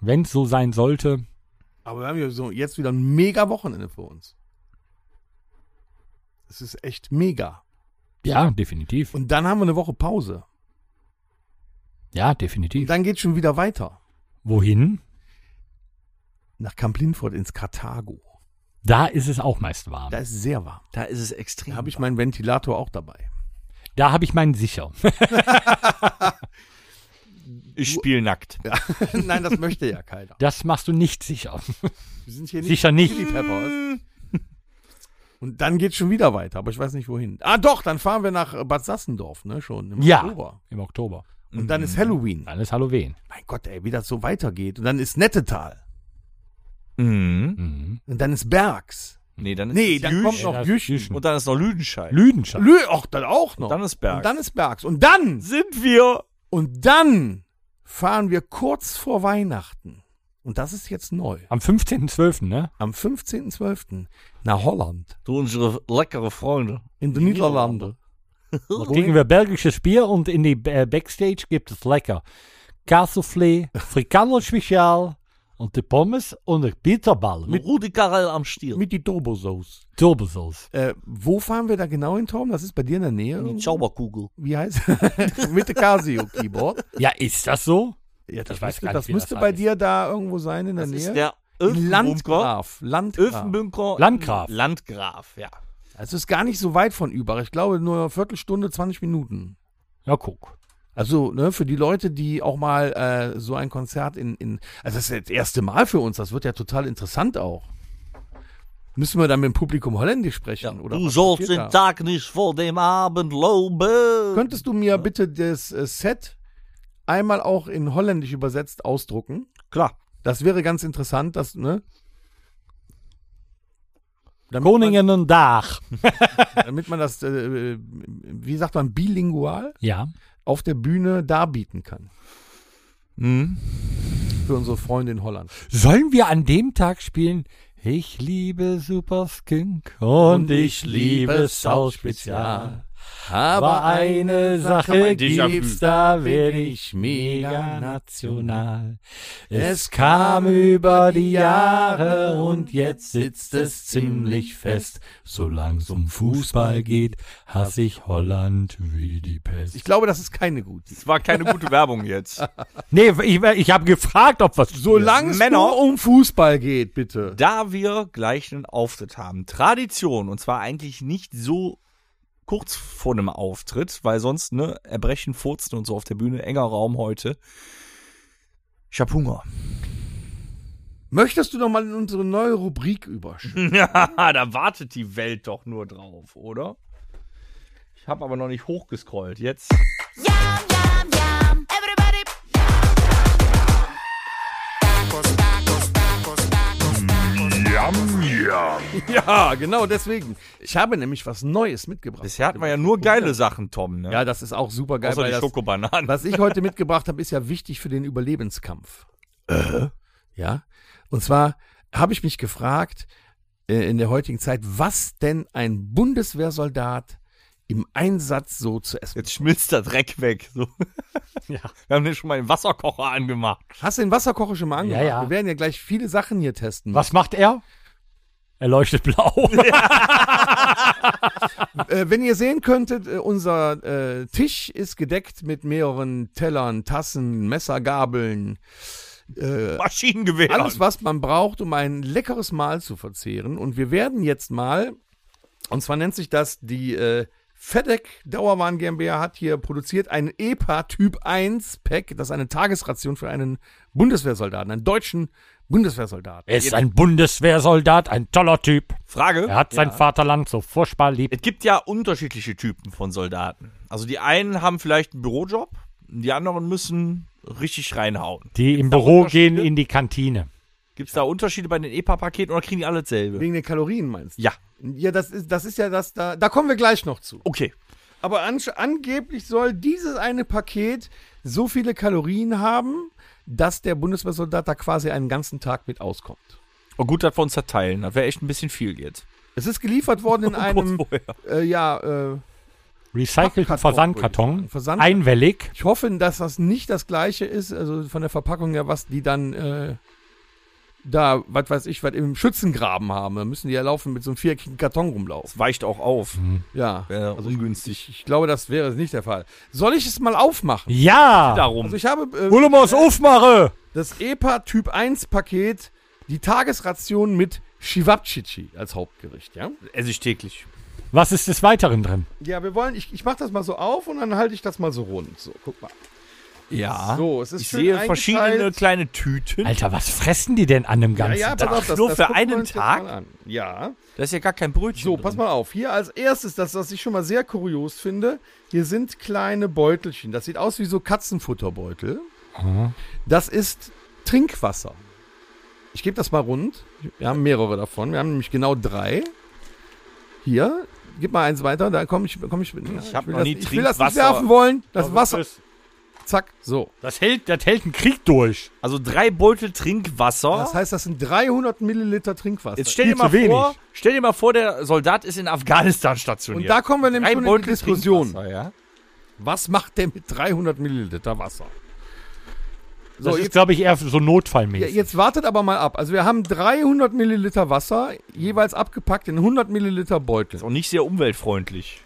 Speaker 2: Wenn es so sein sollte,
Speaker 3: Aber wir haben ja so jetzt wieder ein mega Wochenende vor uns. Es ist echt mega.
Speaker 2: ja, definitiv.
Speaker 3: Und dann haben wir eine Woche Pause.
Speaker 2: Ja,
Speaker 3: Und
Speaker 2: definitiv.
Speaker 3: dann geht schon wieder weiter.
Speaker 2: Wohin?
Speaker 3: Nach Camp Linford ins Karthago.
Speaker 2: Da ist es auch meist warm.
Speaker 3: Da ist es sehr warm.
Speaker 4: Da ist es
Speaker 3: Da
Speaker 4: extrem.
Speaker 3: habe ich meinen Ventilator auch dabei.
Speaker 2: Da habe ich meinen sicher.
Speaker 5: Ich spiele nackt.
Speaker 3: Nein, das möchte ja keiner.
Speaker 2: Das machst du nicht sicher.
Speaker 3: Wir sind hier
Speaker 2: Sicher nicht.
Speaker 3: Chili Peppers. Und dann geht schon wieder weiter, aber ich weiß nicht wohin. Ah doch, dann fahren wir nach äh, Bad Sassendorf, ne, schon im
Speaker 2: Ja. Mhm.
Speaker 3: Oktober.
Speaker 2: Im Oktober.
Speaker 3: Und dann ist Halloween.
Speaker 2: Dann ist Halloween.
Speaker 3: Mein Gott, ey, wie das so weitergeht. Und dann ist Nettetal.
Speaker 5: Mhm.
Speaker 2: Mhm.
Speaker 3: Und dann ist Bergs.
Speaker 5: Nee, dann ist
Speaker 3: Nee,
Speaker 5: es
Speaker 3: dann
Speaker 5: Jüsch.
Speaker 3: kommt noch
Speaker 2: Ja,
Speaker 3: Jüchen.
Speaker 2: Jüchen.
Speaker 5: Und dann ist noch Lüdenscheid.
Speaker 2: Lüdenscheid.
Speaker 3: Lö, auch dann auch noch.
Speaker 5: Dann ist Berg.
Speaker 3: Und dann ist Bergs. Und dann,
Speaker 5: sind wir.
Speaker 3: und dann fahren wir kurz vor Weihnachten. Und das ist jetzt neu.
Speaker 2: Am 15.12., ne?
Speaker 3: Am 15.12. nach Holland.
Speaker 4: Du unsere leckere Freunde.
Speaker 3: In die Niederlande.
Speaker 2: Da kriegen wir belgisches Bier und in die äh, Backstage gibt es lecker Kasselflee, Frikandel Speciaal und die Pommes und die Bitterball mit
Speaker 4: Rudi Karel am Stiel.
Speaker 3: Mit die Turbosauce.
Speaker 2: Turbosauce.
Speaker 3: Äh, wo fahren wir da genau in Torben? Das ist bei dir in der Nähe.
Speaker 4: die Zauberkugel.
Speaker 3: Wie heißt Mit der Casio-Keyboard.
Speaker 2: Ja, ist das so?
Speaker 3: Ja, das
Speaker 2: Ich weiß
Speaker 3: müsste,
Speaker 2: gar nicht,
Speaker 3: das
Speaker 2: wie
Speaker 3: müsste
Speaker 2: das
Speaker 3: bei
Speaker 2: heißt.
Speaker 3: dir da irgendwo sein in der
Speaker 4: Das ist
Speaker 3: Nähe.
Speaker 4: der
Speaker 3: In
Speaker 4: Öfenbunker.
Speaker 3: Landgraf. Landgraf.
Speaker 4: Öfenbunker.
Speaker 2: Landgraf.
Speaker 4: Landgraf, ja.
Speaker 3: Also ist gar nicht so weit von Übach. Ich glaube nur eine Viertelstunde, 20 Minuten.
Speaker 2: Ja, guck.
Speaker 3: Also ne, für die Leute, die auch mal äh, so ein Konzert in, in, also das ist das erste Mal für uns, das wird ja total interessant auch. Müssen wir dann mit dem Publikum Holländisch sprechen? oder
Speaker 4: du
Speaker 3: was
Speaker 4: sollst
Speaker 3: passiert
Speaker 4: den
Speaker 3: da?
Speaker 4: Tag nicht vor dem Abend loben.
Speaker 3: Könntest du mir bitte das äh, Set einmal auch in Holländisch übersetzt ausdrucken?
Speaker 4: Klar.
Speaker 3: Das wäre ganz interessant, das, ne? Damit
Speaker 2: Koningen en Dag.
Speaker 3: Man, damit man das, äh, wie sagt man, bilingual
Speaker 2: Ja.
Speaker 3: auf der Bühne darbieten kann.
Speaker 2: Mhm.
Speaker 3: Für unsere Freunde in Holland.
Speaker 2: Sollen wir an dem Tag spielen? Ich liebe Superskink und ich liebe Saus Spezial. Aber eine Sache
Speaker 4: dich am-
Speaker 2: gibt's, da werde ich mega national. Es kam über die Jahre und jetzt sitzt es ziemlich fest. Solang's um Fußball geht, hasse ich Holland wie die Pest.
Speaker 3: Ich glaube, das ist keine gute.
Speaker 4: Es war keine gute Werbung jetzt.
Speaker 2: nee, ich, ich habe gefragt, ob was...
Speaker 3: Solange es nur um Fußball geht, bitte.
Speaker 4: Da wir gleich einen Auftritt haben. Tradition, und zwar eigentlich nicht so kurz vor einem Auftritt, weil sonst, ne, erbrechen, furzen und so auf der Bühne, enger Raum heute. Ich hab Hunger.
Speaker 3: Möchtest du noch mal in unsere neue Rubrik überschreiben?
Speaker 4: Ja, da wartet die Welt doch nur drauf, oder? Ich habe aber noch nicht hochgescrollt. Jetzt.
Speaker 7: Yum, yum, yum. Everybody.
Speaker 1: Yum, yum.
Speaker 3: Ja, genau deswegen. Ich habe nämlich was Neues mitgebracht.
Speaker 4: Bisher hatten wir ja nur geile Sachen, Tom, ne?
Speaker 3: ja, das ist auch super geil.
Speaker 4: Außer die
Speaker 3: das,
Speaker 4: Schokobananen.
Speaker 3: was ich heute mitgebracht habe, ist ja wichtig für den Überlebenskampf.
Speaker 4: Äh?
Speaker 3: Ja. Und zwar habe ich mich gefragt äh, in der heutigen Zeit, was denn ein Bundeswehrsoldat im Einsatz so zu essen.
Speaker 4: Jetzt schmilzt der Dreck weg. So. Wir haben den schon mal den Wasserkocher angemacht.
Speaker 3: Hast du den Wasserkocher schon mal angemacht?
Speaker 2: ja.
Speaker 3: Wir werden ja gleich viele Sachen hier testen.
Speaker 2: Was macht er? Er leuchtet blau.
Speaker 3: Äh, wenn ihr sehen könntet, äh, unser äh, Tisch ist gedeckt mit mehreren Tellern, Tassen, Messergabeln,
Speaker 4: Maschinengewehr.
Speaker 3: Äh. alles, was man braucht, um ein leckeres Mahl zu verzehren. Und wir werden jetzt mal, und zwar nennt sich das die äh, FedEc Dauerwahn GmbH hat hier produziert ein EPA Typ 1 Pack, das ist eine Tagesration für einen Bundeswehrsoldaten, einen deutschen Bundeswehrsoldaten.
Speaker 2: Er ist ein Bundeswehrsoldat, ein toller Typ.
Speaker 4: Frage.
Speaker 2: Er hat sein Vaterland so furchtbar lieb.
Speaker 4: Es gibt ja unterschiedliche Typen von Soldaten. Also die einen haben vielleicht einen Bürojob, die anderen müssen richtig reinhauen.
Speaker 2: Die im Büro
Speaker 4: Unterschiede?
Speaker 2: gehen in die Kantine.
Speaker 4: Gibt es da Unterschiede bei den E EPA-Paketen oder kriegen die alle dasselbe?
Speaker 3: Wegen den Kalorien meinst du?
Speaker 4: Ja.
Speaker 3: Ja, das ist, das ist ja das, da, da kommen wir gleich noch zu.
Speaker 4: Okay.
Speaker 3: Aber an, angeblich soll dieses eine Paket so viele Kalorien haben, dass der Bundeswehrsoldat da quasi einen ganzen Tag mit auskommt.
Speaker 4: Oh, gut, dass wir uns zerteilen. Das wäre echt ein bisschen viel jetzt.
Speaker 3: Es ist geliefert worden in einem,
Speaker 4: Kurz vorher.
Speaker 3: äh, ja, äh,
Speaker 2: Recycelten
Speaker 3: Pappkarton, würde
Speaker 2: Versandkarton,
Speaker 3: ich sagen. Versand-
Speaker 2: einwellig.
Speaker 3: ich hoffe, dass das nicht das gleiche ist, also von der Verpackung her, was die dann äh, da, was weiß ich, was im Schützengraben haben. Da müssen die ja laufen mit so einem viereckigen Karton rumlaufen.
Speaker 4: Es weicht auch auf.
Speaker 3: Mhm. Ja, Also
Speaker 4: Wäre ungünstig.
Speaker 3: ich glaube, das wäre nicht der Fall. Soll ich es mal aufmachen?
Speaker 2: Ja! um.
Speaker 4: Darum.
Speaker 3: Also ich habe äh,
Speaker 2: Ulemos aufmache!
Speaker 3: Das EPA Typ 1 Paket, die Tagesration mit Shivapchichi als Hauptgericht, ja?
Speaker 4: esse ich täglich.
Speaker 2: Was ist des Weiteren drin?
Speaker 3: Ja, wir wollen, ich, ich mach das mal so auf und dann halte ich das mal so rund. So, guck mal.
Speaker 4: Ja.
Speaker 3: So, es ist
Speaker 4: ich
Speaker 3: schön
Speaker 4: sehe verschiedene
Speaker 3: eingeteilt.
Speaker 4: kleine Tüten.
Speaker 2: Alter, was fressen die denn an dem
Speaker 3: Ja,
Speaker 2: Ganzen?
Speaker 3: ja, pass
Speaker 2: Tag?
Speaker 3: auf, das,
Speaker 4: nur
Speaker 3: das
Speaker 4: für
Speaker 3: gucken wir
Speaker 4: einen
Speaker 3: uns jetzt
Speaker 4: Tag?
Speaker 3: mal an. Ja.
Speaker 4: Da ist ja gar kein Brötchen.
Speaker 3: So, pass mal auf. Hier als erstes, das, was ich schon mal sehr kurios finde, hier sind kleine Beutelchen. Das sieht aus wie so Katzenfutterbeutel. Das ist Trinkwasser. Ich gebe das mal rund. Wir haben mehrere davon. Wir haben nämlich genau drei. Hier, gib mal eins weiter. Da komme ich, komm ich. Ich
Speaker 4: hab
Speaker 3: will
Speaker 4: noch
Speaker 3: das,
Speaker 4: nie
Speaker 3: Ich will das nicht
Speaker 4: Trinkwasser.
Speaker 3: werfen wollen. Das Wasser.
Speaker 2: Das,
Speaker 3: Zack. So.
Speaker 2: das, hält, das hält einen Krieg durch.
Speaker 4: Also drei Beutel Trinkwasser.
Speaker 3: Das heißt, das sind 300 Milliliter Trinkwasser.
Speaker 4: Oh. Jetzt stell dir,
Speaker 2: viel
Speaker 4: mal
Speaker 2: zu wenig.
Speaker 4: vor, stell dir mal vor, der Soldat ist in Afghanistan stationiert.
Speaker 3: Und da kommen wir nämlich
Speaker 4: Drei
Speaker 3: schon in die
Speaker 4: Beutel
Speaker 3: Diskussion.
Speaker 4: Trinkwasser, ja?
Speaker 3: Was macht der mit 300 Milliliter Wasser?
Speaker 2: Das
Speaker 3: So,
Speaker 2: ist,
Speaker 3: jetzt,
Speaker 2: glaube ich, eher so notfallmäßig.
Speaker 3: ja, jetzt wartet aber mal ab. Also wir haben 300 Milliliter Wasser, jeweils abgepackt in 100 Milliliter Beutel.
Speaker 4: Ist auch nicht sehr umweltfreundlich.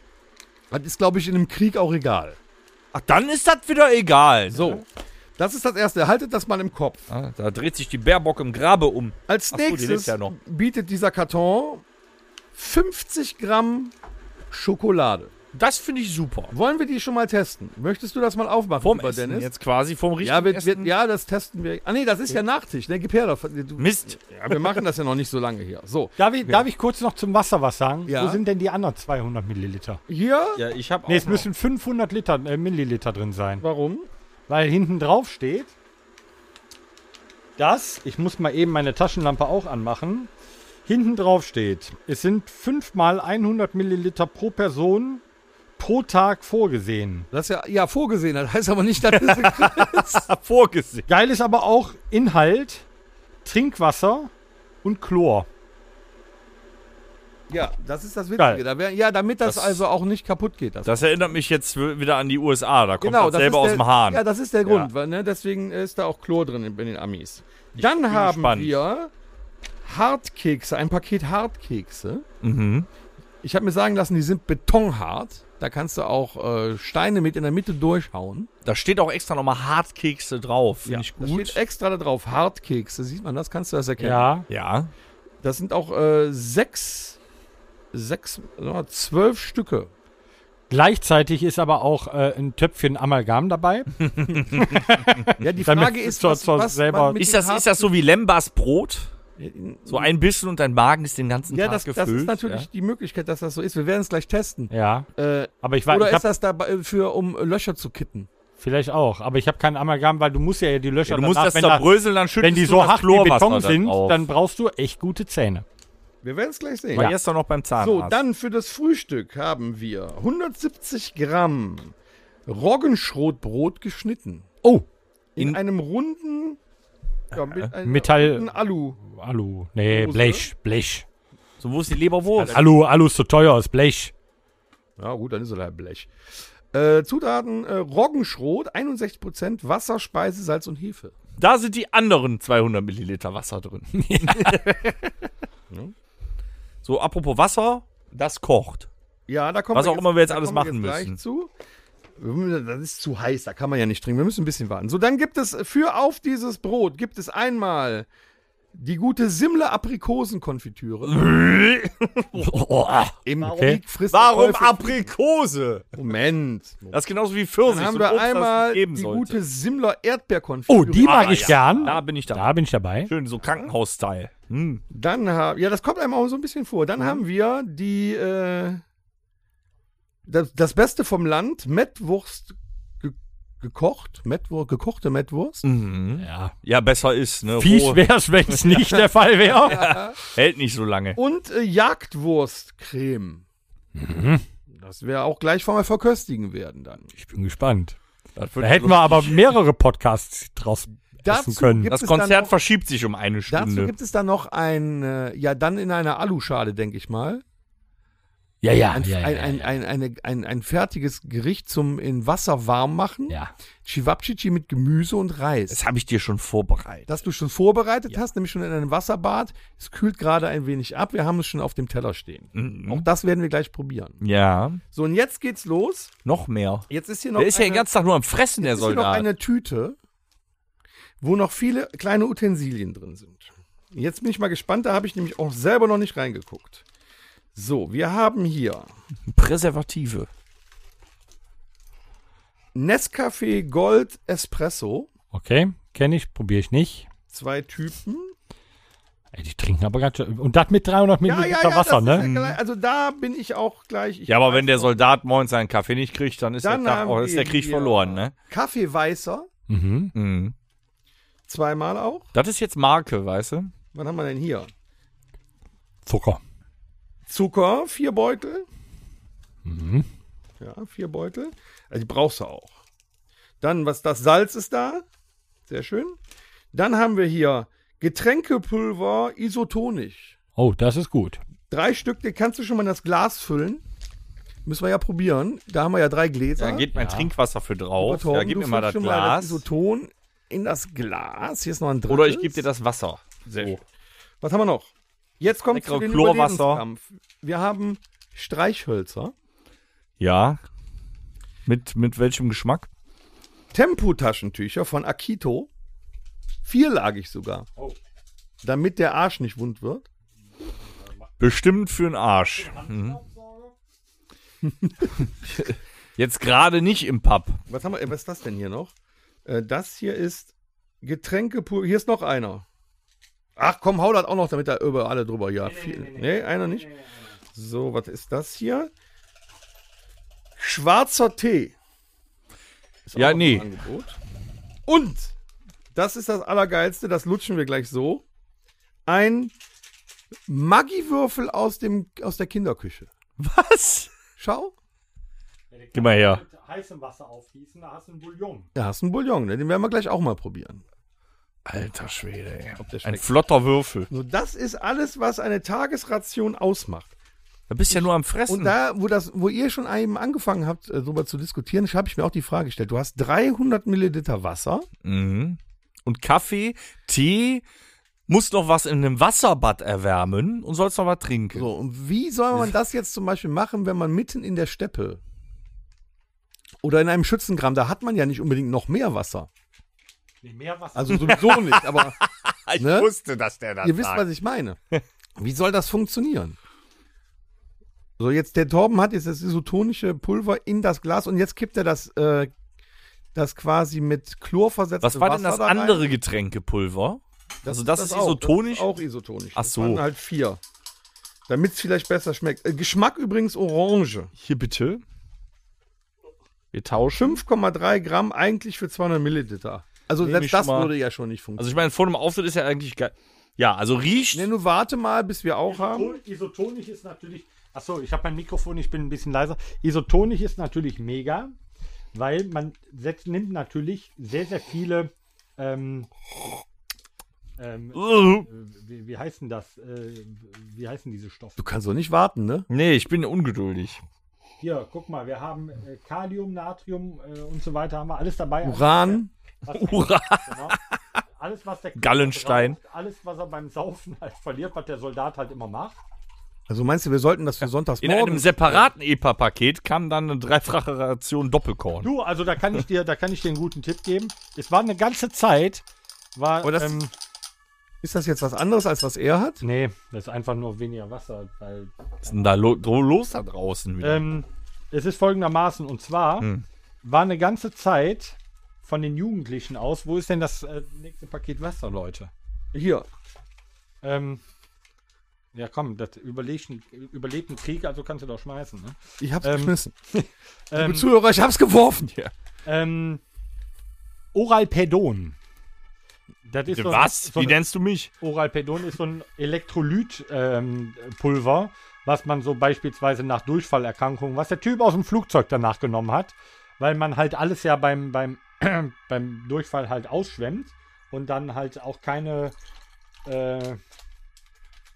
Speaker 3: Das ist, glaube ich, in einem Krieg auch egal.
Speaker 4: Ach, dann ist das wieder egal.
Speaker 3: So, das ist das Erste. Haltet das mal im Kopf.
Speaker 4: Ah, da dreht sich die Bärbock im Grabe um.
Speaker 3: Als
Speaker 4: Ach so, die lebt
Speaker 3: nächstes
Speaker 4: ja noch.
Speaker 3: bietet dieser Karton 50 Gramm Schokolade.
Speaker 4: Das finde ich super.
Speaker 3: Wollen wir die schon mal testen? Möchtest du das mal aufmachen,
Speaker 4: Vom
Speaker 3: lieber
Speaker 4: Essen jetzt quasi, vom richtigen
Speaker 3: Ja, wir, wir,
Speaker 4: Essen.
Speaker 3: ja, das testen wir. Ah nee, das ist ja Nachtisch. Ne, gib her. doch. Du,
Speaker 4: Mist.
Speaker 3: Ja, wir machen das ja noch nicht so lange hier. So,
Speaker 2: Darf ich, darf ich kurz noch zum Wasser was sagen?
Speaker 3: Ja.
Speaker 2: Wo sind denn die anderen 200 Milliliter?
Speaker 3: hier,
Speaker 4: Ja, ich habe
Speaker 2: Ne, es müssen 500 Liter, äh, Milliliter drin sein.
Speaker 3: warum?
Speaker 2: Weil hinten drauf steht, dass, ich muss mal eben meine Taschenlampe auch anmachen, hinten drauf steht, es sind 5 mal 100 Milliliter pro Person pro Tag vorgesehen.
Speaker 3: Das ist ja, ja vorgesehen, das heißt aber nicht, dass es ist.
Speaker 4: vorgesehen.
Speaker 2: Geil ist aber auch Inhalt, Trinkwasser und Chlor.
Speaker 3: Ja, das ist das Witzige.
Speaker 2: Geil.
Speaker 3: Da wär, ja, damit das, also auch nicht kaputt geht. Das Genau,
Speaker 5: Das erinnert mich jetzt w- wieder an die USA. Da kommt das selber
Speaker 3: ist
Speaker 5: aus
Speaker 3: der,
Speaker 5: dem Hahn.
Speaker 3: Ja, das ist der Grund. Weil, ne, deswegen ist da auch Chlor drin in, in den Amis. Dann haben
Speaker 5: gespannt.
Speaker 3: wir Hartkekse, ein Paket Hartkekse.
Speaker 5: mhm.
Speaker 3: Ich habe mir sagen lassen, die sind betonhart. Da kannst du auch äh, Steine mit in der Mitte durchhauen.
Speaker 4: Da steht auch extra nochmal Hartkekse drauf. Finde ich
Speaker 3: Da
Speaker 4: gut.
Speaker 3: steht extra da drauf, Hartkekse. Sieht man das? Kannst du das erkennen?
Speaker 2: Ja.
Speaker 5: Ja.
Speaker 3: Das sind auch äh, sechs, sechs, sagen wir mal, zwölf Stücke.
Speaker 2: Gleichzeitig ist aber auch äh, ein Töpfchen Amalgam dabei.
Speaker 3: Ja, die
Speaker 2: Damit
Speaker 3: Frage ist,
Speaker 2: zur- zur selber-
Speaker 3: man mit
Speaker 4: Ist
Speaker 3: den
Speaker 4: das, ist das so wie Lembas Brot?
Speaker 3: Harten-
Speaker 4: So ein bisschen und dein Magen ist den ganzen
Speaker 3: Ja,
Speaker 4: Tag
Speaker 3: das,
Speaker 4: gefüllt.
Speaker 3: das ist natürlich die Möglichkeit, dass das so ist. Wir werden es gleich testen.
Speaker 2: Ja.
Speaker 3: Äh,
Speaker 2: Aber ich war,
Speaker 3: Oder
Speaker 2: ich hab,
Speaker 3: ist das dafür, um Löcher zu kitten?
Speaker 2: vielleicht auch. Aber ich habe kein Amalgam, weil du musst ja die Löcher
Speaker 4: Ja, du musst
Speaker 2: danach,
Speaker 4: das
Speaker 2: wenn, da,
Speaker 4: zerbröseln, dann schüttest
Speaker 2: wenn die
Speaker 4: du
Speaker 2: so
Speaker 4: das
Speaker 2: hart wie
Speaker 4: Chlorwasser
Speaker 2: Beton
Speaker 4: da
Speaker 2: sind,
Speaker 4: drauf.
Speaker 2: dann brauchst du echt gute Zähne.
Speaker 3: Wir werden es gleich sehen.
Speaker 4: War gestern noch beim Zahnarzt.
Speaker 3: So, dann für das Frühstück haben wir 170 Gramm Roggenschrotbrot geschnitten.
Speaker 2: Oh. Äh,
Speaker 3: In,
Speaker 4: In-
Speaker 3: einem runden ja, mit einem
Speaker 2: Metall-
Speaker 3: runden Alu.
Speaker 2: Alu. Nee,
Speaker 3: Hose.
Speaker 2: Blech. Blech.
Speaker 4: So, wo ist die Leberwurst?
Speaker 2: Alu, Alu ist zu teuer, ist Blech.
Speaker 3: Ja, gut, dann ist er halt Blech. Äh, Zutaten: äh, Roggenschrot, 61%, Wasser, Speise, Salz und Hefe.
Speaker 4: Da sind die anderen 200 Milliliter Wasser drin. Ne? so, apropos Wasser, das kocht.
Speaker 3: Ja, da kommt
Speaker 4: Was auch immer wir jetzt alles machen müssen.
Speaker 3: Gleich zu. Das ist zu heiß, da kann man ja nicht trinken. Wir müssen ein bisschen warten. So, dann gibt es für auf dieses Brot gibt es einmal die gute Simle Aprikosenkonfitüre. Im
Speaker 2: Okay.
Speaker 3: Krieg frisst
Speaker 4: Ah. Warum
Speaker 3: der Teufel-
Speaker 4: Aprikose?
Speaker 3: Moment.
Speaker 4: Das ist genauso wie Pfirsich.
Speaker 3: Dann
Speaker 4: so
Speaker 3: haben
Speaker 4: ein Obst, das es
Speaker 3: wir einmal
Speaker 4: nicht geben
Speaker 3: die
Speaker 4: sollte.
Speaker 3: gute Simler Erdbeerkonfitüre.
Speaker 2: Oh, die mag
Speaker 4: Ah,
Speaker 2: ich
Speaker 4: ja.
Speaker 2: gern.
Speaker 4: Da bin ich da.
Speaker 2: Da bin ich dabei.
Speaker 4: Schön, so Krankenhaus-Style. Hm.
Speaker 3: Dann haben ja, das kommt einem auch so ein bisschen vor.
Speaker 2: Mhm.
Speaker 3: Dann haben wir die äh, das, das Beste vom Land, Mettwurst ge gekocht, Mettwurst, gekochte Mettwurst.
Speaker 2: Mhm. Ja.
Speaker 4: Mhm. Ja, besser ist. Ne?
Speaker 2: Fies
Speaker 4: Rohe
Speaker 2: wär's, wenn's nicht der Fall wäre.
Speaker 4: hält nicht so lange.
Speaker 3: Und äh, Jagdwurstcreme. Das wäre auch gleich vor mal verköstigen werden dann.
Speaker 2: Mhm. Ich bin gespannt.
Speaker 4: Das,
Speaker 2: Da
Speaker 4: wird
Speaker 2: hätten wir aber mehrere Podcasts draus essen können.
Speaker 3: gibt
Speaker 4: das
Speaker 3: es
Speaker 4: Konzert
Speaker 3: dann noch,
Speaker 4: verschiebt sich um eine
Speaker 3: Dazu
Speaker 4: Stunde.
Speaker 3: gibt es dann noch ein, äh, ja, dann in einer Aluschale, denke ich mal.
Speaker 2: Ja, ja,
Speaker 3: Ein,
Speaker 2: ja, ja,
Speaker 3: ein,
Speaker 2: ja,
Speaker 3: ein,
Speaker 2: ja.
Speaker 3: ein, eine, ein, ein fertiges Gericht zum in Wasser warm machen.
Speaker 2: ja.
Speaker 3: Chivapchichi mit Gemüse und Reis.
Speaker 4: Das habe ich dir schon vorbereitet.
Speaker 3: Das du schon vorbereitet hast, nämlich schon in einem Wasserbad. Es kühlt gerade ein wenig ab. Wir haben es schon auf dem Teller stehen.
Speaker 4: Mhm.
Speaker 3: Auch das werden wir gleich probieren.
Speaker 4: Ja,
Speaker 3: So, und jetzt geht's los.
Speaker 4: noch mehr.
Speaker 3: Jetzt ist hier noch
Speaker 4: Der ist ja
Speaker 3: eine-
Speaker 4: den ganzen Tag nur am Fressen, der
Speaker 3: Es ist hier noch
Speaker 4: Soldat.
Speaker 3: eine Tüte, wo noch viele kleine Utensilien drin sind. Jetzt bin ich mal gespannt, da habe ich nämlich auch selber noch nicht reingeguckt. So, wir haben hier
Speaker 4: Präservative.
Speaker 3: Nescafé Gold Espresso,
Speaker 2: Okay, kenne ich, probiere ich nicht.
Speaker 3: zwei Typen.
Speaker 2: Ey, die trinken aber ganz schön. Und das mit 300 Milliliter Wasser,
Speaker 3: das ist
Speaker 2: ne?
Speaker 3: ja gleich- also da bin ich auch gleich. Ich
Speaker 4: Ja, aber wenn der Soldat morgens seinen Kaffee nicht kriegt, dann ist,
Speaker 3: Also- Dann
Speaker 4: der, Tag,
Speaker 3: haben
Speaker 4: oh, ist der
Speaker 3: wir
Speaker 4: Krieg
Speaker 3: hier-
Speaker 4: verloren, ne?
Speaker 3: Kaffee Weißer,
Speaker 2: Mhm.
Speaker 4: Mhm.
Speaker 3: zweimal auch.
Speaker 4: Das ist jetzt Marke, weißt du?
Speaker 3: Was haben wir denn hier?
Speaker 2: Zucker.
Speaker 3: Zucker, vier Beutel. Ja, vier Beutel. Also die brauchst du auch. Dann, was das Salz ist da. Sehr schön. Dann haben wir hier Getränkepulver isotonisch.
Speaker 2: Oh, das ist gut.
Speaker 3: Drei Stück, die kannst du schon mal in das Glas füllen. Müssen wir ja probieren. Da haben wir ja drei Gläser.
Speaker 4: Da geht mein Trinkwasser für
Speaker 3: Lieber
Speaker 4: drauf.
Speaker 3: Torben,
Speaker 4: Ja, gib
Speaker 3: du
Speaker 4: mir mal das
Speaker 3: füllst schon
Speaker 4: Glas.
Speaker 3: Isoton in das Glas. Hier ist noch ein drittes.
Speaker 4: Oder ich gebe dir das Wasser.
Speaker 3: Sehr schön. Was haben wir noch? Jetzt kommt
Speaker 4: Leckere
Speaker 3: zu den
Speaker 4: Chlorwasser.
Speaker 3: Überlebenskampf. Wir haben Streichhölzer.
Speaker 4: Ja. Mit, mit welchem Geschmack?
Speaker 3: Tempotaschentücher von Akito. Vierlagig sogar. Damit der Arsch nicht wund wird.
Speaker 4: Bestimmt für den Arsch. Mhm. jetzt gerade nicht im Pub.
Speaker 3: Was, haben wir, äh, was ist das denn hier noch? Äh, das hier ist Getränke pur. Hier ist noch einer. Ach komm, hau das auch noch, damit da über alle drüber. Ja, viel. Nee, einer nicht. So, was ist das hier? Schwarzer Tee. Ist
Speaker 4: Ja,
Speaker 3: auch im
Speaker 4: nee.
Speaker 3: Angebot. Und, das ist das Allergeilste, das lutschen wir gleich so. Ein Maggi-Würfel aus, dem- aus der Kinderküche.
Speaker 4: Was?
Speaker 3: Schau.
Speaker 4: Gib mal her.
Speaker 2: Heißem Wasser aufgießen, da hast du ein Bouillon.
Speaker 3: Da hast du einen Bouillon, ne? den werden wir gleich auch mal probieren.
Speaker 4: Alter Schwede, ey.
Speaker 3: Ob der
Speaker 4: Ein
Speaker 3: schmeckt.
Speaker 4: flotter Würfel.
Speaker 3: So, das ist alles, was eine Tagesration ausmacht.
Speaker 4: Da bist du ja nur am Fressen.
Speaker 3: Und da, wo, das, wo ihr schon eben angefangen habt, äh, darüber zu diskutieren, habe ich mir auch die Frage gestellt. Du hast 300 Milliliter Wasser.
Speaker 4: Mhm. Und Kaffee, Tee, musst noch was in einem Wasserbad erwärmen und sollst noch was trinken.
Speaker 3: So, und wie soll man das jetzt zum Beispiel machen, wenn man mitten in der Steppe oder in einem Schützengraben, da hat man ja nicht unbedingt noch mehr Wasser.
Speaker 2: Mehr Wasser.
Speaker 3: Also sowieso nicht, aber
Speaker 5: Ich
Speaker 3: Ne?
Speaker 5: wusste, dass der das
Speaker 3: ihr wisst, was ich meine. Wie soll das funktionieren? So, jetzt der Torben hat jetzt das isotonische Pulver in das Glas und jetzt kippt er das, äh, das quasi mit Chlor versetzte
Speaker 4: was war denn das
Speaker 3: Wasser da rein.
Speaker 4: andere Getränkepulver? Also das ist isotonisch?
Speaker 3: Auch, das ist auch isotonisch.
Speaker 4: Ach so.
Speaker 3: Das waren halt vier. Damit es vielleicht besser schmeckt. Äh, Geschmack übrigens Orange.
Speaker 4: Hier bitte. Wir tauschen.
Speaker 3: 5,3 Gramm eigentlich für 200 Milliliter. Also
Speaker 4: ich
Speaker 3: selbst das
Speaker 4: schon mal-
Speaker 3: würde ja schon nicht funktionieren.
Speaker 4: Also ich meine, vor einem Auftritt ist ja eigentlich geil. Ja, also riecht.
Speaker 3: ne, nur warte mal, bis wir auch haben.
Speaker 2: Isotonisch ist natürlich. Achso, ich habe mein Mikrofon, ich bin ein bisschen leiser. Isotonisch ist natürlich mega, weil man setzt, nimmt natürlich sehr, sehr viele. Ähm, ähm,
Speaker 4: Ugh.
Speaker 2: wie, wie heißen das? Äh, wie heißen diese Stoffe?
Speaker 3: Du kannst doch nicht warten, ne?
Speaker 4: Nee, ich bin ungeduldig.
Speaker 2: Hier, guck mal, wir haben äh, Kalium, Natrium äh, und so weiter, haben wir alles dabei.
Speaker 3: Uran.
Speaker 2: Was-
Speaker 4: Hurra.
Speaker 2: Genau. Alles, was der Körper
Speaker 4: Gallenstein.
Speaker 2: braucht, alles, was er beim Saufen halt verliert, was der Soldat halt immer macht.
Speaker 3: Also meinst du, wir sollten das für sonntags
Speaker 4: In einem separaten EPA-Paket kam dann eine dreifache Ration Doppelkorn.
Speaker 2: Du, also da kann ich dir, da kann ich dir einen guten Tipp geben. Es war eine ganze Zeit, war
Speaker 4: Oh,
Speaker 3: Aber das-
Speaker 2: ähm,
Speaker 3: Ist das jetzt was anderes, als was er hat?
Speaker 2: nee, das ist einfach nur weniger Wasser, weil
Speaker 4: Was ist denn da lo dro- los da draußen wieder?
Speaker 2: ähm, es ist folgendermaßen und zwar
Speaker 4: Hm.
Speaker 2: war eine ganze Zeit von den Jugendlichen aus, wo ist denn das äh, nächste Paket Wasser, Leute?
Speaker 3: Hier.
Speaker 2: Ähm, ja, komm, das überlebt, überlebt einen Krieg, also kannst du doch schmeißen. Ne?
Speaker 3: Ich hab's
Speaker 2: Ähm,
Speaker 3: geschmissen.
Speaker 2: Ähm,
Speaker 3: Liebe Zuhörer, ich hab's geworfen.
Speaker 2: Ähm, Oralpedon. Das ist so ein-
Speaker 4: Was?
Speaker 2: So
Speaker 4: Wie
Speaker 2: ein,
Speaker 4: nennst du mich?
Speaker 2: Oralpedon ist so ein Elektrolytpulver, ähm, Pulver, was man so beispielsweise nach Durchfallerkrankungen, was der Typ aus dem Flugzeug danach genommen hat, weil man halt alles ja beim, beim, beim Durchfall halt ausschwemmt und dann halt auch keine, äh,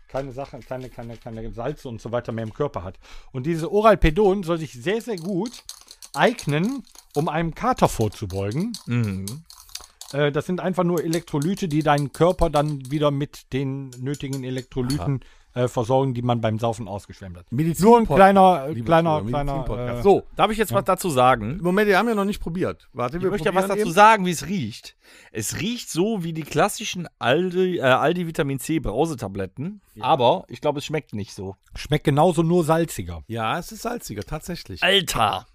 Speaker 2: keine Sachen, keine, keine, keine Salze und so weiter mehr im Körper hat. Und diese Oralpedon soll sich sehr, sehr gut eignen, um einem Kater vorzubeugen. Äh, das sind einfach nur Elektrolyte, die deinen Körper dann wieder mit den nötigen Elektrolyten äh, versorgen, die man beim Saufen ausgeschwemmt hat.
Speaker 3: Medizin
Speaker 2: Nur ein kleiner,
Speaker 3: Liebe
Speaker 2: kleiner,
Speaker 3: Zuhörer,
Speaker 2: kleiner.
Speaker 3: Medizin-Podcast.
Speaker 2: Äh,
Speaker 4: So, darf ich jetzt was dazu sagen?
Speaker 3: Moment, wir haben ja noch nicht probiert. Warte, wir
Speaker 4: Ich möchte ja was
Speaker 3: probieren
Speaker 4: dazu sagen, wie es riecht. Es riecht so wie die klassischen Aldi, äh, Aldi Vitamin C Brausetabletten, aber ich glaube, es schmeckt nicht so.
Speaker 2: schmeckt genauso nur salziger.
Speaker 3: eben. Ja, es ist salziger, tatsächlich.
Speaker 4: Alter!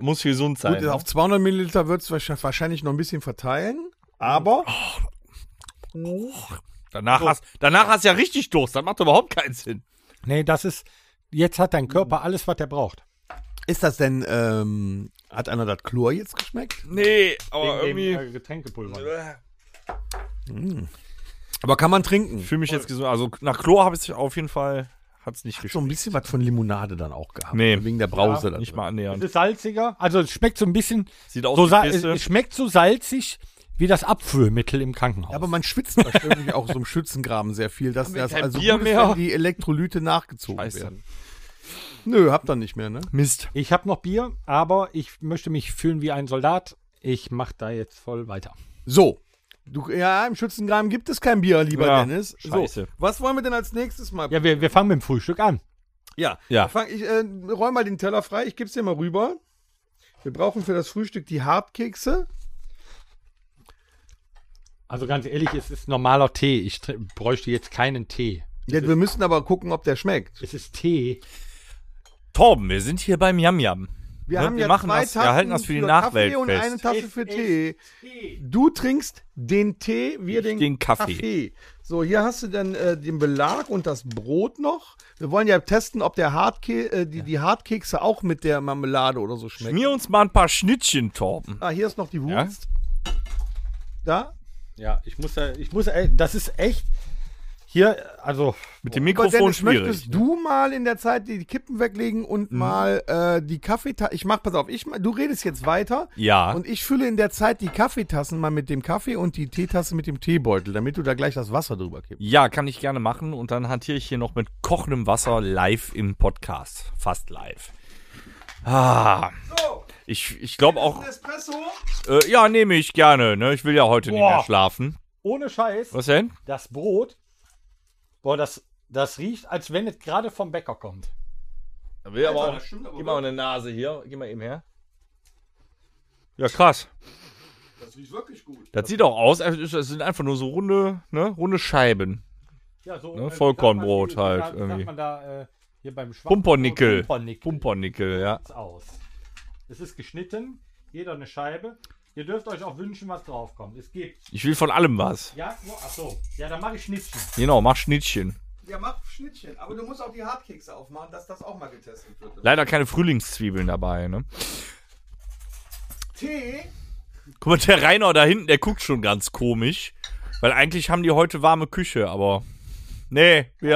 Speaker 4: Muss gesund sein. ne?
Speaker 3: Gut, auf 200 Milliliter wird's wahrsch- wahrscheinlich noch ein bisschen verteilen. Aber
Speaker 4: danach, hast, danach hast du ja richtig Durst, das macht überhaupt keinen Sinn.
Speaker 2: Nee, das ist. Jetzt hat dein Körper alles, was er braucht.
Speaker 3: ist das denn, ähm, hat einer das Chlor jetzt geschmeckt?
Speaker 4: Nee, aber
Speaker 2: Wegen dem,
Speaker 4: irgendwie.
Speaker 2: äh, Getränkepulver.
Speaker 3: Aber kann man trinken?
Speaker 4: Ich fühle mich jetzt gesund. Also nach Chlor habe ich auf jeden Fall hat's nicht
Speaker 3: so
Speaker 4: geschmeckt.
Speaker 3: ein bisschen was von Limonade dann auch gehabt.
Speaker 4: Nee.
Speaker 3: Wegen der Brause. da
Speaker 4: Nicht
Speaker 3: drin.
Speaker 4: mal
Speaker 2: Es
Speaker 4: annähernd.
Speaker 2: ist salziger, also es schmeckt so ein bisschen.
Speaker 4: Sieht aus
Speaker 2: so
Speaker 4: wie
Speaker 2: sa-
Speaker 4: Pisse.
Speaker 2: es schmeckt so salzig wie das Abführmittel im Krankenhaus.
Speaker 3: Ja, aber man schwitzt wahrscheinlich auch so im Schützengraben sehr viel, dass das
Speaker 4: kein
Speaker 3: also
Speaker 4: Bier
Speaker 3: gut ist,
Speaker 4: mehr?
Speaker 3: wenn die Elektrolyte nachgezogen
Speaker 4: Scheiße.
Speaker 3: werden. Nö, habt ihr nicht mehr, ne?
Speaker 4: Mist.
Speaker 2: ich habe noch Bier, aber ich möchte mich fühlen wie ein Soldat. Ich mache da jetzt voll weiter.
Speaker 3: So. Du, ja, im Schützengraben gibt es kein Bier, lieber
Speaker 4: Ja,
Speaker 3: Dennis.
Speaker 4: scheiße.
Speaker 3: So, was wollen wir denn als nächstes mal?
Speaker 2: Ja, wir, wir fangen mit dem Frühstück an.
Speaker 3: ja.
Speaker 4: Ja.
Speaker 3: Fang, ich äh, räum mal den Teller frei, ich geb's dir mal rüber. Wir brauchen für das Frühstück die Hartkekse.
Speaker 2: Also ganz ehrlich, es ist normaler Tee. Ich tr- bräuchte jetzt keinen Tee.
Speaker 3: Ja, wir müssen aber gucken, ob der schmeckt.
Speaker 2: Es ist Tee.
Speaker 4: Torben, wir sind hier beim Yam Yam.
Speaker 3: Wir
Speaker 4: Ne,
Speaker 3: haben
Speaker 4: wir
Speaker 3: ja
Speaker 4: machen
Speaker 3: zwei
Speaker 4: das- wir
Speaker 3: Tassen
Speaker 4: halten das für die
Speaker 3: Kaffee
Speaker 4: Nachwelt
Speaker 3: und
Speaker 4: fest.
Speaker 3: eine Tasse für
Speaker 2: Es ist
Speaker 3: Tee. Du trinkst den Tee, wir den,
Speaker 4: den Kaffee.
Speaker 3: So, hier hast du dann äh, den Belag und das Brot noch. Wir wollen ja testen, ob der Hartke äh, die, die Hartkekse auch mit der Marmelade oder so schmecken.
Speaker 4: Mir uns mal ein paar Schnittchen, Torben.
Speaker 3: Ah, hier ist noch die Wurst. Da.
Speaker 2: Ja, ich muss ja, ich muss, ey, das ist echt. Hier, also,
Speaker 5: Mit dem
Speaker 3: Aber
Speaker 5: Mikrofon
Speaker 3: Dennis,
Speaker 5: schwierig. ne? Hm?
Speaker 3: möchtest du mal in der Zeit die Kippen weglegen und mal äh, die Kaffeetasse. Ich mach, pass auf, ich, ma- du redest jetzt weiter.
Speaker 5: Ja.
Speaker 3: Und ich fülle in der Zeit die Kaffeetassen mal mit dem Kaffee und die Teetasse mit dem Teebeutel, damit du da gleich das Wasser drüber kippst.
Speaker 4: Ja, kann ich gerne machen. Und dann hantiere ich hier noch mit kochendem Wasser live im Podcast. Fast live. Ah. Ich, ich glaube auch. Äh, ja, nehme ich gerne. Ne? Ich will ja heute nicht
Speaker 2: Boah.
Speaker 4: mehr schlafen.
Speaker 2: ohne Scheiß,
Speaker 4: Was denn?
Speaker 2: das Brot, boah, das, das riecht, als wenn es gerade vom Bäcker kommt.
Speaker 4: Da will aber auch. Gib mal eine Nase hier. Gib mal eben her. Ja, krass. Das sieht auch aus, als ist- es sind einfach nur so runde, ne, runde Scheiben.
Speaker 2: Ja, so,
Speaker 4: Ne,
Speaker 2: äh, wie
Speaker 4: Vollkornbrot
Speaker 2: sagt man, wie- wie
Speaker 4: halt
Speaker 2: sagt-
Speaker 4: irgendwie.
Speaker 2: Sagt man da, äh, hier beim Schwamm
Speaker 4: Pumpernickel.
Speaker 2: Pumpernickel.
Speaker 4: Pumpernickel, ja.
Speaker 2: Sieht's aus. Es ist geschnitten, jeder eine Scheibe. Ihr dürft euch auch wünschen, was draufkommt. Es gibt,
Speaker 4: Ich will von allem was.
Speaker 2: ja, nur, ach so, ja, dann mache ich Schnittchen.
Speaker 4: Genau, mach Schnittchen.
Speaker 3: Ja, mach Schnittchen, aber du musst auch die Hartkekse aufmachen, dass das auch mal getestet wird.
Speaker 4: Leider keine Frühlingszwiebeln dabei, ne?
Speaker 3: Tee?
Speaker 4: Guck mal, der Rainer da hinten, der guckt schon ganz komisch. Weil eigentlich haben die heute warme Küche, aber. Nee, wir,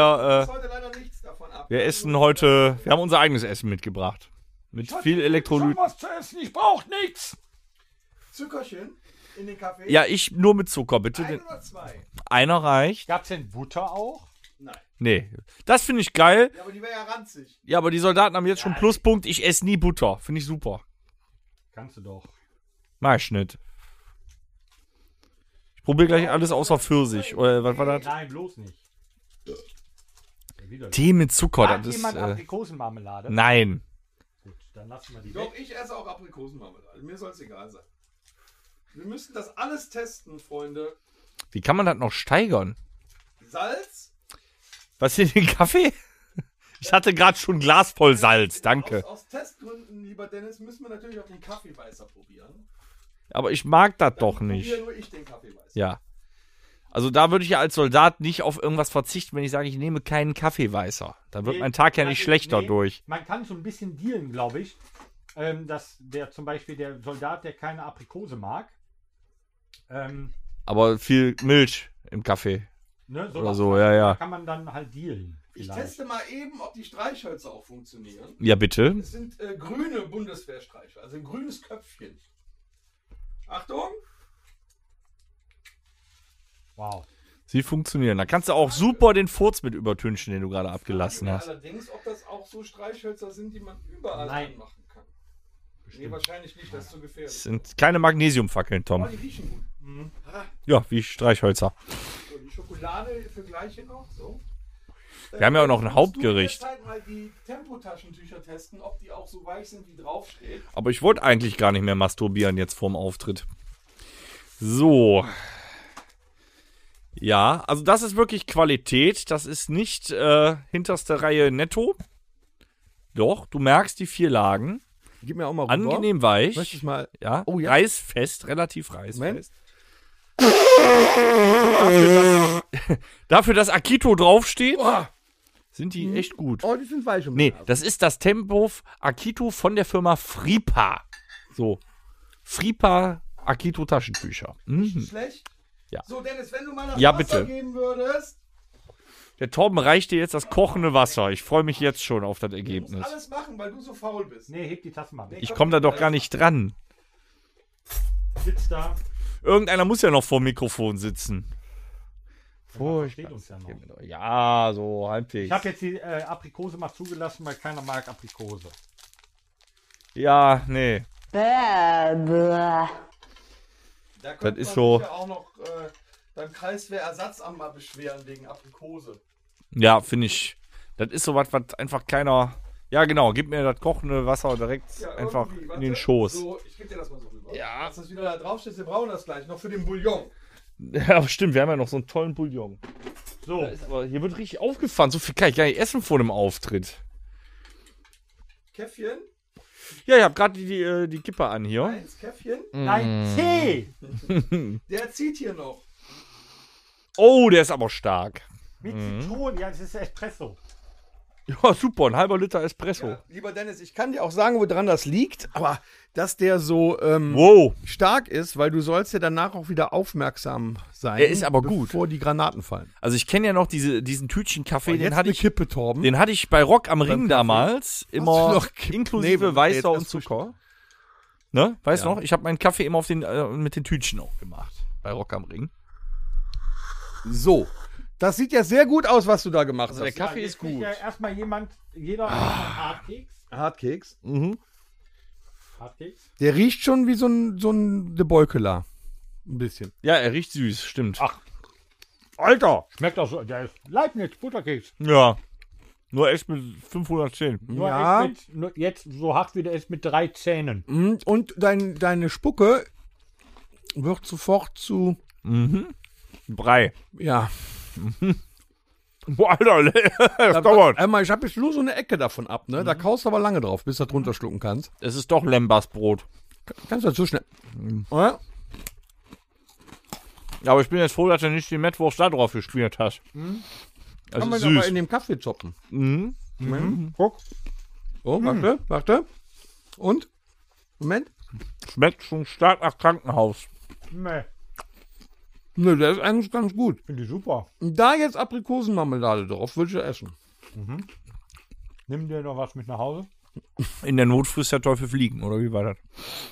Speaker 4: äh,
Speaker 3: Heute leider nichts davon ab.
Speaker 4: wir essen heute. Wir haben unser eigenes Essen mitgebracht. Mit viel Elektrolyt.
Speaker 2: was zu essen, ich brauche nichts.
Speaker 3: Zuckerchen in den Kaffee.
Speaker 4: Ja, ich nur mit Zucker, bitte. Den-
Speaker 3: oder zwei?
Speaker 4: Einer reicht.
Speaker 2: Gab's denn Butter auch?
Speaker 4: Nee. Das finde ich geil.
Speaker 3: Ja, aber die wäre ja ranzig.
Speaker 4: Ja, aber die Soldaten haben jetzt schon Pluspunkt. Ich esse nie Butter. Finde ich super.
Speaker 2: Kannst du doch.
Speaker 4: Mach ich nicht. Ich probiere gleich alles außer Pfirsich. Oder was war das?
Speaker 2: Nein, bloß nicht. Ja, wieder.
Speaker 4: Tee mit Zucker,
Speaker 2: Hat
Speaker 4: das ist.
Speaker 2: jemand
Speaker 4: Äh,
Speaker 2: Aprikosenmarmelade?
Speaker 4: nein.
Speaker 2: Gut, dann lassen wir die
Speaker 3: Doch,
Speaker 2: weg.
Speaker 3: ich esse auch Aprikosenmarmelade. Mir soll es egal sein. Wir müssen das alles testen, Freunde.
Speaker 4: Wie kann man das noch steigern?
Speaker 3: Salz
Speaker 4: Was hier den Kaffee? Ich hatte gerade schon ein Glas voll Salz, danke.
Speaker 3: aus, aus Testgründen, lieber Dennis, müssen wir natürlich auch den Kaffeeweißer probieren.
Speaker 4: Aber ich mag das doch
Speaker 3: Probiere
Speaker 4: nicht.
Speaker 3: nur ich den Kaffeeweißer.
Speaker 4: Ja. Also da würde ich ja als Soldat nicht auf irgendwas verzichten, wenn ich sage, ich nehme keinen Kaffee weißer. Dann wird
Speaker 2: Nee,
Speaker 4: mein Tag ja
Speaker 2: kann
Speaker 4: nicht
Speaker 2: ich-
Speaker 4: schlechter
Speaker 2: nee,
Speaker 4: durch.
Speaker 2: Man kann so ein bisschen dealen, glaube ich. Ähm, dass der zum Beispiel der Soldat, der keine Aprikose mag, ähm,
Speaker 4: Aber viel Milch im Kaffee.
Speaker 2: ne, sowas
Speaker 4: Oder so, ja, ja.
Speaker 2: kann man dann halt dealen.
Speaker 3: Ich
Speaker 2: Vielleicht.
Speaker 3: teste mal eben, ob die Streichhölzer auch funktionieren.
Speaker 4: Ja, bitte.
Speaker 3: Es sind äh, grüne Bundeswehrstreicher, also ein grünes Köpfchen. Achtung!
Speaker 2: Wow.
Speaker 4: Sie funktionieren. Da kannst du auch super den Furz mit übertünchen, den du gerade abgelassen
Speaker 3: Ja,
Speaker 4: hast.
Speaker 3: Allerdings, ob das auch so Streichhölzer sind, die man überall
Speaker 2: Nein.
Speaker 3: anmachen kann. Nee, wahrscheinlich nicht, das ist zu gefährlich.
Speaker 4: Das sind kleine Magnesiumfackeln,
Speaker 3: Oh,
Speaker 4: Tom.
Speaker 3: die riechen gut.
Speaker 4: Ja, wie Streichhölzer.
Speaker 3: So, die Schokolade für gleich hier noch. So.
Speaker 4: Wir haben ja auch noch ein
Speaker 3: Du
Speaker 4: Hauptgericht.
Speaker 3: musst mal die Tempotaschentücher testen, ob die auch so weich sind, wie draufsteht.
Speaker 4: Aber ich wollte eigentlich gar nicht mehr masturbieren jetzt vorm Auftritt. So. Ja, also das ist wirklich Qualität. Das ist nicht äh, hinterste Reihe netto. Doch, du merkst die vier Lagen.
Speaker 3: Gib mir auch mal
Speaker 4: Angenehm weich.
Speaker 3: Möchte ich mal-
Speaker 4: Ja.
Speaker 3: Oh, ja.
Speaker 4: Reißfest, relativ
Speaker 3: Moment.
Speaker 4: reißfest. dafür, dass, dafür, dass Akito draufsteht, sind die echt gut.
Speaker 3: Oh, die sind weich um
Speaker 4: Nee, das ist das Tempo f- Akito von der Firma Fripa. So. Fripa Akito Taschentücher. Mhm.
Speaker 3: Schlecht?
Speaker 4: Ja.
Speaker 3: So, Dennis, wenn du mal nach
Speaker 4: Ja,
Speaker 3: Wasser
Speaker 4: bitte.
Speaker 3: gehen würdest,
Speaker 4: Der Torben reicht dir jetzt das kochende Wasser. Ich freue mich jetzt schon auf das Ergebnis.
Speaker 3: alles machen, weil du so faul bist.
Speaker 2: Nee, heb die Tassen mal weg.
Speaker 4: Ich komme da doch gar nicht dran.
Speaker 2: Sitz da.
Speaker 4: Irgendeiner muss ja noch vor dem Mikrofon sitzen.
Speaker 2: Steht uns ja noch.
Speaker 4: Ja, so halbwegs.
Speaker 2: Ich habe jetzt die äh, Aprikose mal zugelassen, weil keiner mag Aprikose.
Speaker 4: Ja, nee.
Speaker 3: Da könnte
Speaker 4: ist
Speaker 3: man
Speaker 4: so-
Speaker 3: sich ja auch noch äh, beim Kreiswehrersatzamt mal beschweren wegen Aprikose.
Speaker 4: Ja, finde ich. Das ist sowas, was einfach keiner. Ja, genau. Gib mir das kochende Wasser direkt
Speaker 3: Ja,
Speaker 4: einfach
Speaker 3: irgendwie,
Speaker 4: in
Speaker 3: warte.
Speaker 4: den Schoß.
Speaker 3: So, ich geb dir das mal so rüber. Ja. Dass das wieder da draufsteht, wir brauchen das gleich noch für den Bouillon.
Speaker 4: Ja, aber stimmt, wir haben ja noch so einen tollen Bouillon.
Speaker 2: So,
Speaker 4: Aber hier wird richtig aufgefahren. So viel kann ich gar nicht essen vor dem Auftritt.
Speaker 3: Käffchen,
Speaker 4: Ja, ich habe gerade die, die, äh, die Kippe an hier.
Speaker 3: eins Käffchen.
Speaker 4: Mhm. Mm.
Speaker 2: nein, Tee
Speaker 3: Der zieht hier noch.
Speaker 4: Oh, der ist aber stark. Mm.
Speaker 2: mit Zitronen. Ja, das ist Espresso.
Speaker 5: Ja, super, ein halber Liter Espresso.
Speaker 3: Lieber Dennis, ich kann dir auch sagen, woran das liegt, aber dass der so ähm,
Speaker 5: Wow.
Speaker 3: stark ist, weil du sollst ja danach auch wieder aufmerksam sein.
Speaker 4: Er ist aber gut.
Speaker 3: Bevor die Granaten fallen.
Speaker 4: Also ich kenne ja noch diese, diesen Tütchen-Kaffee, den hatte,
Speaker 3: eine
Speaker 4: ich,
Speaker 3: Kippe, Torben.
Speaker 4: den hatte ich bei Rock am Ring
Speaker 3: Kaffee?
Speaker 4: damals. Immer
Speaker 3: du noch Kippen?
Speaker 4: inklusive
Speaker 3: Nee, wenn der jetzt
Speaker 4: Weißer und
Speaker 3: erst
Speaker 4: Zucker. Ne? Weißt du
Speaker 3: Ja.
Speaker 4: noch? Ich habe meinen Kaffee immer auf den, äh, mit den Tütchen auch gemacht. Bei Rock am Ring.
Speaker 3: So. Das sieht ja sehr gut aus, was du da gemacht hast.
Speaker 4: Also Kaffee ist
Speaker 2: Ja, erstmal jemand, jeder
Speaker 4: Ah.
Speaker 2: Hartkeks.
Speaker 4: Mhm.
Speaker 3: Hartkeks.
Speaker 2: Hartkeks.
Speaker 3: Der riecht schon wie so ein, so ein De Beukela. Ein bisschen.
Speaker 4: Ja, er riecht süß, stimmt. Ach.
Speaker 2: Alter, schmeckt doch so. Der ist Leibniz, Butterkeks.
Speaker 4: Ja. Nur echt mit Hm, 510.
Speaker 2: Nur
Speaker 3: Ja.
Speaker 2: echt mit, nur jetzt so hart wie der ist mit drei Zähnen.
Speaker 3: Mhm. Und dein, deine Spucke wird sofort zu.
Speaker 4: Brei.
Speaker 3: Ja.
Speaker 4: Boah, Alter, das Mhm.
Speaker 3: Einmal, ich habe jetzt nur so eine Ecke davon ab, ne? Da kaust du aber lange drauf, bis du das drunter schlucken kannst.
Speaker 4: Es ist doch Lembas Brot.
Speaker 3: Kannst du dazu schnell.
Speaker 4: Mhm.
Speaker 3: Oder?
Speaker 4: Aber ich bin jetzt froh, dass du nicht die Mettwurst da drauf geschmiert hast. Das
Speaker 3: Kann
Speaker 4: ist
Speaker 3: man aber
Speaker 4: süß.
Speaker 3: in dem Kaffee zoppen.
Speaker 2: Guck.
Speaker 3: Oh,
Speaker 4: Mhm.
Speaker 3: warte, warte. Und? Moment.
Speaker 4: Schmeckt schon stark nach Krankenhaus.
Speaker 2: Nee,
Speaker 3: Nö, der ist eigentlich ganz gut.
Speaker 2: finde ich super.
Speaker 3: Und Da jetzt Aprikosenmarmelade drauf, würde ich essen.
Speaker 2: Nimm dir noch was mit nach Hause.
Speaker 4: In der Not frisst der Teufel fliegen, oder wie war das?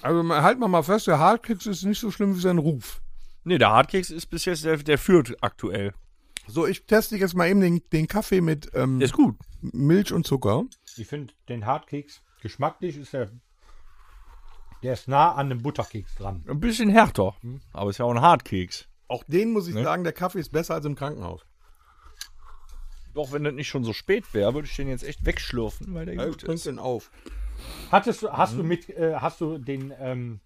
Speaker 3: Also mal- halt mal mal fest, der Hartkeks ist nicht so schlimm wie sein Ruf.
Speaker 4: Nee, der Hartkeks ist bis jetzt, der, der führt aktuell.
Speaker 3: So, ich teste jetzt mal eben den, den Kaffee mit ähm,
Speaker 4: Der ist gut.
Speaker 3: Milch und Zucker.
Speaker 2: Ich finde den Hartkeks geschmacklich ist der. Der ist nah an dem Butterkeks dran.
Speaker 4: Ein bisschen härter. Aber ist ja auch ein Hartkeks.
Speaker 3: Auch den muss ich sagen, der Kaffee ist besser als im Krankenhaus.
Speaker 4: Doch, wenn das nicht schon so spät wäre, würde ich den jetzt echt wegschlürfen, weil der
Speaker 3: Ja,
Speaker 4: gut ist.
Speaker 3: den auf.
Speaker 2: Hattest du,
Speaker 4: Mhm.
Speaker 2: hast du mit, äh, hast du den, ähm,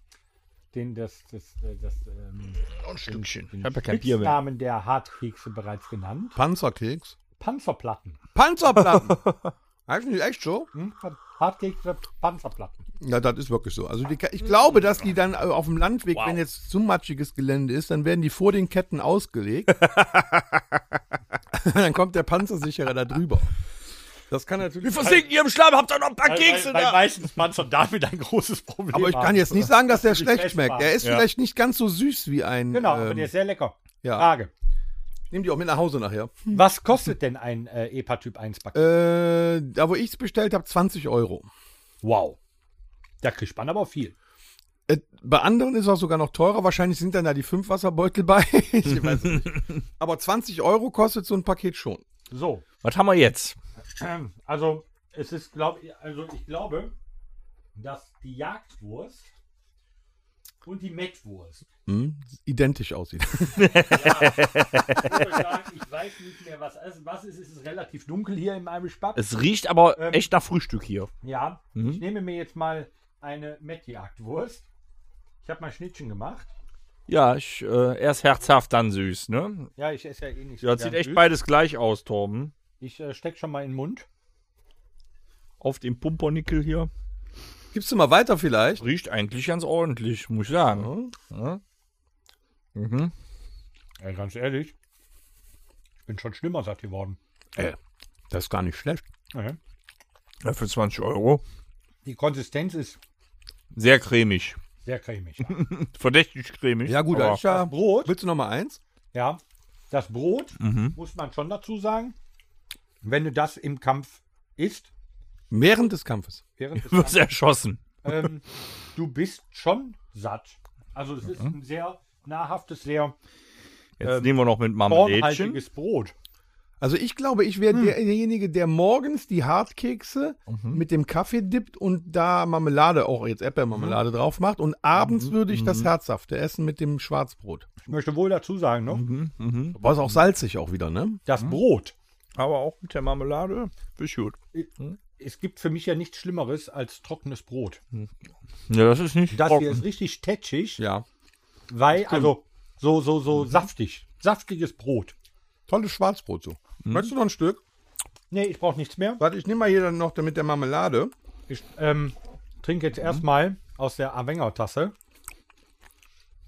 Speaker 2: den, das, das, äh, das, ähm,
Speaker 4: Ein Stückchen. Ich
Speaker 2: den
Speaker 4: habe ja kein Bier mehr.
Speaker 2: Spitznamen der Hartkekse bereits genannt?
Speaker 3: Panzerkeks.
Speaker 2: Panzerplatten.
Speaker 3: Panzerplatten! Heißt nicht echt so?
Speaker 2: Hm? Hartkekse, Panzerplatten.
Speaker 3: Ja, das ist wirklich so. Also die, Ka- ich glaube, dass die dann äh, auf dem Landweg, wenn jetzt zu matschiges Gelände ist, dann werden die vor den Ketten ausgelegt. dann kommt der Panzersicherer da drüber. Das kann natürlich.
Speaker 4: Versinken ihr im Schlamm, habt ihr noch ein paar
Speaker 2: meistens Panzer damit ein großes Problem.
Speaker 3: Aber ich kann jetzt nicht sagen, dass der schlecht
Speaker 2: fest
Speaker 3: schmeckt.
Speaker 2: war.
Speaker 3: Der ist
Speaker 4: Ja.
Speaker 3: vielleicht nicht ganz so süß wie ein.
Speaker 2: Genau,
Speaker 3: ähm,
Speaker 2: aber der ist sehr lecker.
Speaker 3: ja.
Speaker 2: Frage.
Speaker 3: Nehm die auch mit nach Hause nachher.
Speaker 2: Was kostet denn ein äh, EPA Typ 1 Paket?
Speaker 3: Äh, da, wo ich es bestellt habe, 20 Euro.
Speaker 2: Wow. Da kriegt man aber viel.
Speaker 3: Äh, Bei anderen ist es auch sogar noch teurer. Wahrscheinlich sind dann da die fünf Wasserbeutel bei. ich weiß es nicht. Aber 20 Euro kostet so ein Paket schon.
Speaker 2: So,
Speaker 4: Was haben wir jetzt?
Speaker 2: also es ist, glaub, also ich glaube, dass die Jagdwurst und die Mettwurst.
Speaker 3: Hm, identisch aussieht.
Speaker 2: Ich würde sagen, ich weiß nicht mehr, was, also was ist. Es ist relativ dunkel hier in meinem Spatz.
Speaker 4: Es riecht aber
Speaker 2: Ähm.
Speaker 4: echt nach Frühstück hier.
Speaker 2: Ja,
Speaker 4: Mhm.
Speaker 2: ich nehme mir jetzt mal eine Mettjagdwurst. Ich habe mal Schnittchen gemacht.
Speaker 4: Ja, ich, äh, erst herzhaft, dann süß, ne?
Speaker 2: Ja, ich esse ja eh nichts.
Speaker 4: Ja, das sieht echt beides gleich aus, Torben.
Speaker 2: Ich äh, steck schon mal in den Mund.
Speaker 4: Auf dem Pumpernickel hier.
Speaker 3: Gibst du mal weiter vielleicht?
Speaker 4: Riecht eigentlich ganz ordentlich, muss ich sagen. Ja. Mhm.
Speaker 2: Ja, ganz ehrlich, ich bin schon schlimmer satt geworden.
Speaker 3: Das ist gar nicht schlecht.
Speaker 2: Ja.
Speaker 4: Ja, für 20 Euro.
Speaker 2: Die Konsistenz ist
Speaker 4: Sehr cremig.
Speaker 2: sehr cremig.
Speaker 4: Verdächtig cremig.
Speaker 3: Ja gut,
Speaker 4: aber-
Speaker 3: das ist ja.
Speaker 2: Ah, Brot. Mhm.
Speaker 3: Willst du noch mal eins?
Speaker 2: Ja, das Brot muss man schon dazu sagen, wenn du das im Kampf isst,
Speaker 3: Während des Kampfes.
Speaker 2: während des
Speaker 4: Du wirst
Speaker 2: Kampfes,
Speaker 4: erschossen.
Speaker 2: ähm, du bist schon satt. Also es ist ein sehr nahrhaftes, sehr
Speaker 4: Jetzt nehmen wir noch mit Marmeladchen.
Speaker 2: kornhaltiges Brot.
Speaker 3: Also ich glaube, ich wäre derjenige, der morgens die Hartkekse mit dem Kaffee dippt und da Marmelade, auch jetzt Erdbeermarmelade drauf macht. Und abends würde ich das Herzhafte essen mit dem Schwarzbrot.
Speaker 2: Ich möchte wohl dazu sagen, ne?
Speaker 3: Aber ist auch salzig auch wieder, ne?
Speaker 2: das Brot.
Speaker 4: Aber auch mit der Marmelade. Ist gut.
Speaker 2: Es gibt für mich ja nichts Schlimmeres als trockenes Brot.
Speaker 4: Ja, das ist nicht
Speaker 2: Das
Speaker 4: trocken.
Speaker 2: hier ist richtig tätschig,
Speaker 3: Ja.
Speaker 2: weil, also so, so, so
Speaker 4: Mhm.
Speaker 2: saftig. Saftiges Brot.
Speaker 3: Tolles Schwarzbrot so. Möchtest du noch ein Stück?
Speaker 2: Nee, ich brauche nichts mehr.
Speaker 3: Warte, ich nehme mal hier dann noch mit der Marmelade.
Speaker 2: Ich ähm, trinke
Speaker 4: Mhm.
Speaker 2: jetzt erstmal aus der Avenger-Tasse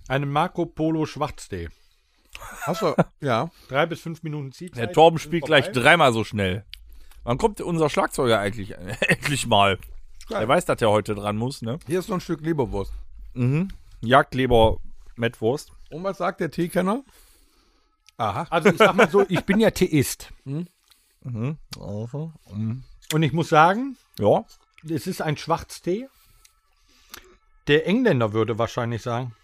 Speaker 2: einen Marco Polo Schwarztee.
Speaker 3: Hast du? ja.
Speaker 2: Drei bis fünf Minuten Ziehzeit.
Speaker 4: Der Torben
Speaker 2: sind
Speaker 4: spielt
Speaker 2: vorbei.
Speaker 4: gleich dreimal so schnell. Wann kommt unser Schlagzeuger eigentlich endlich mal? Er weiß, dass er heute dran muss, ne?
Speaker 3: Hier ist noch ein Stück Leberwurst.
Speaker 4: Mhm. Jagdleber, Mettwurst.
Speaker 3: Und was sagt der Teekenner? Aha.
Speaker 2: Also ich sag mal so, ich bin ja Theist.
Speaker 4: Mhm. Also,
Speaker 2: Und ich muss sagen,
Speaker 4: Ja.
Speaker 2: es ist ein Schwarztee. Der Engländer würde wahrscheinlich sagen.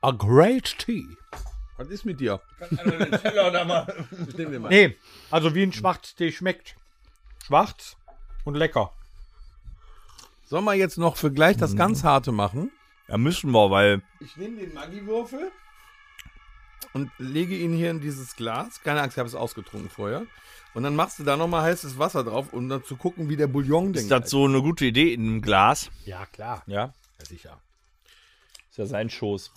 Speaker 2: A great tea.
Speaker 3: Was ist mit dir? Ich nehm den mal.
Speaker 2: Nee, also wie ein Schwarztee schmeckt. Schwarz und lecker.
Speaker 3: Sollen wir jetzt noch für gleich das ganz Harte machen?
Speaker 4: Ja, müssen wir, weil.
Speaker 3: Mhm. Ich nehme den Maggi-Würfel und lege ihn hier in dieses Glas. Keine Angst, ich habe es ausgetrunken vorher. Und dann machst du da nochmal heißes Wasser drauf, um dann zu gucken, wie der Bouillon
Speaker 4: Ist das so eine gute Idee in einem Glas?
Speaker 2: Ja, klar.
Speaker 4: Ja.
Speaker 2: sicher.
Speaker 4: Ist ja sein Schoß.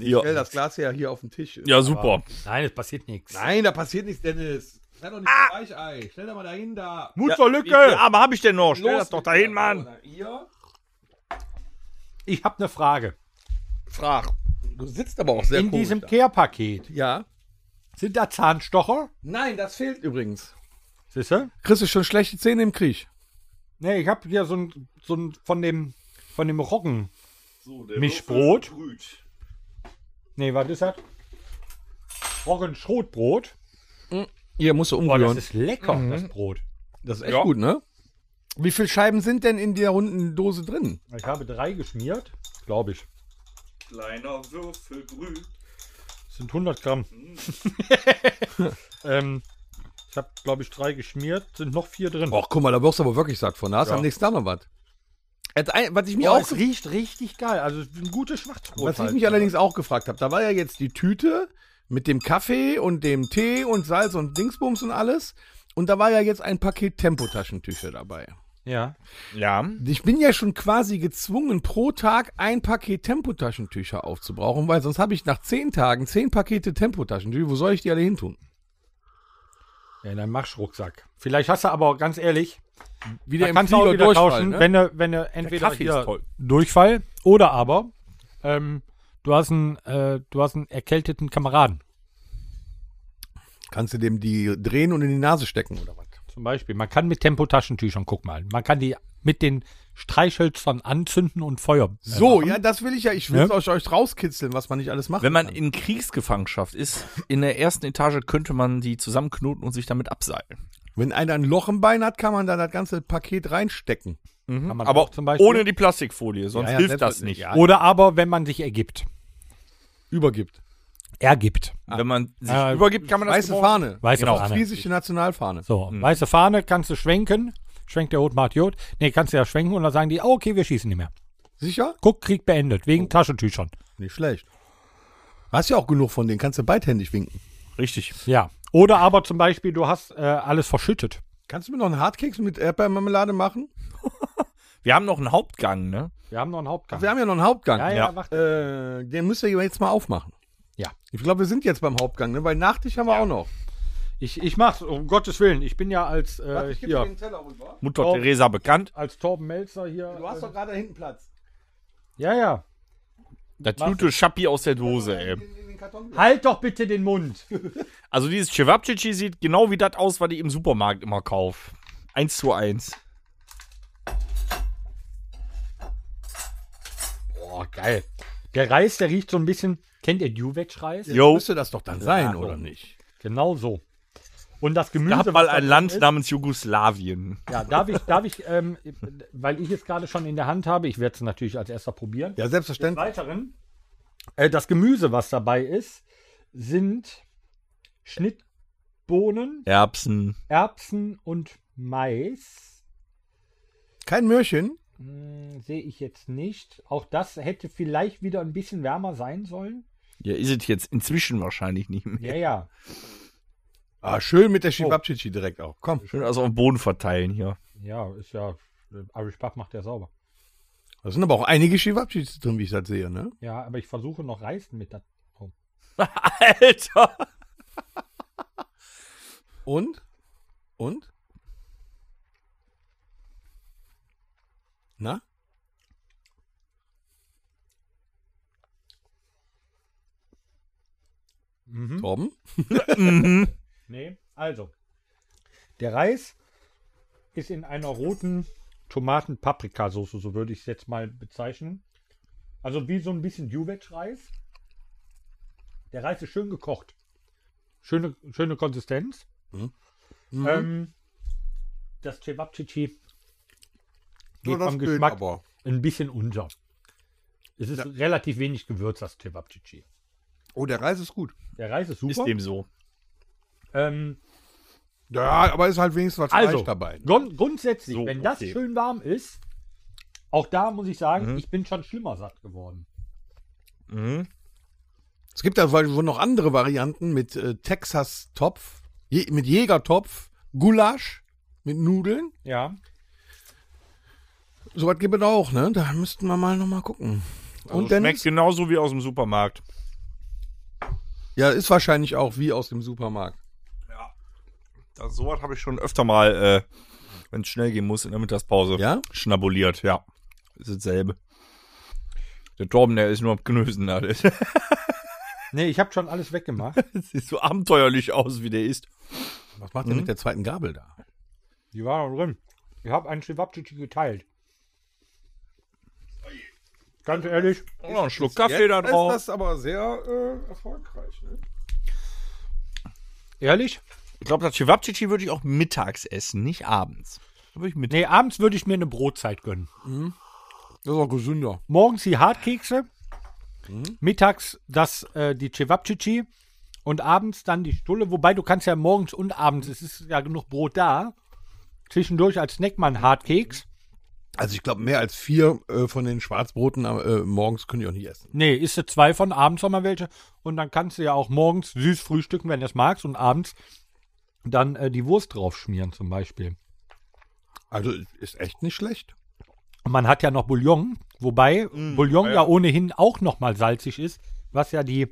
Speaker 3: Ich stell das Glas ja hier auf den Tisch.
Speaker 4: Ja, super.
Speaker 2: Nein, es passiert nichts.
Speaker 3: Nein, da passiert nichts, Dennis. Sei doch nicht ah. Weichei. Stell doch mal dahin da.
Speaker 2: Mut zur
Speaker 4: Wie viele Arme habe ich denn noch? Stell
Speaker 3: Los
Speaker 4: das doch
Speaker 3: mit
Speaker 4: dahin,
Speaker 3: dir.
Speaker 4: Mann.
Speaker 3: Oder Ihr?
Speaker 2: Ich habe eine Frage.
Speaker 3: Frag. Du sitzt aber auch sehr
Speaker 2: In
Speaker 3: komisch
Speaker 2: diesem
Speaker 3: da.
Speaker 2: Care-Paket
Speaker 3: Ja.
Speaker 2: sind da Zahnstocher?
Speaker 3: Nein, das fehlt übrigens.
Speaker 2: Siehste?
Speaker 3: Chris ist schon schlechte Zähne im Krieg.
Speaker 2: Nee, ich habe hier so ein, so ein von dem von dem Roggen Mischbrot. Nee, was ist das? Roggenschrotbrot. Mhm.
Speaker 3: Hier musst du
Speaker 2: Boah,
Speaker 3: umrühren.
Speaker 2: das ist lecker, das Brot.
Speaker 3: Das ist echt gut, ne? Wie viele Scheiben sind denn in der runden Dose drin?
Speaker 2: Ich habe drei geschmiert, glaube ich.
Speaker 5: Kleiner Würfel grün.
Speaker 2: Das sind 100 Gramm. ähm, ich habe, glaube ich, drei geschmiert, sind noch vier drin.
Speaker 3: Och, guck mal, da wirst du aber wirklich satt von. Da hast du am nächsten Tag noch was. Jetzt ein- Was ich, mich auch,
Speaker 2: es riecht richtig geil. Also es ist ein gutes Schwarzbrot.
Speaker 3: was ich
Speaker 2: halt.
Speaker 3: mich allerdings auch gefragt habe, da war ja jetzt die Tüte mit dem Kaffee und dem Tee und Salz und Dingsbums und alles. Und da war ja jetzt ein Paket Tempotaschentücher dabei.
Speaker 2: Ja.
Speaker 4: Ja.
Speaker 3: Ich bin ja schon quasi gezwungen, pro Tag ein Paket Tempotaschentücher aufzubrauchen, weil sonst habe ich nach zehn Tagen zehn Pakete Tempotaschentücher. Wo soll ich die alle hintun?
Speaker 2: ja. In deinem Marschrucksack. Vielleicht hast du aber, ganz ehrlich,
Speaker 3: Wieder
Speaker 2: da kannst du auch wieder tauschen,
Speaker 3: ne?
Speaker 2: wenn du wenn du entweder
Speaker 4: ne? Kaffee ist
Speaker 2: hier
Speaker 4: toll.
Speaker 2: Durchfall oder aber ähm, du, hast einen, äh, du hast einen erkälteten Kameraden.
Speaker 3: Kannst du dem die drehen und in die Nase stecken oder was?
Speaker 2: Zum Beispiel, man kann mit Tempotaschentüchern, guck mal, man kann die mit den Streichhölzern anzünden und Feuer.
Speaker 4: Mhm.
Speaker 2: äh,
Speaker 3: So,
Speaker 2: machen.
Speaker 3: ja, das will ich Also ja. Ich will es
Speaker 2: Ja.
Speaker 3: euch, euch rauskitzeln, was man nicht alles macht.
Speaker 4: Wenn man in Kriegsgefangenschaft ist, in der ersten Etage könnte man die zusammenknoten und sich damit abseilen.
Speaker 3: Wenn einer ein Loch im Bein hat, kann man da das ganze Paket reinstecken.
Speaker 2: Kann man
Speaker 4: Aber
Speaker 2: auch zum Beispiel.
Speaker 4: ohne die Plastikfolie, sonst
Speaker 3: Ja, ja,
Speaker 4: hilft
Speaker 3: selbst-
Speaker 4: das nicht.
Speaker 3: ja.
Speaker 2: Oder aber, wenn man sich ergibt.
Speaker 3: Übergibt.
Speaker 2: Ergibt.
Speaker 4: Wenn man sich
Speaker 2: Ah.
Speaker 4: übergibt, kann man das
Speaker 3: Weiße
Speaker 4: gebrauchen.
Speaker 3: Fahne.
Speaker 2: Weiße
Speaker 3: Genau.
Speaker 2: Fahne.
Speaker 3: Friesische Nationalfahne.
Speaker 2: So, weiße Fahne, kannst du schwenken. Schwenkt der Hot macht Jod. Nee, kannst du ja schwenken und dann sagen die, ah, okay, wir schießen nicht mehr.
Speaker 3: Sicher?
Speaker 2: Guck, Krieg beendet, wegen Taschentüchern.
Speaker 3: Nicht schlecht. Hast ja auch genug von denen. Kannst du beidhändig winken.
Speaker 4: Richtig.
Speaker 2: Ja. Oder aber zum Beispiel, du hast äh, alles verschüttet.
Speaker 3: Kannst du mir noch einen Hartkeks mit Erdbeermarmelade machen?
Speaker 4: Wir haben noch einen Hauptgang, ne?
Speaker 2: Wir haben noch einen Hauptkampf.
Speaker 3: Wir haben ja noch einen Hauptgang.
Speaker 2: ja, ja,
Speaker 4: ja.
Speaker 2: warte.
Speaker 3: Äh, den müsst ihr jetzt mal aufmachen.
Speaker 2: Ja.
Speaker 3: Ich glaube, wir sind jetzt beim Hauptgang, ne? weil Nachtisch haben wir auch noch.
Speaker 2: Äh, Ich, ich mach's, um Gottes Willen. Ich bin ja als, äh,
Speaker 3: geb dir
Speaker 2: hier,
Speaker 3: Teller rüber.
Speaker 4: Mutter
Speaker 2: Oh.
Speaker 4: Teresa bekannt.
Speaker 2: als Torben Melzer hier. äh,
Speaker 3: doch gerade da hinten Platz.
Speaker 2: ja, ja.
Speaker 4: Der Tüte Schappi aus der Dose, ey.
Speaker 3: In den Karton.
Speaker 2: Halt doch bitte den Mund.
Speaker 4: Also dieses Cevapcici sieht genau wie das aus, was ich im Supermarkt immer kaufe. Eins zu eins.
Speaker 2: Boah, geil. Der Reis, der riecht so ein bisschen. Kennt ihr Duvetsch-Reis?
Speaker 4: Jo.
Speaker 3: Müsste das doch dann sein, oder nicht?
Speaker 2: Genau so. Und das Gemüse.
Speaker 4: Da hat
Speaker 2: was
Speaker 4: mal
Speaker 2: da
Speaker 4: ein
Speaker 2: drin
Speaker 4: Land
Speaker 2: ist-
Speaker 4: namens Jugoslawien.
Speaker 2: Ja, darf ich, darf ich ähm, weil ich es gerade schon in der Hand habe, ich werde es natürlich als erster probieren.
Speaker 3: Ja,
Speaker 2: Des
Speaker 3: selbstverständlich.
Speaker 2: Weiteren, äh, das Gemüse, was dabei ist, sind Schnittbohnen,
Speaker 4: Erbsen.
Speaker 2: Erbsen und Mais.
Speaker 3: Kein Möhrchen.
Speaker 2: Hm, Sehe ich jetzt nicht. Auch das hätte vielleicht wieder ein bisschen wärmer sein sollen.
Speaker 4: Ja, ist es jetzt inzwischen wahrscheinlich nicht
Speaker 2: Ja,
Speaker 4: mehr.
Speaker 2: ja.
Speaker 3: Ah, schön
Speaker 2: Oh.
Speaker 3: mit der Schibabchichi direkt auch. Komm.
Speaker 4: Schön also auf den Boden verteilen hier.
Speaker 2: Ja, ist ja. äh, Irish Pub macht ja sauber.
Speaker 3: Da sind aber auch einige Schibabchichis drin, wie ich das sehe, ne?
Speaker 2: Ja, aber ich versuche noch Reis mit. da- Oh.
Speaker 4: Alter!
Speaker 3: Und? Und? Na? Torben? Mhm.
Speaker 2: Nee, also. Der Reis ist in einer roten Tomaten-Paprikasauce, so würde ich es jetzt mal bezeichnen. Also wie so ein bisschen Juvetsch-Reis. Der Reis ist schön gekocht. Schöne, schöne Konsistenz. Ähm, das Cevapcici geht am
Speaker 3: Bild
Speaker 2: Geschmack
Speaker 3: aber.
Speaker 2: ein bisschen unter. Es ist relativ wenig gewürzt, das Cevapcici.
Speaker 3: Oh, der Reis ist gut.
Speaker 2: Der Reis ist super.
Speaker 4: Ist dem so.
Speaker 2: Ähm,
Speaker 3: Ja, aber ist halt wenigstens was
Speaker 2: also,
Speaker 3: Fleisch dabei.
Speaker 2: grund grundsätzlich,
Speaker 4: So,
Speaker 2: wenn das
Speaker 4: okay.
Speaker 2: schön warm ist, auch da muss ich sagen, ich bin schon schlimmer satt geworden.
Speaker 3: Es gibt da wohl noch andere Varianten mit äh, Texas-Topf, je, mit Jägertopf, Gulasch, mit Nudeln.
Speaker 2: Ja.
Speaker 3: Sowas gibt es auch, ne? Da müssten wir mal nochmal gucken. Und
Speaker 4: Also
Speaker 3: dann
Speaker 4: schmeckt genauso wie aus dem Supermarkt.
Speaker 3: ja, ist wahrscheinlich auch wie aus dem Supermarkt.
Speaker 4: Das, sowas habe ich schon öfter mal, äh, wenn es schnell gehen muss, in der Mittagspause
Speaker 3: Ja?
Speaker 4: schnabuliert. Ja, ist dasselbe. Der Torben, der ist nur am Knösen. Alter.
Speaker 2: Nee, ich habe schon alles weggemacht.
Speaker 4: Das sieht so abenteuerlich aus, wie der ist.
Speaker 3: Was macht der mit der zweiten Gabel da?
Speaker 2: Die war da drin. Ich habe einen Schwabtschichi geteilt. Ganz ehrlich,
Speaker 4: Oh, noch ein Schluck Kaffee da drauf.
Speaker 3: das aber sehr äh, erfolgreich. ne?
Speaker 2: ehrlich?
Speaker 4: Ich glaube, das Chivapchichi würde ich auch mittags essen, nicht abends. Da würde ich mit.
Speaker 2: Nee, abends würde ich mir eine Brotzeit gönnen.
Speaker 3: Das ist auch gesünder.
Speaker 2: Morgens die Hartkekse, Mhm. mittags das, äh, die Cevapcici und abends dann die Stulle. Wobei du kannst ja morgens und abends, es ist ja genug Brot da, zwischendurch als Snack mal einen Hartkeks.
Speaker 3: Also ich glaube, mehr als vier äh, von den Schwarzbroten äh, morgens können ich auch nicht essen.
Speaker 2: Nee, isst du zwei von, abends nochmal welche. Und dann kannst du ja auch morgens süß frühstücken, wenn du es magst, und abends dann äh, die Wurst drauf schmieren zum Beispiel.
Speaker 3: Also ist echt nicht schlecht.
Speaker 2: Und man hat ja noch Bouillon, wobei Bouillon Mm, ja. ohnehin auch nochmal salzig ist, was ja die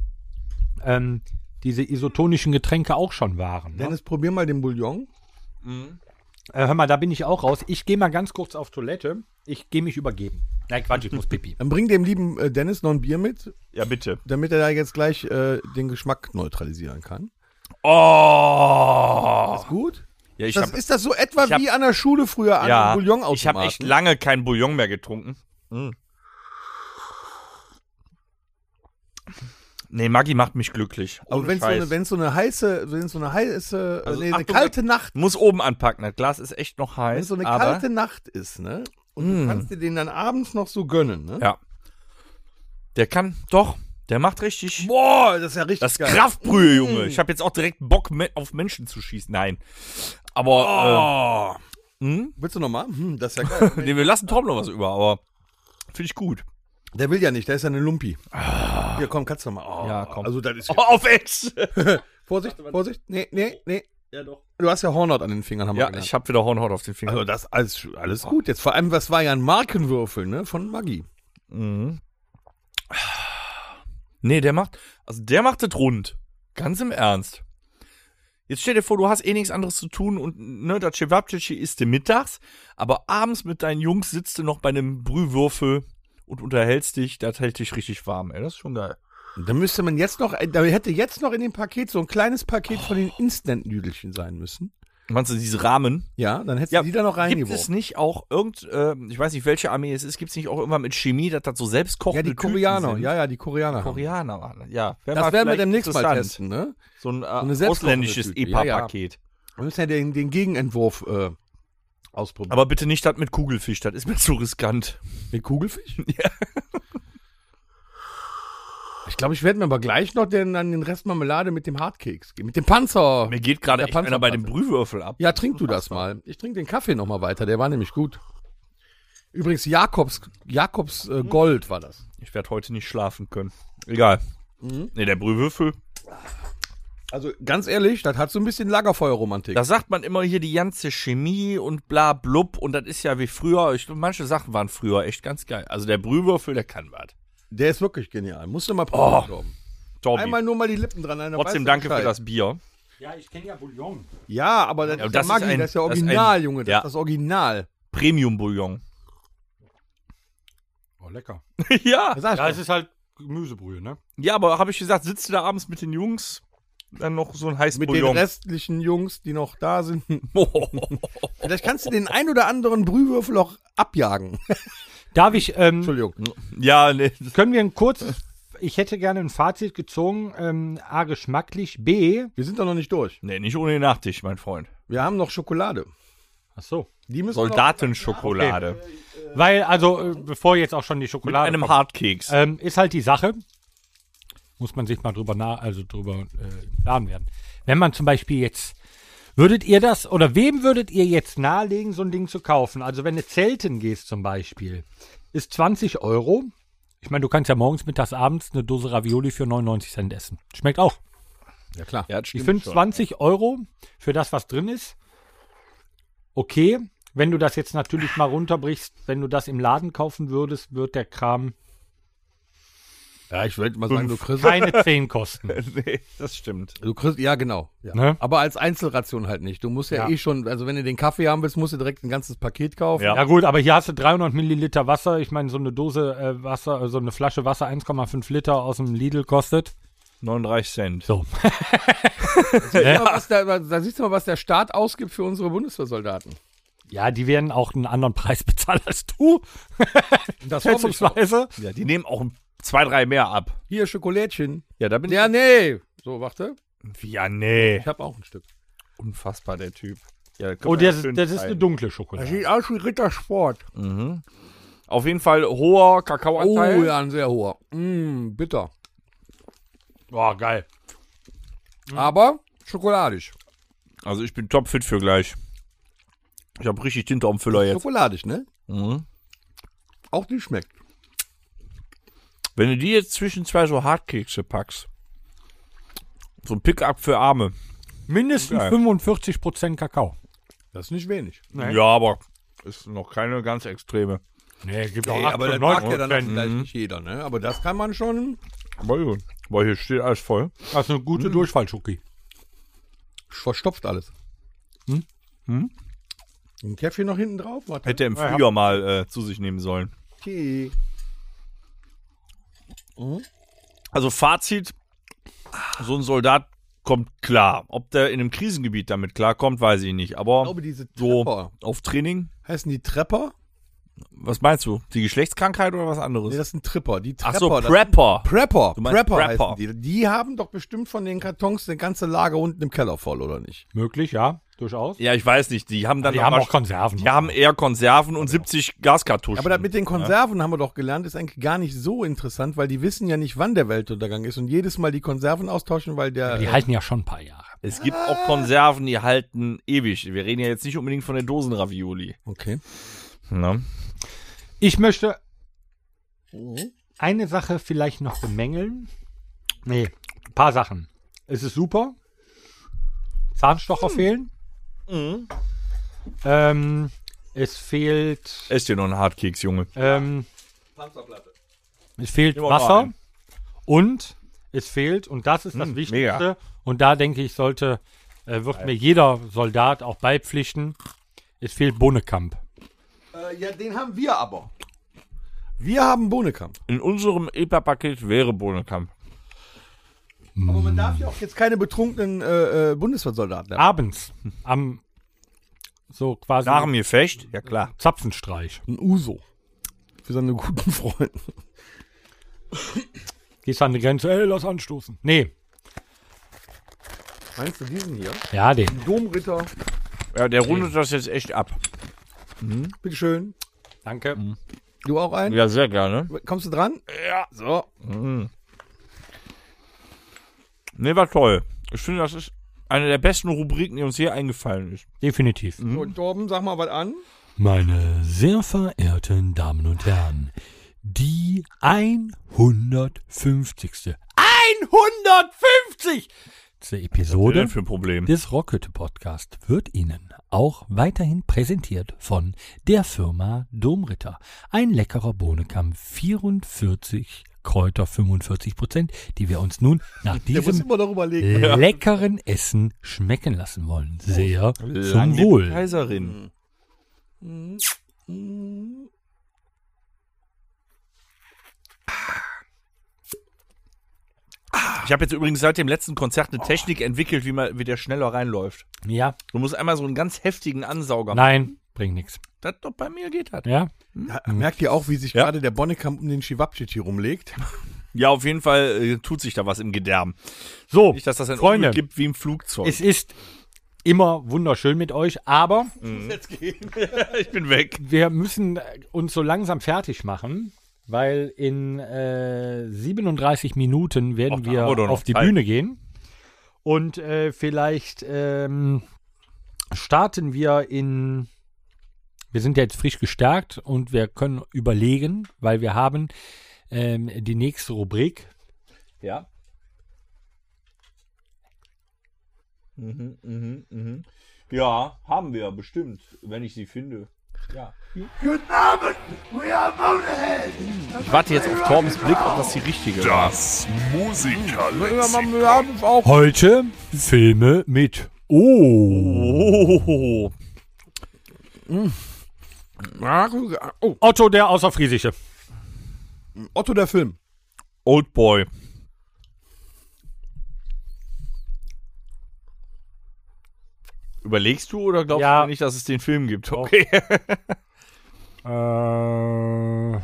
Speaker 2: ähm, diese isotonischen Getränke auch schon waren. Ne?
Speaker 3: Dennis, probier mal den Bouillon.
Speaker 2: Äh, hör mal, da bin ich auch raus. Ich gehe mal ganz kurz auf Toilette. Ich gehe mich übergeben. Nein, Quatsch, ich muss pipi.
Speaker 3: Dann bring dem lieben äh, Dennis noch ein Bier mit,
Speaker 4: Ja, bitte.
Speaker 3: damit er da jetzt gleich äh, den Geschmack neutralisieren kann.
Speaker 4: Oh!
Speaker 3: Ist gut?
Speaker 4: Ja, ich
Speaker 3: das,
Speaker 4: hab-
Speaker 3: ist das so etwa
Speaker 4: hab-
Speaker 3: wie an der Schule früher an
Speaker 4: ja,
Speaker 3: den Bouillonautomaten?
Speaker 4: ich habe echt lange kein Bouillon mehr getrunken. Mm. Nee, Maggi macht mich glücklich.
Speaker 3: Aber
Speaker 4: Ohne
Speaker 3: wenn so
Speaker 4: Scheiß.
Speaker 3: eine, wenn's so eine heiße, wenn so eine heiße, äh,
Speaker 4: Also
Speaker 3: nee, eine
Speaker 4: Achtung,
Speaker 3: kalte Nacht,
Speaker 4: Muss oben anpacken. Das Glas ist echt noch heiß.
Speaker 3: wenn so eine
Speaker 4: aber Mm.
Speaker 3: kalte Nacht ist, ne? Und du kannst dir den dann abends noch so gönnen, ne?
Speaker 4: Ja. Der kann, doch, der macht richtig.
Speaker 3: Boah, das ist ja richtig
Speaker 4: Das ist
Speaker 3: geil. Mm.
Speaker 4: Kraftbrühe, Junge. Ich habe jetzt auch direkt Bock, me- auf Menschen zu schießen. Nein. Aber,
Speaker 3: Willst du nochmal? Hm, das ist ja geil.
Speaker 4: äh, nee, wir lassen Tom noch was über, aber finde ich gut.
Speaker 3: der will ja nicht, der ist ja eine Lumpi. Hier, komm, kannst du nochmal. Oh,
Speaker 4: Ah. Ja, komm.
Speaker 3: Also, das ist
Speaker 4: Oh, auf Ex!
Speaker 3: Vorsicht, Vorsicht. Nee, nee, nee. Du hast ja Hornhaut an den Fingern, haben wir
Speaker 4: Ja,
Speaker 3: gelernt.
Speaker 4: ich Oh. habe wieder Hornhaut auf den Finger.
Speaker 3: Also das alles, alles gut. Jetzt vor allem, was war ja ein Markenwürfel, ne? Von Maggi.
Speaker 4: Mhm. Nee, der macht, also der macht das rund. Ganz im Ernst. Jetzt stell dir vor, du hast eh nichts anderes zu tun und ne, das Cevapcici isst du mittags, aber abends mit deinen Jungs sitzt du noch bei einem Brühwürfel und unterhältst dich, das hält dich richtig warm, ey, das ist schon geil.
Speaker 3: Da müsste man jetzt noch, da hätte jetzt noch in dem Paket so ein kleines Paket von den Instant-Nüdelchen sein müssen.
Speaker 4: Meinst du diese Rahmen?
Speaker 3: Ja, dann hättest
Speaker 4: Ja,
Speaker 3: du die da noch
Speaker 4: Gibt es
Speaker 3: reingeworfen.
Speaker 4: nicht auch irgend, äh, ich weiß nicht, welche Armee es ist, gibt es nicht auch irgendwann mit Chemie, dass das so
Speaker 3: Ja,
Speaker 4: selbstkochende
Speaker 3: die
Speaker 4: Tüten
Speaker 3: Koreaner.
Speaker 4: sind?
Speaker 3: Ja, ja, die Koreaner. haben.
Speaker 4: Koreaner waren, ja. Wär
Speaker 3: Das werden wir
Speaker 4: vielleicht
Speaker 3: demnächst mal
Speaker 4: interessant.
Speaker 3: testen, ne?
Speaker 4: So ein äh,
Speaker 3: eine selbstkochende
Speaker 4: ausländisches
Speaker 3: Tüte. Ja, ja.
Speaker 4: EPA-Paket.
Speaker 3: Wir müssen ja den, den Gegenentwurf äh, ausprobieren.
Speaker 4: Aber bitte nicht das mit Kugelfisch, das ist mir zu riskant.
Speaker 3: mit Kugelfisch?
Speaker 4: Ja.
Speaker 3: Ich glaube, ich werde mir aber gleich noch den, dann den Rest Marmelade mit dem Hartkeks geben. Mit dem Panzer.
Speaker 4: Mir geht gerade
Speaker 3: Der
Speaker 4: echt einer bei dem
Speaker 3: Panzerplatte.
Speaker 4: Brühwürfel ab.
Speaker 3: Ja, trink du das mal. Ich trinke den Kaffee nochmal weiter, der war nämlich gut. Übrigens, Jakobs, Jakobs
Speaker 4: Mhm.
Speaker 3: äh, Gold war das.
Speaker 4: Ich werde heute nicht schlafen können. Egal.
Speaker 3: Mhm.
Speaker 4: Nee, der Brühwürfel.
Speaker 3: Also ganz ehrlich, das hat so ein bisschen Lagerfeuerromantik.
Speaker 4: Da sagt man immer hier die ganze Chemie und bla blub und das ist ja wie früher. Ich, manche Sachen waren früher echt ganz geil. Also der Brühwürfel, der kann was.
Speaker 3: Der ist wirklich genial. Musst du mal probieren. Torben.
Speaker 4: Torbi,
Speaker 3: Einmal nur mal die Lippen dran. dann
Speaker 4: Oh, trotzdem
Speaker 3: weißt
Speaker 4: danke
Speaker 3: du
Speaker 4: für
Speaker 3: Bescheid.
Speaker 4: das Bier.
Speaker 2: Ja, ich kenne ja Bouillon.
Speaker 3: Ja, aber das,
Speaker 4: Ja, das
Speaker 3: ist ja
Speaker 4: ist
Speaker 3: Maggi,
Speaker 4: ein-
Speaker 3: das ist ja
Speaker 4: das ist ein-
Speaker 3: Original, Junge. Das
Speaker 4: ja.
Speaker 3: ist das Original.
Speaker 4: Premium-Bouillon.
Speaker 2: Oh, lecker.
Speaker 4: ja.
Speaker 3: Das heißt,
Speaker 2: Ja, es ist halt Gemüsebrühe, ne?
Speaker 4: Ja, aber habe ich gesagt, sitzt du da abends mit den Jungs, dann noch so ein heißes
Speaker 3: Mit den restlichen Jungs, die noch da sind. Vielleicht kannst du den ein oder anderen Brühwürfel auch abjagen.
Speaker 2: Darf ich, ähm,
Speaker 3: Entschuldigung.
Speaker 4: Ja, ne.
Speaker 2: können wir ein kurzes, ich hätte gerne ein Fazit gezogen, ähm, A, geschmacklich, B,
Speaker 3: Wir sind doch noch nicht durch.
Speaker 4: Nee, nicht ohne den Nachtisch, mein Freund.
Speaker 3: Wir haben noch Schokolade.
Speaker 2: ach so.
Speaker 3: Die müssen wir noch,
Speaker 4: Soldatenschokolade.
Speaker 2: Weil, also, äh, bevor jetzt auch schon die
Speaker 4: Mit
Speaker 2: Schokolade
Speaker 4: einem
Speaker 2: kommt,
Speaker 4: Hartkeks.
Speaker 2: ähm, ist halt die Sache, muss man sich mal drüber, na, also drüber äh, im Klaren werden. Wenn man zum Beispiel jetzt, würdet ihr das, oder wem würdet ihr jetzt nahelegen, so ein Ding zu kaufen? Also, wenn du zelten gehst zum Beispiel, ist 20 Euro, ich meine, du kannst ja morgens, mittags, abends eine Dose Ravioli für 99 Cent essen. Schmeckt auch.
Speaker 3: Ja klar.
Speaker 4: Ja, das
Speaker 2: Ich
Speaker 4: stimmt
Speaker 2: finde
Speaker 4: schon.
Speaker 2: 20 Euro für das, was drin ist, okay. Wenn du das jetzt natürlich mal runterbrichst, wenn du das im Laden kaufen würdest, wird der Kram
Speaker 3: Ja, ich würde mal sagen, du kriegst,
Speaker 2: keine 10 kosten.
Speaker 4: Nee, das stimmt.
Speaker 3: du kriegst ja genau. Ja.
Speaker 2: Ne?
Speaker 3: Aber als Einzelration halt nicht. Du musst ja,
Speaker 2: Ja.
Speaker 3: eh schon, also wenn du den Kaffee haben willst, musst du direkt ein ganzes Paket kaufen.
Speaker 4: Ja.
Speaker 2: Ja gut, aber hier hast du 300 Milliliter Wasser. Ich meine, so eine Dose äh, Wasser, äh, so eine Flasche Wasser 1,5 Liter aus dem Lidl kostet.
Speaker 4: 39 Cent.
Speaker 2: So.
Speaker 3: Guck mal, was da, da siehst du mal, was der Staat ausgibt für unsere Bundeswehrsoldaten.
Speaker 2: Ja, die werden auch einen anderen Preis bezahlen als du,
Speaker 3: Das
Speaker 2: schätzungsweise.
Speaker 4: Ja, die nehmen auch zwei, drei mehr ab.
Speaker 3: Hier, Schokolädchen.
Speaker 4: Ja, da bin
Speaker 3: Ja, nee. So, warte.
Speaker 4: ich. Ja, nee.
Speaker 3: Ich habe auch ein Stück.
Speaker 4: Unfassbar, der Typ. Ja, da können
Speaker 2: Oh,
Speaker 4: wir
Speaker 2: das,
Speaker 4: schön
Speaker 2: das ist eine
Speaker 4: teilen.
Speaker 2: dunkle Schokolade.
Speaker 3: sieht aus wie Rittersport.
Speaker 4: Auf jeden Fall hoher
Speaker 3: Oh
Speaker 4: Kakaoanteil.
Speaker 3: ja, ein sehr hoher. Mm, bitter.
Speaker 2: Boah, geil.
Speaker 3: Aber schokoladisch.
Speaker 4: Also ich bin topfit für gleich. Ich habe richtig Tinte am Füller jetzt.
Speaker 3: Schokoladisch, ne?
Speaker 4: Mhm.
Speaker 3: Auch die schmeckt.
Speaker 4: Wenn du die jetzt zwischen zwei so Hartkekse packst, so ein Pickup für Arme.
Speaker 2: Mindestens
Speaker 4: Geil.
Speaker 2: 45% Kakao.
Speaker 3: Das ist nicht wenig.
Speaker 2: Nee.
Speaker 4: Ja, aber ist noch keine ganz extreme.
Speaker 2: Nee, gibt auch
Speaker 3: Ey,
Speaker 2: 8
Speaker 3: aber das mag ja dann auch vielleicht nicht jeder, ne? Aber das kann man schon.
Speaker 4: Aber gut. Boah, hier steht alles voll.
Speaker 2: Das ist eine gute Durchfallschoki.
Speaker 3: Verstopft alles.
Speaker 2: Hm?
Speaker 3: Ein Käffchen noch hinten drauf? Warte.
Speaker 4: Hätte er im Flieger mal äh, zu sich nehmen sollen.
Speaker 3: Okay.
Speaker 4: Also Fazit, so ein Soldat kommt klar. Ob der in einem Krisengebiet damit klarkommt, weiß ich nicht.
Speaker 3: Ich
Speaker 4: Aber
Speaker 3: glaube, diese
Speaker 4: so
Speaker 3: Trepper.
Speaker 4: auf Training,
Speaker 3: Heißen die Trepper?
Speaker 4: was meinst du? Die Geschlechtskrankheit oder was
Speaker 3: Nee,
Speaker 4: anderes?
Speaker 3: das sind Tripper. Die
Speaker 4: Ach
Speaker 3: Trepper.
Speaker 4: so,
Speaker 3: das-
Speaker 4: Prepper.
Speaker 3: Prepper.
Speaker 4: Du meinst
Speaker 3: Prepper,
Speaker 4: Prepper.
Speaker 3: heißen die. Die haben doch bestimmt von den Kartons eine ganze Lager unten im Keller voll, oder nicht?
Speaker 2: Möglich, ja, durchaus.
Speaker 4: Ja, ich weiß nicht. Die haben dann
Speaker 2: Die
Speaker 4: noch
Speaker 2: haben
Speaker 4: mal-
Speaker 2: auch Konserven. ne?
Speaker 4: Die haben eher Konserven und 70 Gaskartuschen.
Speaker 3: Aber das mit den Konserven haben wir doch gelernt, ist eigentlich gar nicht so interessant, weil die wissen ja nicht, wann der Weltuntergang ist und jedes Mal die Konserven austauschen, weil der.
Speaker 2: Die halten ja schon ein paar Jahre.
Speaker 4: es gibt auch Konserven, die halten ewig. Wir reden ja jetzt nicht unbedingt von der Dosenravioli.
Speaker 3: Okay.
Speaker 4: Ne?
Speaker 2: Ich möchte
Speaker 4: Mhm.
Speaker 2: eine Sache vielleicht noch bemängeln. Nee, ein paar Sachen. Es ist super. Zahnstocher
Speaker 4: Hm.
Speaker 2: fehlen.
Speaker 4: Mhm.
Speaker 2: Ähm, es fehlt.
Speaker 4: Ess dir noch einen Hartkeks, Junge.
Speaker 2: Ähm, es fehlt
Speaker 4: Nehmen wir noch
Speaker 2: Wasser
Speaker 4: einen.
Speaker 2: und es fehlt, und das ist das
Speaker 4: Hm,
Speaker 2: Wichtigste,
Speaker 4: mega.
Speaker 2: und da denke ich, sollte, äh, wird mir jeder Soldat auch beipflichten, es fehlt Bonnekamp.
Speaker 3: Äh, ja, den haben wir aber. Wir haben Bohnekamp.
Speaker 4: In unserem EPA-Paket wäre Bohnenkampf.
Speaker 3: Aber man darf ja auch jetzt keine betrunkenen äh, äh, Bundeswehrsoldaten haben.
Speaker 2: Abends am so quasi
Speaker 4: Hm. Nach dem Gefecht? Ja, klar.
Speaker 2: Zapfenstreich.
Speaker 3: Ein Uso. Für seine guten Freunde.
Speaker 2: Gehst an die Grenze, ey, lass anstoßen. Nee,
Speaker 3: Meinst du diesen hier?
Speaker 2: ja, den.
Speaker 3: Domritter.
Speaker 4: Ja, der rundet das jetzt echt ab.
Speaker 3: Bitteschön.
Speaker 2: Danke.
Speaker 3: Du auch einen?
Speaker 4: Ja, sehr gerne.
Speaker 3: Kommst du dran? Ja. So.
Speaker 4: Nee, war toll. Ich finde, das ist eine der besten Rubriken, die uns hier eingefallen ist.
Speaker 2: Definitiv.
Speaker 4: Mhm.
Speaker 3: Und Torben, sag mal was an.
Speaker 2: Meine sehr verehrten Damen und Herren, die 150. 150! Episode
Speaker 4: für ein Problem?
Speaker 2: des Rockhütte Podcast wird Ihnen auch weiterhin präsentiert von der Firma Domritter. Ein leckerer Bohnenkamm 44 Kräuter 45%, die wir uns nun nach
Speaker 3: Der muss
Speaker 2: diesem
Speaker 3: immer noch überlegen.
Speaker 2: leckeren Essen schmecken lassen wollen.
Speaker 4: Oh,
Speaker 2: Sehr zum Wohl.
Speaker 4: Kaiserin. Ich habe jetzt übrigens seit dem letzten Konzert eine Technik entwickelt, wie, man, wie der schneller reinläuft.
Speaker 2: Ja.
Speaker 4: Du musst einmal so einen ganz heftigen Ansauger machen.
Speaker 2: Nein, bringt nichts.
Speaker 4: Das doch bei mir geht das.
Speaker 2: Ja.
Speaker 4: Hm.
Speaker 3: Merkt ihr auch, wie sich gerade der Bonnekamp um den Schivapschit hier rumlegt?
Speaker 4: Ja, auf jeden Fall äh, tut sich da was im Gedärm.
Speaker 2: So,
Speaker 4: Nicht, dass das ein
Speaker 2: Freunde.
Speaker 4: Unglück gibt wie im Flugzeug.
Speaker 2: es ist immer wunderschön mit euch, aber
Speaker 4: ich bin weg.
Speaker 2: wir müssen äh, uns so langsam fertig machen, weil in äh, 37 Minuten werden
Speaker 4: Ach, da
Speaker 2: wir
Speaker 4: haben wir doch noch
Speaker 2: auf die
Speaker 4: Zeit.
Speaker 2: Bühne gehen. Und äh, vielleicht ähm, starten wir in. Wir sind ja jetzt frisch gestärkt und wir können überlegen, weil wir haben ähm, die nächste Rubrik.
Speaker 4: Ja. Mhm, mhm, mhm. Ja, haben wir bestimmt, wenn ich sie finde. Ja. Ich warte jetzt auf Torbens Blick, ob das die richtige ist.
Speaker 1: Das Musikerlexikon.
Speaker 2: Heute Filme mit. Oh.
Speaker 4: Oh, ah,
Speaker 3: Oh,
Speaker 2: Otto der Außerfriesische.
Speaker 3: Otto der Film.
Speaker 4: Old Boy. Überlegst du oder glaubst
Speaker 2: Ja.
Speaker 4: du nicht, dass es den Film gibt? Okay.
Speaker 2: Äh.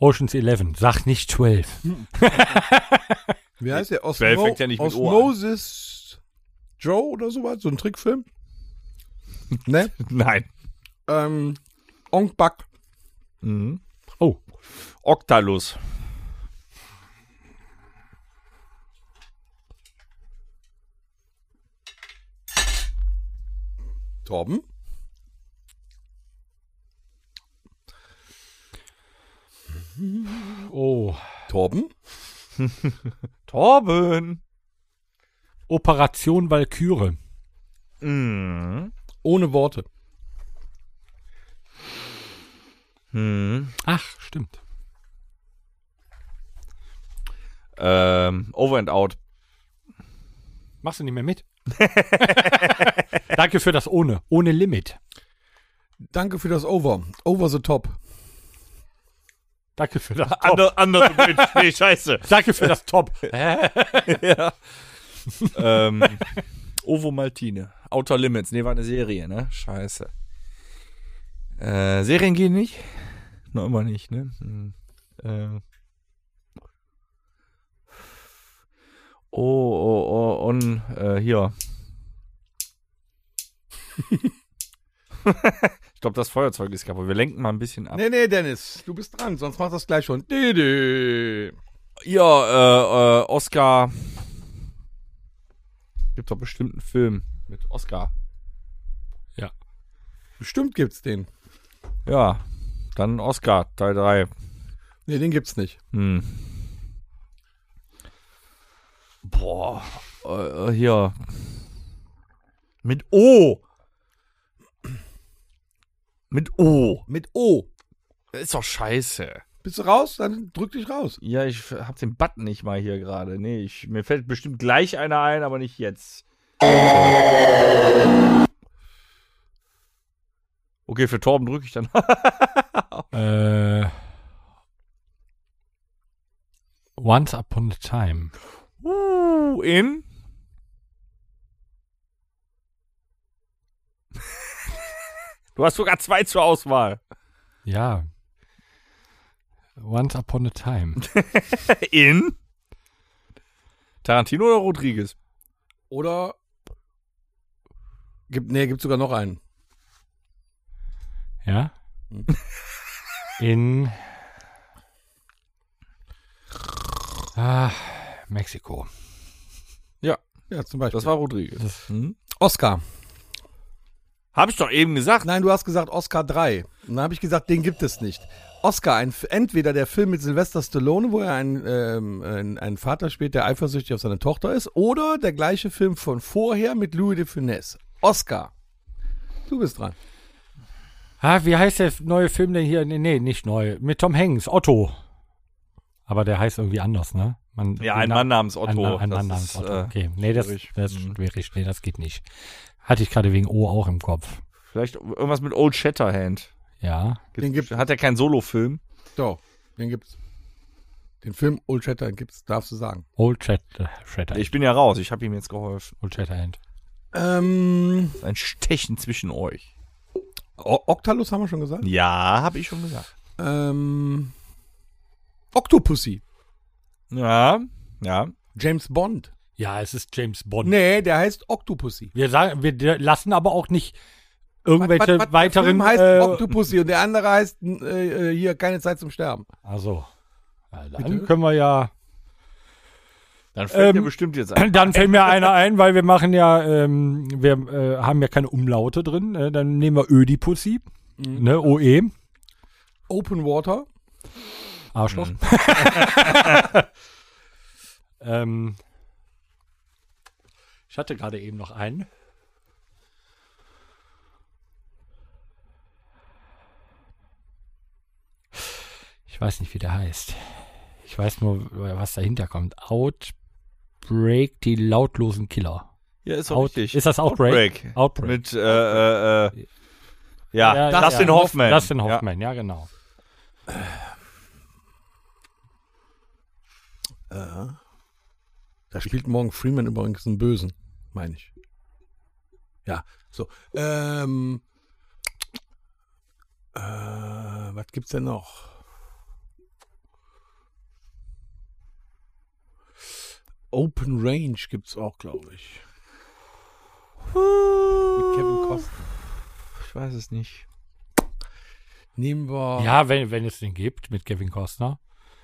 Speaker 2: Oceans 11, sag nicht 12.
Speaker 3: Wie heißt der? Osmo
Speaker 4: Well, fängt ja nicht mit O an.
Speaker 3: Osmosis Joe oder sowas? So ein Trickfilm? ne?
Speaker 4: Nein.
Speaker 3: Ähm, Onk Bak.
Speaker 2: Oh,
Speaker 4: Octalus.
Speaker 3: Torben?
Speaker 2: oh.
Speaker 3: Torben?
Speaker 4: Torben.
Speaker 2: Operation Valkyrie.
Speaker 4: Mhm.
Speaker 3: Ohne Worte.
Speaker 4: Mhm.
Speaker 2: Ach, stimmt.
Speaker 4: Ähm, over and out.
Speaker 2: Machst du nicht mehr mit? Danke für das ohne. Ohne Limit.
Speaker 3: Danke für das Over. Over the top.
Speaker 2: Danke für das Top.
Speaker 4: Ander, andere Bridge. Nee, scheiße.
Speaker 2: Danke für das Top.
Speaker 4: ähm, Ovo Maltine. Outer Limits. Nee, war eine Serie, ne? Scheiße. Äh, Serien gehen nicht? Noch immer nicht, ne? Hm. Äh. Oh, oh, oh, on, äh, hier. ich glaube, das Feuerzeug ist kaputt. Wir lenken mal ein bisschen ab.
Speaker 3: Nee, nee, Dennis, du bist dran, sonst macht das gleich schon. Dü, dü.
Speaker 4: Ja, äh, äh, Oscar. Gibt doch bestimmt einen Film mit Oscar.
Speaker 3: Bestimmt gibt's den.
Speaker 4: Ja, dann Oscar, Teil 3.
Speaker 3: Nee, den gibt's nicht.
Speaker 4: Hm. Boah, äh, äh, hier. Mit O. Mit O.
Speaker 3: Mit O.
Speaker 4: Ist doch scheiße.
Speaker 3: Bist du raus? Dann drück dich raus.
Speaker 4: Ja, ich f- hab den Button nicht mal hier gerade. Nee, ich, mir fällt bestimmt gleich einer ein, aber nicht jetzt. Okay, für Torben drücke ich dann.
Speaker 2: äh. Once upon a time.
Speaker 4: Uh, in? Du hast sogar zwei zur Auswahl.
Speaker 2: Ja. Once upon a time.
Speaker 4: In? Tarantino oder Rodriguez?
Speaker 3: Oder. Gibt, nee, gibt sogar noch einen.
Speaker 2: Ja?
Speaker 4: Hm.
Speaker 2: In ah, Mexiko.
Speaker 3: Ja, zum Beispiel.
Speaker 4: Das war Rodriguez. Hm?
Speaker 3: Oscar.
Speaker 4: Hab ich doch eben gesagt. ne?
Speaker 3: Nein, du hast gesagt Oscar 3. Und dann habe ich gesagt, den gibt es nicht. Oscar, ein, F- entweder der Film mit Sylvester Stallone, wo er einen, ähm, einen, einen Vater spielt, der eifersüchtig auf seine Tochter ist, oder der gleiche Film von vorher mit Louis de Funès. Oscar. Du bist dran.
Speaker 2: Ah, wie heißt der neue Film denn hier? Nee, nee, nicht neu. Mit Tom Hanks, Otto. Aber der heißt irgendwie anders, ne? Man,
Speaker 4: Ja, ein Mann namens Otto.
Speaker 2: Ein, ein
Speaker 4: Das
Speaker 2: Mann namens
Speaker 4: ist,
Speaker 2: Otto.
Speaker 4: äh,
Speaker 2: Okay, nee, das,
Speaker 4: schwierig. Hm.
Speaker 2: das ist schwierig. Nee, das geht nicht. Hatte ich gerade wegen O auch im Kopf.
Speaker 4: Vielleicht irgendwas mit Old Shatterhand.
Speaker 2: Ja.
Speaker 3: Den gibt's.
Speaker 4: Hat er keinen Solo-Film?
Speaker 3: Doch, den gibt's. Den Film Old Shatterhand gibt's, darfst du sagen.
Speaker 2: Old Shat Shatterhand.
Speaker 4: Ich bin ja raus, ich habe ihm jetzt geholfen.
Speaker 2: Old Shatterhand.
Speaker 3: Ähm,
Speaker 4: Ein Stechen zwischen euch.
Speaker 3: O- Octalus haben wir schon gesagt.
Speaker 4: Ja, habe ich schon gesagt.
Speaker 3: Ähm, Octopussy.
Speaker 4: Ja, ja.
Speaker 3: James Bond.
Speaker 2: Ja, es ist James Bond.
Speaker 3: Nee, der heißt Octopussy.
Speaker 2: Wir sagen, wir d- lassen aber auch nicht irgendwelche
Speaker 3: Was- was- was-
Speaker 2: weiteren.
Speaker 3: Der Film heißt
Speaker 2: äh,
Speaker 3: Octopussy und der andere heißt äh, äh, hier keine Zeit zum Sterben.
Speaker 2: also, ja, dann
Speaker 3: Bitte?
Speaker 2: können wir ja.
Speaker 4: Dann fällt
Speaker 2: Ähm,
Speaker 4: mir bestimmt jetzt ein.
Speaker 2: Dann fällt mir einer ein, weil wir machen ja, ähm, wir äh, haben ja keine Umlaute drin. Äh, dann nehmen wir Ödipussy, ne, OE,
Speaker 3: Open Water.
Speaker 2: Arschloch.
Speaker 4: Mhm.
Speaker 2: ähm, ich hatte gerade eben noch einen. Ich weiß nicht, wie der heißt. Ich weiß nur, was dahinter kommt. Outbreak, die lautlosen Killer.
Speaker 4: Ja, ist
Speaker 2: Out, ist das Outbreak?
Speaker 4: Outbreak. Mit, äh, äh, äh, ja,
Speaker 2: Ja, ja,
Speaker 4: Dustin
Speaker 2: ja.
Speaker 4: Hoffman.
Speaker 2: Dustin
Speaker 4: Ja.
Speaker 2: Hoffman, ja, genau.
Speaker 3: Da spielt Morgan Freeman übrigens einen Bösen, meine ich. Ja, so. Ähm, äh, was gibt's denn noch? Open Range gibt's auch, glaube ich. Mit Kevin Costner.
Speaker 4: Ich weiß es nicht.
Speaker 3: Nehmen wir
Speaker 2: Ja, wenn, wenn es den gibt mit Kevin Costner.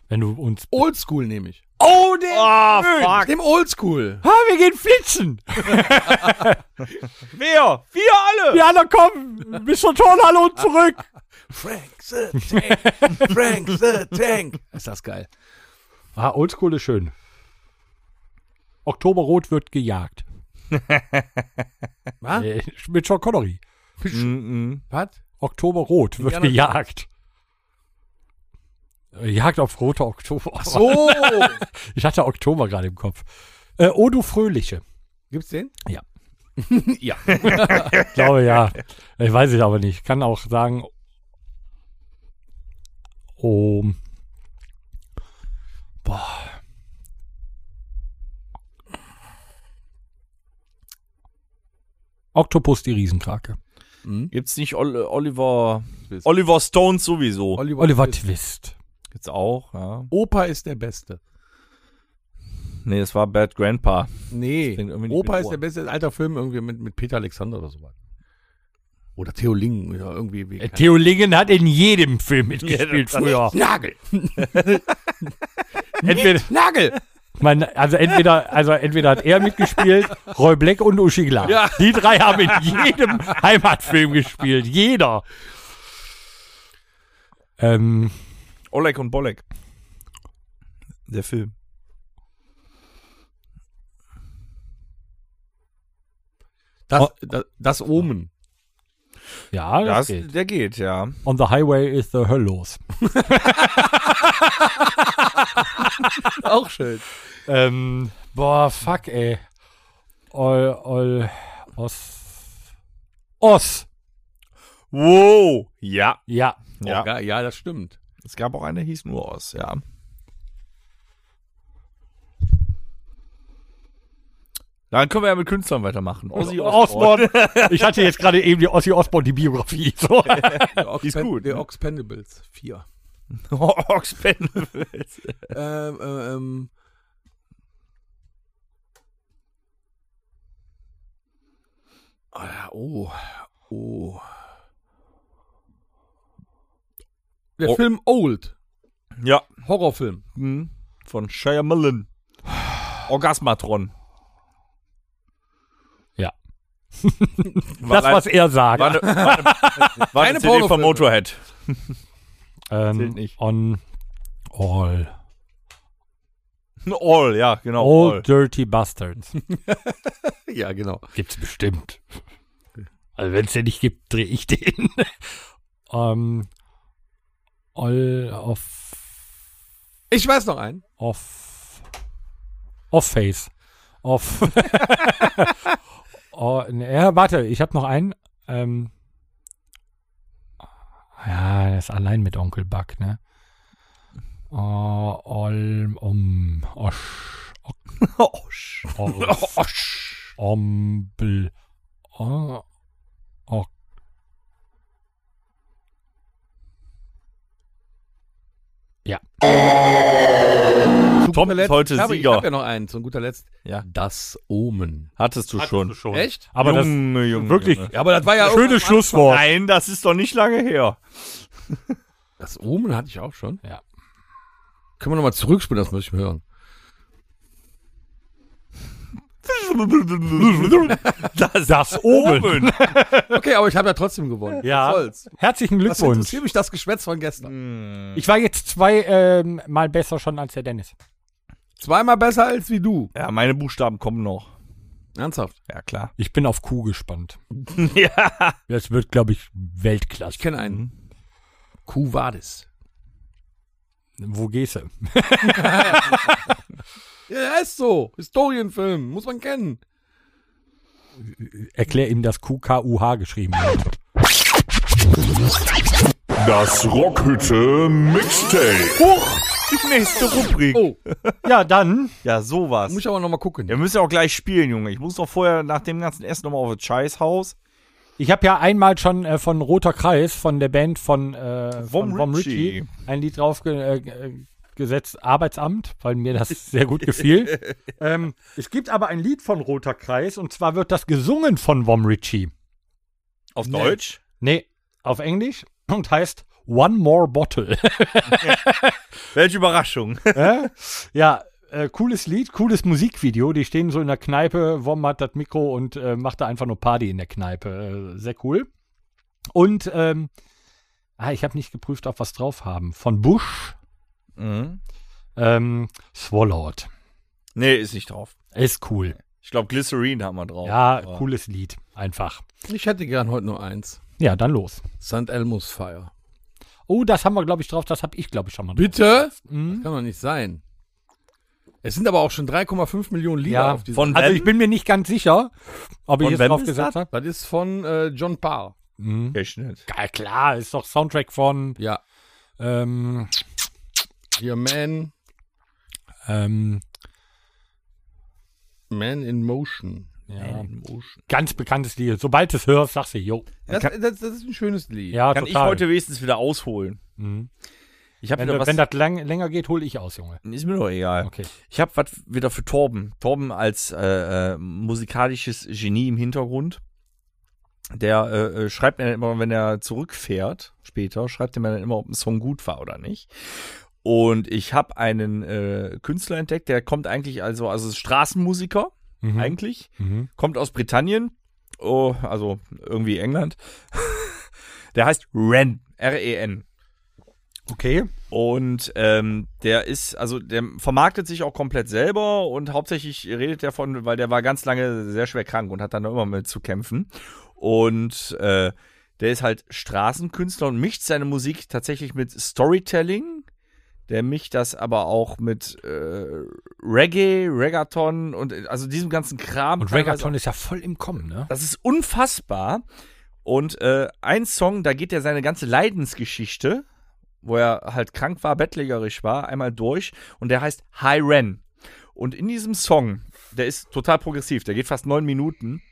Speaker 2: Wenn du uns.
Speaker 3: Oldschool, nehme ich.
Speaker 2: Oh, der!
Speaker 4: Ah,
Speaker 3: Mit
Speaker 4: fuck.
Speaker 3: dem Oldschool.
Speaker 2: Ah, wir gehen flitzen!
Speaker 4: Wer? Wir alle!
Speaker 2: Die anderen kommen bis zur Turnhalle und zurück!
Speaker 3: Frank the Tank. Frank the Tank. Ist das geil.
Speaker 2: Ah, Oldschool ist schön. Oktoberrot wird gejagt.
Speaker 3: Was?
Speaker 2: Äh, mit Sean Connery.
Speaker 4: Mhm.
Speaker 3: Was?
Speaker 2: Oktoberrot wird
Speaker 3: Indiana
Speaker 2: gejagt. Äh, Jagd auf rote Oktober.
Speaker 3: So.
Speaker 2: Ich hatte Oktober gerade im Kopf. Äh, oh, du Fröhliche.
Speaker 3: Gibt's den?
Speaker 2: Ich glaube ja. Ich weiß es aber nicht. Ich kann auch sagen. Oh. Boah. Oktopus, die Riesenkrake.
Speaker 4: Gibt's nicht Ol Oliver.
Speaker 3: Twist.
Speaker 4: Oliver Stones sowieso.
Speaker 3: Oliver,
Speaker 2: Oliver
Speaker 3: Twist.
Speaker 2: Twist.
Speaker 4: Gibt's auch, ja.
Speaker 3: Opa ist der Beste.
Speaker 4: Nee, das war Bad Grandpa.
Speaker 3: Nee,
Speaker 4: klingt irgendwie nicht
Speaker 3: Opa
Speaker 4: mit
Speaker 3: ist
Speaker 4: Ohren.
Speaker 3: der Beste. Ein alter Film irgendwie mit, mit Peter Alexander oder sowas. Oder Theo Ling oder irgendwie. Wie,
Speaker 2: Äh, Theo Lingen hat in jedem Film mitgespielt früher.
Speaker 3: Nagel.
Speaker 2: Entweder,
Speaker 3: Nagel.
Speaker 2: man, also, entweder, also entweder hat er mitgespielt, Roy Black und Uschi Glas. Die drei haben in jedem Heimatfilm gespielt. Jeder. Ähm,
Speaker 4: Oleg und Bolek. Der Film.
Speaker 3: Das, das, das Omen.
Speaker 2: ja, das,
Speaker 4: Das,
Speaker 2: geht.
Speaker 4: der geht, ja.
Speaker 2: On the Highway is the Hölle los.
Speaker 3: Auch schön.
Speaker 2: Ähm, boah, fuck, ey. Ol, ol, os. Os.
Speaker 4: Wow. Ja.
Speaker 2: Ja.
Speaker 4: Ja.
Speaker 3: Ja, ja, das stimmt.
Speaker 4: Es gab auch einen, der hieß nur aus, ja. Dann können wir ja mit Künstlern weitermachen. Ozzy Osbourne.
Speaker 2: Ich hatte jetzt gerade eben die Ossi Osborn, die Biografie. So.
Speaker 3: Der Ox
Speaker 4: Ist gut.
Speaker 3: Der Ox Pendables 4.
Speaker 4: Ox Pendables.
Speaker 3: Ähm, ähm, ah ja, oh, oh. Der
Speaker 4: Oh.
Speaker 3: Film Old,
Speaker 4: Ja.
Speaker 3: Horrorfilm.
Speaker 4: Hm. Von Shia Millen. Orgasmatron.
Speaker 2: Ja.
Speaker 4: war
Speaker 2: Das, was er sagt.
Speaker 4: war eine, war eine, war eine
Speaker 3: Keine
Speaker 4: CD von
Speaker 3: Pornofilme.
Speaker 4: Motorhead.
Speaker 2: ähm,
Speaker 4: Zählt nicht.
Speaker 2: On All.
Speaker 4: All, ja, genau.
Speaker 2: all,
Speaker 4: all.
Speaker 2: Dirty Bastards.
Speaker 3: Ja, genau.
Speaker 2: Gibt's bestimmt. Also wenn es den nicht gibt, drehe ich den. ähm, all of
Speaker 3: Ich weiß noch einen.
Speaker 2: Off. Off Face. Off. oh, ne, ja, warte, ich habe noch einen. Ähm, Ja, das ist allein mit Onkel Buck, ne? Oh, Olm, Om, Osch,
Speaker 4: Osch.
Speaker 2: Orf, Osch, Ombel, O, Ok.
Speaker 3: Zu
Speaker 4: Tom
Speaker 3: guter
Speaker 4: ist
Speaker 3: Letzt-
Speaker 4: heute
Speaker 3: ich habe,
Speaker 4: Sieger.
Speaker 3: Ich habe ja noch einen, zum guter Letzt.
Speaker 4: Ja. Oh.
Speaker 3: Das Omen.
Speaker 4: Hattest du schon.
Speaker 3: Echt?
Speaker 2: Aber das
Speaker 4: Junge, Junge,
Speaker 2: wirklich
Speaker 4: Junge.
Speaker 3: Ja, aber das war ja oh,
Speaker 2: schönes Schlusswort.
Speaker 4: Nein, das ist doch nicht lange her.
Speaker 3: Das Omen hatte ich auch schon.
Speaker 2: Ja.
Speaker 3: Können wir nochmal zurückspielen, das möchte ich hören.
Speaker 4: Das, das oben.
Speaker 3: Okay, aber ich habe ja trotzdem gewonnen.
Speaker 2: Ja.
Speaker 3: Was soll's?
Speaker 2: Herzlichen
Speaker 3: Was
Speaker 2: Glückwunsch.
Speaker 3: interessiert mich das Geschwätz von gestern?
Speaker 2: Ich war jetzt zwei ähm, Mal besser schon als der Dennis.
Speaker 3: Zweimal besser als wie du.
Speaker 4: Ja, meine Buchstaben kommen noch.
Speaker 3: Ernsthaft.
Speaker 4: Ja, klar.
Speaker 2: Ich bin auf Q gespannt.
Speaker 4: ja.
Speaker 2: Das wird, glaube ich,
Speaker 3: Ich
Speaker 2: Weltklasse.
Speaker 3: kenne
Speaker 4: Mhm.
Speaker 3: einen. Kuh Vadis.
Speaker 2: Wo gehst du?
Speaker 3: Ja, der ist so. Historienfilm. Muss man kennen.
Speaker 2: Erklär ihm, dass QKUH geschrieben wird.
Speaker 1: Das Rockhütte Mixtape.
Speaker 4: Die nächste Rubrik.
Speaker 3: Oh,
Speaker 2: Ja, dann.
Speaker 4: Ja, sowas.
Speaker 3: muss ich aber nochmal gucken.
Speaker 4: Wir müssen ja auch gleich spielen, Junge. Ich muss doch vorher nach dem ganzen Essen nochmal auf das Scheißhaus.
Speaker 2: Ich habe ja einmal schon äh, von Roter Kreis, von der Band von, äh, von Vom
Speaker 4: Ritchie.
Speaker 2: Ritchie, ein Lied drauf ge äh, ge- äh, gesetzt, Arbeitsamt, weil mir das sehr gut gefiel. ähm, es gibt aber ein Lied von Roter Kreis und zwar wird das gesungen von Vom Ritchie.
Speaker 4: Auf Deutsch?
Speaker 2: Nee, auf Englisch und heißt One More Bottle.
Speaker 4: Welche Überraschung.
Speaker 2: Äh? ja, äh, cooles Lied, cooles Musikvideo. Die stehen so in der Kneipe, Wom hat das Mikro und äh, macht da einfach nur Party in der Kneipe. Äh, sehr cool. Und ähm, ah, ich habe nicht geprüft, ob was drauf haben. Von Bush,
Speaker 4: Mhm.
Speaker 2: ähm, Swallowed.
Speaker 4: Nee, ist nicht drauf.
Speaker 2: Ist cool.
Speaker 4: Ich glaube, Glycerin haben wir drauf.
Speaker 2: Ja,
Speaker 3: Oh,
Speaker 4: Aber-
Speaker 2: cooles Lied. Einfach.
Speaker 3: Ich hätte gern heute nur eins.
Speaker 2: Ja, dann los.
Speaker 3: St. Elmo's Fire.
Speaker 2: Oh, das haben wir, glaube ich, drauf. Das habe ich, glaube ich, schon mal drauf.
Speaker 3: Bitte? Das
Speaker 2: Mhm.
Speaker 3: kann doch nicht sein. Es sind aber auch schon 3,5 Millionen Lieder
Speaker 2: Ja,
Speaker 3: auf diesem.
Speaker 4: Von
Speaker 2: Also
Speaker 4: wem?
Speaker 2: ich bin mir nicht ganz sicher, ob ich
Speaker 4: Von
Speaker 2: jetzt
Speaker 4: wem
Speaker 2: drauf
Speaker 4: ist
Speaker 2: gesagt habe.
Speaker 3: das ist von äh, John Parr.
Speaker 2: Mhm.
Speaker 4: Echt nicht.
Speaker 2: Ja, klar, ist doch Soundtrack von
Speaker 3: Ja.
Speaker 2: ähm,
Speaker 3: Hier Man,
Speaker 2: ähm,
Speaker 3: Man in Motion.
Speaker 2: ja, ganz bekanntes Lied. Sobald du es hörst, sagst du, jo.
Speaker 3: Das, das, das ist ein schönes Lied.
Speaker 2: Ja,
Speaker 4: Kann ich
Speaker 2: total.
Speaker 4: heute wenigstens wieder ausholen.
Speaker 2: Mhm.
Speaker 4: Ich habe
Speaker 2: wenn,
Speaker 4: wieder
Speaker 2: du-
Speaker 4: was.
Speaker 2: wenn das lang, länger geht, hole ich aus, Junge.
Speaker 4: ist mir doch egal.
Speaker 2: Okay.
Speaker 4: Ich habe was wieder für Torben. Torben als äh, äh, musikalisches Genie im Hintergrund. Der äh, äh, schreibt mir dann immer, wenn er zurückfährt, später, schreibt er mir dann immer, ob ein Song gut war oder nicht. Und ich habe einen äh, Künstler entdeckt, der kommt eigentlich, also, also ist Straßenmusiker
Speaker 2: Mhm.
Speaker 4: eigentlich,
Speaker 2: Mhm.
Speaker 4: kommt aus Britannien, oh, also irgendwie England. der heißt Ren, E R-E-N.
Speaker 2: Okay.
Speaker 4: Und ähm, der ist, also der vermarktet sich auch komplett selber und hauptsächlich redet er von, weil der war ganz lange sehr schwer krank und hat dann immer mit zu kämpfen. Und äh, der ist halt Straßenkünstler und mischt seine Musik tatsächlich mit Storytelling. Der mischt das aber auch mit äh, Reggae, Reggaeton und äh, also diesem ganzen Kram.
Speaker 2: Und Reggaeton ist ja voll im Kommen, ne?
Speaker 4: Das ist unfassbar. Und äh, ein Song, da geht er seine ganze Leidensgeschichte, wo er halt krank war, bettlägerisch war, einmal durch. Und der heißt High Ren. Und in diesem Song, der ist total progressiv, der geht fast neun Minuten,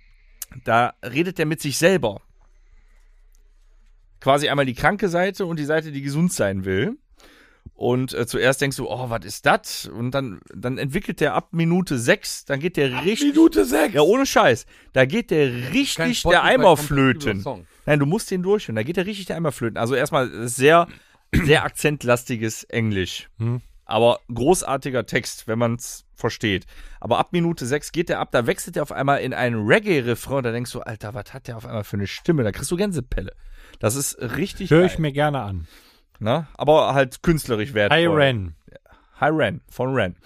Speaker 4: da redet er mit sich selber. Quasi einmal die kranke Seite und die Seite, die gesund sein will. Und äh, zuerst denkst du, oh, was ist das? Und dann, dann entwickelt der ab Minute sechs, dann geht der richtig.
Speaker 3: Minute 6.
Speaker 4: Ja, ohne Scheiß. Da geht der
Speaker 3: Kein
Speaker 4: richtig
Speaker 3: Spotify
Speaker 4: der Eimer
Speaker 3: kommt über
Speaker 4: flöten.
Speaker 3: Song.
Speaker 4: Nein, du musst den durchhören. Da geht der richtig der Eimer flöten. Also erstmal das ist sehr, sehr akzentlastiges Englisch.
Speaker 3: Hm.
Speaker 4: Aber großartiger Text, wenn man es versteht. Aber ab Minute 6 geht der ab, da wechselt er auf einmal in einen Reggae-Refrain. Da denkst du, Alter, was hat der auf einmal für eine Stimme? Da kriegst du Gänsepelle. Das ist richtig
Speaker 2: Höre ich
Speaker 4: geil,
Speaker 2: mir gerne an.
Speaker 4: ne? Aber halt künstlerisch wertvoll.
Speaker 2: Hi, Ren.
Speaker 4: Hi Ren, von Ren.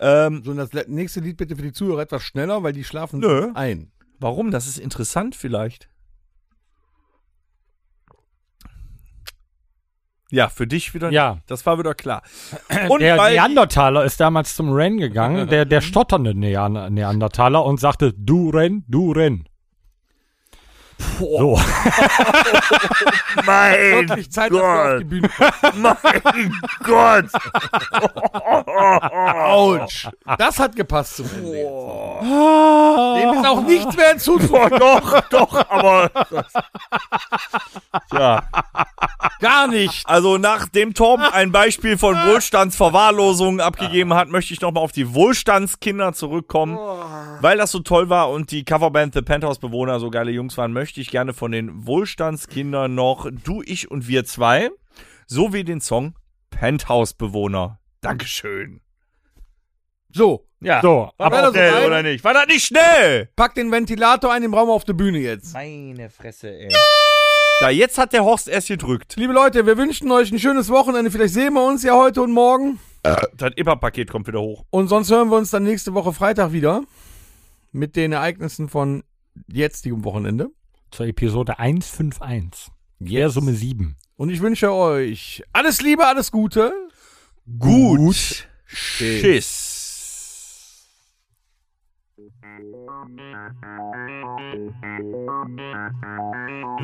Speaker 4: Ähm,
Speaker 3: So, und das le- nächste Lied bitte für die Zuhörer etwas schneller, weil die schlafen
Speaker 4: Nö.
Speaker 3: ein.
Speaker 4: warum? Das ist interessant vielleicht. Ja, für dich wieder
Speaker 2: Ja.
Speaker 4: Das war wieder klar. Und
Speaker 2: Der
Speaker 4: weil-
Speaker 2: Neandertaler ist damals zum Ren gegangen, der, der stotternde Nean- Neandertaler, und sagte, du Ren, du Ren. So,
Speaker 8: Mein
Speaker 3: Wirklich Zeit, dass wir auf die Bühne
Speaker 8: Gott!
Speaker 3: kommen. Autsch. Das hat gepasst zu mir. Dem ist auch nichts mehr hinzuzufügen.
Speaker 8: Oh, Doch, doch, aber
Speaker 3: Gar nicht.
Speaker 4: Also nachdem Torben ein Beispiel von Wohlstandsverwahrlosung abgegeben hat, möchte ich nochmal auf die Wohlstandskinder zurückkommen. Weil das so toll war und die Coverband The Penthouse Bewohner so geile Jungs waren, möchte ich gerne von den Wohlstandskindern noch Du, ich und wir zwei sowie den Song Penthouse Bewohner. Dankeschön.
Speaker 3: So,
Speaker 5: Ja.
Speaker 2: so.
Speaker 5: War
Speaker 3: War das so
Speaker 5: das schnell,
Speaker 3: weit?
Speaker 5: oder nicht? War das nicht schnell?
Speaker 4: Schnell!
Speaker 3: pack den Ventilator in den Raum auf die Bühne jetzt.
Speaker 5: Meine Fresse, ey.
Speaker 4: Da jetzt hat der Horst erst gedrückt.
Speaker 3: Liebe Leute, wir wünschen euch ein schönes Wochenende. Vielleicht sehen wir uns ja heute und morgen.
Speaker 4: Das IPA-Paket kommt wieder hoch.
Speaker 3: Und sonst hören wir uns dann nächste Woche Freitag wieder mit den Ereignissen von jetzigem Wochenende.
Speaker 2: Zur Episode 151. Der Summe 7.
Speaker 3: Und ich wünsche euch alles Liebe, alles Gute.
Speaker 4: Gut. Schiss.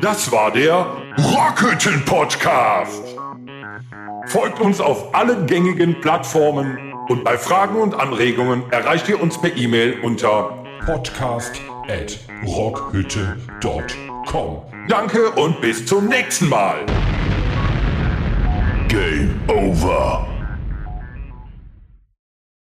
Speaker 1: Das war der Rockhütten Podcast. Folgt uns auf allen gängigen Plattformen und bei Fragen und Anregungen erreicht ihr uns per E-Mail unter podcast@rockhütte.com. Danke und bis zum nächsten Mal. Game over.